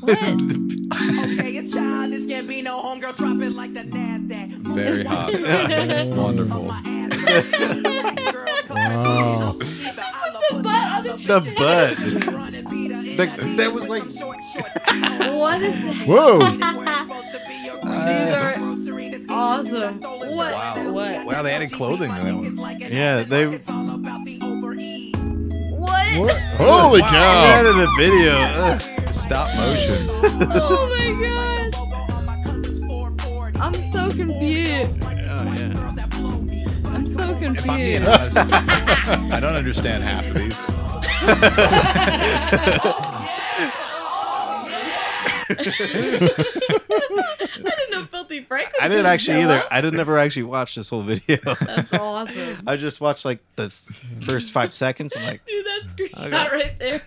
S1: What?
S11: Okay, it's childish Gambino, homegirl dropping like the Nasdaq. [laughs]
S2: Very
S1: [laughs]
S2: hot. Wonderful.
S4: Wow.
S1: the butt on the
S3: The butt. The- that was like
S1: What is that?
S4: Whoa.
S1: These are awesome. What? What?
S2: Wow, they added clothing to that one.
S3: yeah, they they
S1: What?
S4: What? Holy cow.
S3: added a video. Ugh.
S2: Stop [laughs] motion.
S1: [laughs] Oh my god. I'm so confused. I'm so
S2: If I'm being
S1: confused. [laughs]
S2: honest, I don't understand half of these.
S1: I didn't know Filthy Frank was
S3: I didn't
S1: gonna
S3: actually
S1: show
S3: either.
S1: up.
S3: I didn't never actually watch this whole video.
S1: That's
S4: [laughs]
S1: awesome.
S3: [laughs] I just watched like the first five seconds. I'm like,
S1: Dude, that screenshot
S3: Okay.
S1: right there.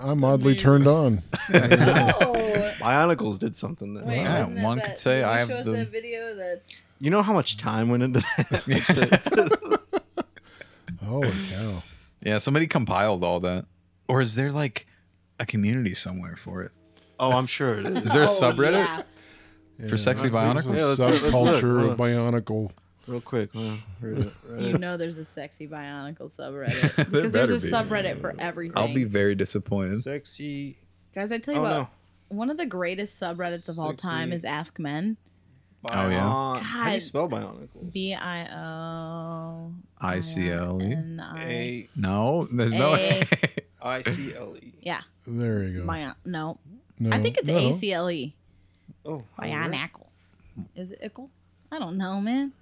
S4: I, I'm oddly turned on.
S1: oh.
S3: Bionicles did something. There.
S1: Wait,
S2: Yeah,
S1: wasn't that
S2: one
S1: that-
S2: could say
S1: did you
S2: I have
S1: show us
S2: the-
S1: that video that
S3: You know how much time went into that?
S4: Holy cow.
S2: Yeah, somebody compiled all that. Or is there like a community somewhere for it?
S3: [laughs] oh, I'm sure it is.
S2: Is there a
S1: Oh,
S2: subreddit
S1: yeah.
S4: Yeah.
S2: for sexy
S4: There's a
S2: bionicles?
S3: Yeah, let's go- let's look.
S4: subculture
S3: Hold
S4: of
S3: on.
S4: bionicle.
S3: Real quick. Well, read
S1: You know there's a sexy bionicle subreddit.
S2: [laughs] [laughs] There
S1: Because there's a
S2: better be.
S1: subreddit for everything.
S2: I'll be very
S3: it.
S2: disappointed.
S3: [laughs] Sexy.
S1: Guys, I tell you
S3: Oh
S1: what,
S3: no.
S1: one of the greatest subreddits of all time
S3: Sexy.
S1: is Ask Men.
S2: Oh, yeah.
S3: Bion- How do you
S1: God.
S3: spell
S2: E?
S3: bionicle?
S1: B I O
S2: I C L E.
S1: N I.
S3: A
S2: No, there's no.
S1: A-
S3: I C L E.
S1: Yeah,
S4: There you go.
S1: bion- no.
S4: No,
S1: I think it's
S4: no.
S1: A C L E.
S3: Oh, how weird.
S1: Bionicle. Is it ickle? I don't know, man.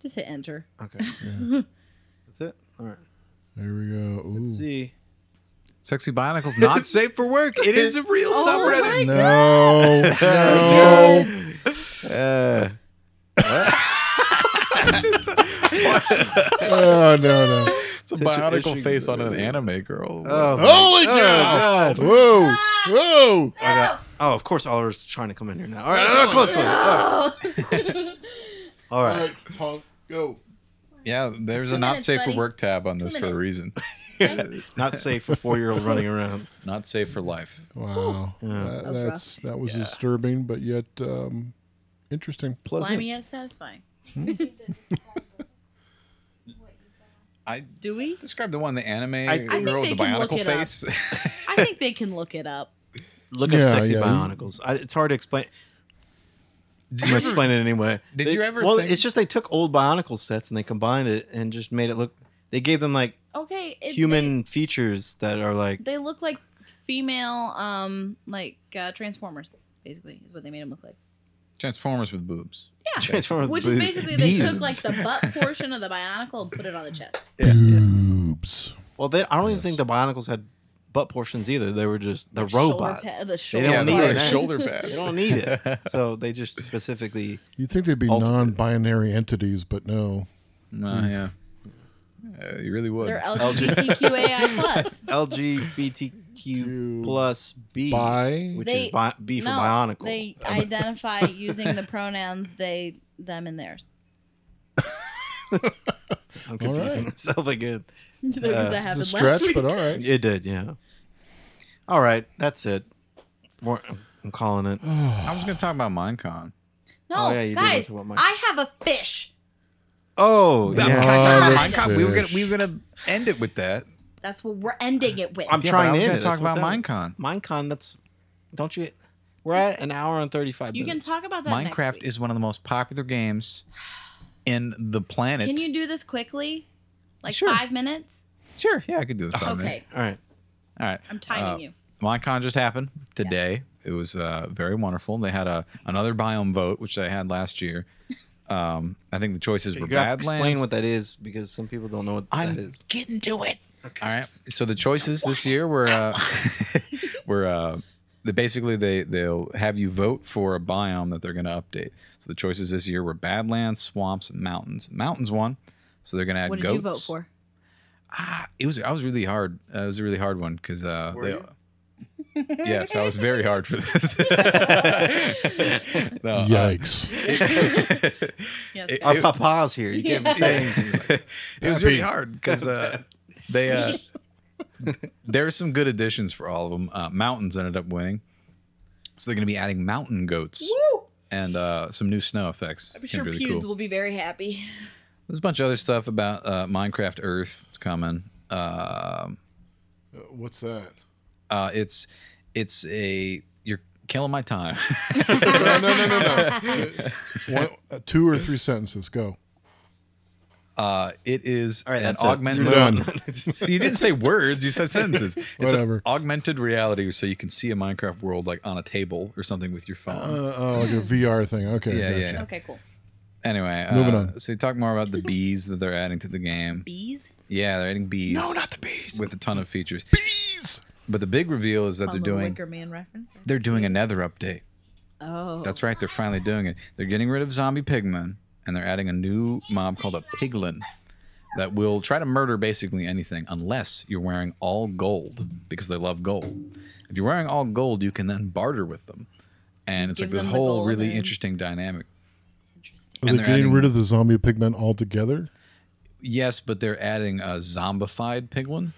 S1: Just hit enter.
S3: Okay. That's it. All right.
S4: There we go. Ooh.
S3: Let's see.
S2: [laughs] Sexy bionicles
S3: [laughs]
S1: [laughs]
S2: not safe for work. It is a real
S3: Oh
S2: subreddit.
S1: my
S4: No. no.
S3: Uh,
S4: Oh, no, no.
S2: It's a
S3: Such an
S2: bionicle
S3: issue.
S2: face on an anime girl.
S3: oh, my-
S4: Holy
S3: oh,
S4: cow.
S3: God.
S1: Ah.
S4: Whoa. Whoa.
S3: I got- oh, of course, Oliver's trying to come in here now. All right, all right, close, close.
S1: [laughs]
S3: All right. All
S4: All
S3: right.
S4: right, Punk, go.
S2: Yeah, there's a
S1: Two
S2: not
S1: minutes,
S2: safe
S1: buddy.
S2: for work tab on this
S1: Two
S2: for a
S1: [laughs]
S2: reason.
S3: Not safe for four-year-old running around.
S2: [laughs] Not safe for life.
S4: Wow. That-
S1: rough.
S4: that's that was disturbing, but yet um, interesting.
S1: Slimy yet satisfying.
S2: I
S1: Do we?
S2: described the one the anime
S1: think
S2: girl with
S1: they
S2: the
S1: can look
S2: bionicle
S1: it up.
S2: face.
S1: I
S2: [laughs]
S1: think they can look it up.
S3: Look
S4: Yeah,
S3: up sexy
S4: yeah.
S3: bionicles. I, it's hard to explain. [laughs] I'm gonna explain it anyway.
S2: Did
S3: They-
S2: you ever
S3: Well,
S2: think-
S3: it's just they took old bionicle sets and they combined it and just made it look. They gave them like
S1: Okay, it,
S3: human features that are like.
S1: They, they look like female, um, like uh, Transformers. Basically, is what they made them look like.
S2: Transformers with boobs.
S1: Yeah,
S3: Transformers
S1: which
S3: boobs.
S1: is basically they took
S3: Boobs. [laughs]
S1: like the butt portion of the bionicle and put it on the chest.
S4: Boobs.
S3: Well, they, I don't even think the Bionicles had butt portions either. They were just the
S1: Shoulder
S3: robots.
S1: pa- the
S3: They
S1: shoulder
S3: don't
S2: yeah,
S3: need
S2: they're
S3: it.
S2: like shoulder pads.
S3: They don't need
S2: [laughs]
S1: [laughs]
S3: it. So they just specifically.
S4: You'd think they'd be
S3: Ultimate.
S4: non-binary entities, but no.
S3: Mm.
S2: No, yeah. Uh, you really would.
S1: They're LGBTQAI plus.
S2: [laughs]
S3: LGBTQ plus B,
S4: Bi?
S3: which
S1: They-
S3: is bi- B for Bionicle.
S1: They identify using the pronouns they, them, and theirs.
S3: I'm confusing
S4: right.
S3: myself again.
S1: Because that
S4: It's a
S1: happened
S4: stretch,
S1: last week.
S4: but all right.
S3: It did, yeah. All right, that's it. We're, I'm calling it.
S2: I was going to talk about Minecon.
S1: No,
S3: Oh, yeah, you do want
S1: guys,
S3: to want mine.
S1: I have a fish.
S3: Oh,
S2: Can
S3: yeah.
S2: I talk about mine?
S3: Fish.
S2: Con- We were gonna we were gonna end it with that.
S1: That's what we're ending it with.
S3: I'm
S2: Yeah, but I
S3: trying
S2: was
S3: to
S2: gonna
S3: end it.
S2: talk
S3: That's what's
S2: about
S3: happening. Minecon, that's don't you? We're at an hour and thirty-five.
S1: You can
S3: minutes.
S1: talk about that. next
S2: Minecraft is one of the most popular games in the planet.
S1: Can you do this quickly? Like
S2: Sure.
S1: five minutes?
S2: Sure. Yeah, I could do this. Five
S1: Okay.
S2: minutes. All right. All right.
S1: I'm
S3: Uh,
S1: timing you.
S2: MyCon just happened today. It was uh, very wonderful. They had a another biome vote, which they had last
S1: [laughs]
S2: year. Um, I think the choices were
S3: You're gonna have to
S2: Badlands.
S3: explain what that is because some people don't know what
S2: I'm [laughs]
S3: that is.
S2: getting to it. All right. So the choices this year were uh, [laughs] were uh, they basically they they'll have you vote for a biome that they're going to update. So the choices this year were Badlands, swamps, and mountains. Mountains won, so they're going to add
S1: What did
S2: goats.
S1: you vote for?
S2: It was I was really hard. Uh, it was a really hard one because uh,
S1: Were
S2: they, [laughs] yes, I was very hard for
S3: [laughs]
S2: this. [laughs] No, uh,
S4: Yikes.
S2: [laughs]
S1: Yes,
S2: it-
S3: Our
S2: it-
S3: papa's here.
S2: [laughs]
S3: You can't be saying
S2: it was really hard because uh, they uh, there are some good additions for all of them. Uh, mountains ended up winning, so they're going to be adding mountain goats
S1: Woo!
S2: and uh, some new snow effects.
S1: I'm
S2: It's
S1: sure
S2: gonna be
S1: Pewds
S2: really cool.
S1: will be very happy.
S2: There's a bunch of other stuff about uh, Minecraft Earth. It's coming. Um
S1: [laughs]
S4: What's that?
S2: uh, it's it's a you're killing my time. [laughs]
S4: no, no, no, no,
S1: [laughs]
S4: no. One, uh, two or three sentences. Go.
S2: Uh, it is an
S4: that's it.
S2: augmented.
S4: You're done.
S2: [laughs] you didn't say words; you said sentences. It's an
S4: Whatever.
S2: augmented reality, so you can see a Minecraft world like on a table or something with your
S4: Uh,
S2: phone.
S4: oh, like a VR thing. Okay.
S2: Yeah,
S4: gotcha.
S2: yeah.
S1: [laughs] Okay, cool.
S2: anyway,
S4: Moving
S2: uh,
S4: on.
S2: So they talk more about the bees that they're adding to the game.
S1: Bees?
S2: Yeah, they're adding bees.
S1: No, not
S2: the bees. With a ton of features. Bees. But the big reveal is that
S1: Fun
S2: they're
S1: little
S2: doing
S1: Wicker Man reference.
S2: they're doing another update.
S1: Oh.
S2: That's right. They're finally doing it. They're getting rid of zombie pigmen and they're adding a new mob called a piglin that will try to murder basically anything unless you're wearing all gold because they love gold. If you're wearing all gold, you can then barter with them. And it's
S1: Give
S2: like this
S1: them the
S2: whole
S1: gold
S2: really
S1: and-
S2: interesting dynamic.
S4: Are
S2: And
S4: they
S2: they're
S4: getting
S2: adding-
S4: rid of the zombie pigmen altogether?
S2: Yes, but they're adding a zombified piglin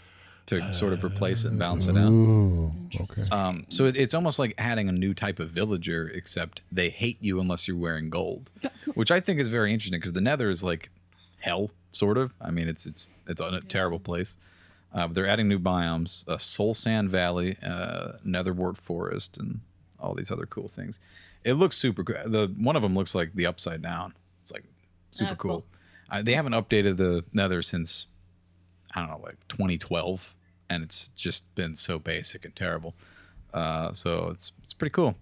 S2: to sort of replace it and balance it out.
S4: Ooh, Oh, okay.
S2: Um, so it, it's almost like adding a new type of villager, except they hate you unless you're wearing gold, which I think is very interesting because the Nether is like hell, sort of. I mean, it's it's it's a terrible place. Uh, but they're adding new biomes: uh, Soul Sand Valley, uh, Netherwart Forest, and all these other cool things. It looks super cool. The one of them looks like the Upside Down. It's like super
S1: Oh,
S2: cool.
S1: cool.
S2: Uh, they haven't updated the Nether since I don't know, like 2012, and it's just been so basic and terrible. Uh, so it's it's pretty cool.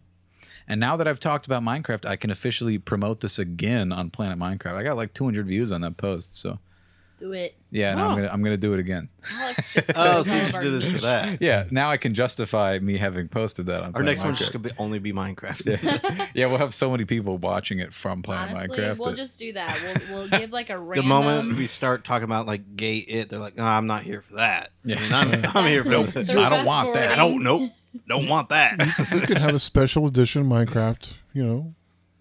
S2: And now that I've talked about Minecraft, I can officially promote this again on Planet Minecraft. I got like 200 views on that post, so
S1: Do it.
S2: yeah, and I'm gonna I'm gonna do it again.
S1: Alex
S3: [laughs]
S1: just
S3: [laughs] Oh,
S1: knows
S3: so
S1: all
S3: you
S1: of
S3: should
S1: our
S3: do this
S1: niche.
S3: for that.
S2: Yeah, now I can justify me having posted that on
S3: Our
S2: Planet
S3: next one's
S2: Minecraft.
S3: just gonna be, only be Minecraft.
S2: [laughs] yeah, we'll have so many people watching it from Planet
S1: Honestly,
S2: Minecraft.
S1: we'll
S2: that-
S1: just do that. We'll,
S3: [laughs]
S1: we'll give like a
S3: [laughs] The
S1: random.
S3: moment we start talking about like gay it, they're like, "No, I'm not here for that. Yeah, I
S2: [laughs]
S3: mean, I'm, I'm here for
S2: Nope.
S3: the-
S2: [laughs] I don't want that.
S3: I don't. Nope. Don't want [laughs] that.
S4: You could have a special edition Minecraft, you know,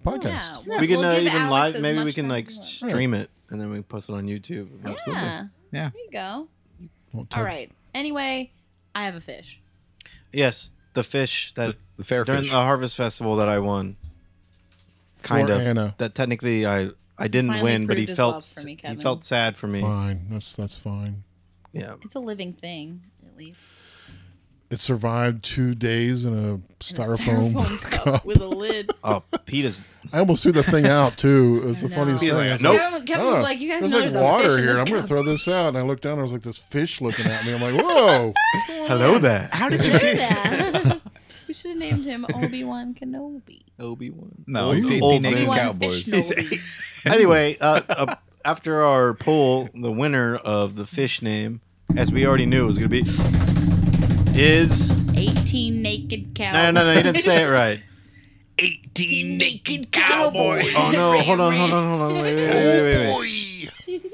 S4: podcast.
S1: Oh, Yeah, we'll,
S3: we can
S1: we'll
S3: uh,
S1: give
S3: even
S1: Alex
S3: live.
S1: as
S3: Maybe
S1: much
S3: we can
S1: time
S3: like
S1: as he wants.
S3: stream it and then we post it on YouTube. Absolutely.
S1: Yeah.
S2: Yeah.
S1: There you go.
S4: Won't
S1: All
S4: take-
S1: right. Anyway, I have a fish.
S3: Yes, the fish that
S2: the fair
S3: during
S2: fish.
S3: the harvest festival that I won. Kind
S4: Poor
S3: of
S4: Anna.
S3: that technically I I didn't
S1: Finally
S3: win, but
S1: proved
S3: he
S1: his
S3: felt
S1: love for me,
S3: he
S1: Kevin.
S3: felt sad for me.
S4: Fine. That's that's fine.
S3: Yeah,
S1: It's a living thing, at least.
S4: It survived two days in a
S1: In a
S4: styrofoam,
S1: styrofoam cup
S4: cup.
S1: with a lid.
S3: Oh, Peter's
S4: [laughs] I almost threw the thing out too. It was the funniest
S3: He's
S4: thing.
S3: like,
S4: I was
S3: "Nope."
S1: Kevin- Kevin was like, "You guys
S4: Oh. there's
S1: know
S4: like
S1: there's a
S4: water
S1: fish in
S4: here.
S1: this
S4: I'm gonna
S1: cup."
S4: [laughs] throw this out." And I looked down. There was like this fish looking at me. I'm
S1: [laughs]
S4: like, "Whoa!"
S3: hello there.
S2: How did [laughs]
S1: Know that. [laughs] we should have named him Obi Wan Kenobi.
S3: Obi Wan.
S2: No, he's 18
S3: old
S2: Naked
S3: man.
S1: Obi-Wan
S2: Cowboys.
S1: Fishnobi.
S3: anyway, uh, uh, after our poll, the winner of the fish name, as we already knew it was going to be, is.
S1: 18 naked cows.
S3: No, no, no, you didn't say it right.
S1: 18 naked cowboys. [laughs]
S3: Oh, no, hold on, hold on, hold on. Wait, wait, wait, wait, wait.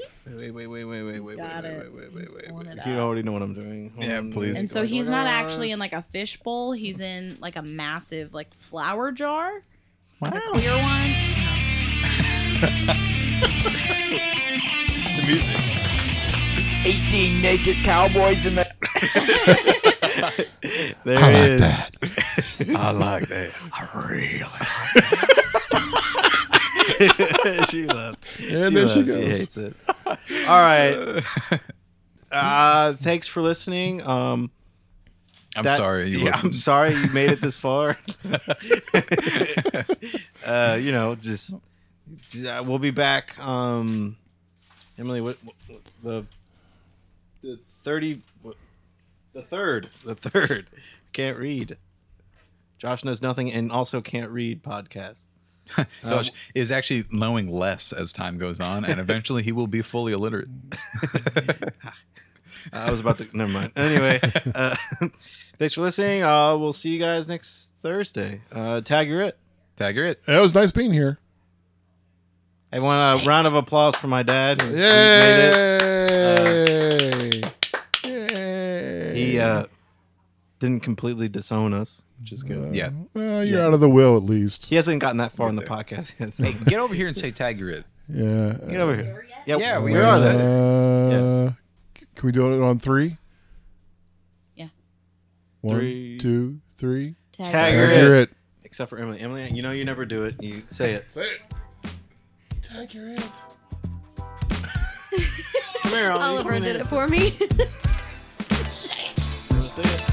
S1: [laughs]
S2: Wait, wait, wait, wait, wait, wait,
S1: Got it.
S3: You already know what I'm doing. Hold
S2: Yeah,
S3: on.
S2: please.
S1: And so he's not actually in like a fish bowl. He's in like a massive like flour jar, like a clear one.
S8: The music. 18 naked cowboys in the.
S3: There I it is. [laughs]
S2: I like that.
S3: I really. [laughs] she left.
S4: And there she
S3: left.
S4: goes.
S3: hates it. [laughs] All
S2: [laughs]
S3: right. Uh, thanks for listening. Um,
S2: I'm sorry you
S3: [laughs] yeah, I'm
S2: listened.
S3: sorry you made it this
S2: [laughs]
S3: far. uh, you know, just uh, we'll be back. Um, Emily, what, what, what the the thirty what, the third the third [laughs] can't read. Josh knows nothing and also can't read podcast.
S2: Josh is actually knowing less as time goes on,
S3: [laughs]
S2: and eventually he will be fully illiterate.
S3: I was about to. Never
S2: [laughs]
S3: mind. Anyway, uh, [laughs] thanks for listening. Uh, we'll see you guys next Thursday. Uh, tag your it.
S2: Tag your it.
S4: It was nice being here.
S3: I want a round of applause for my dad. who- who made it. Uh, he uh, didn't completely disown us, which is good.
S2: Yeah.
S4: Well, you're out of the will at least.
S3: He hasn't gotten that far in the podcast yet. so-
S2: Hey, get over here and say tag your it.
S4: Yeah.
S3: Get over here. Yeah,
S2: Yeah, we
S3: we are
S2: said
S3: there.
S4: Uh, c- Can we do it on three?
S1: Yeah.
S4: One,
S3: Three.
S4: two, three.
S1: Tag
S3: Tagger
S4: Tagger
S3: it.
S4: it.
S3: Except for Emily. Emily, you know you never do it. You say it.
S4: Say it. Tag your it.
S3: Come here, Ollie.
S5: Oliver
S3: Come
S5: did
S3: here.
S5: it for me.
S3: Say it.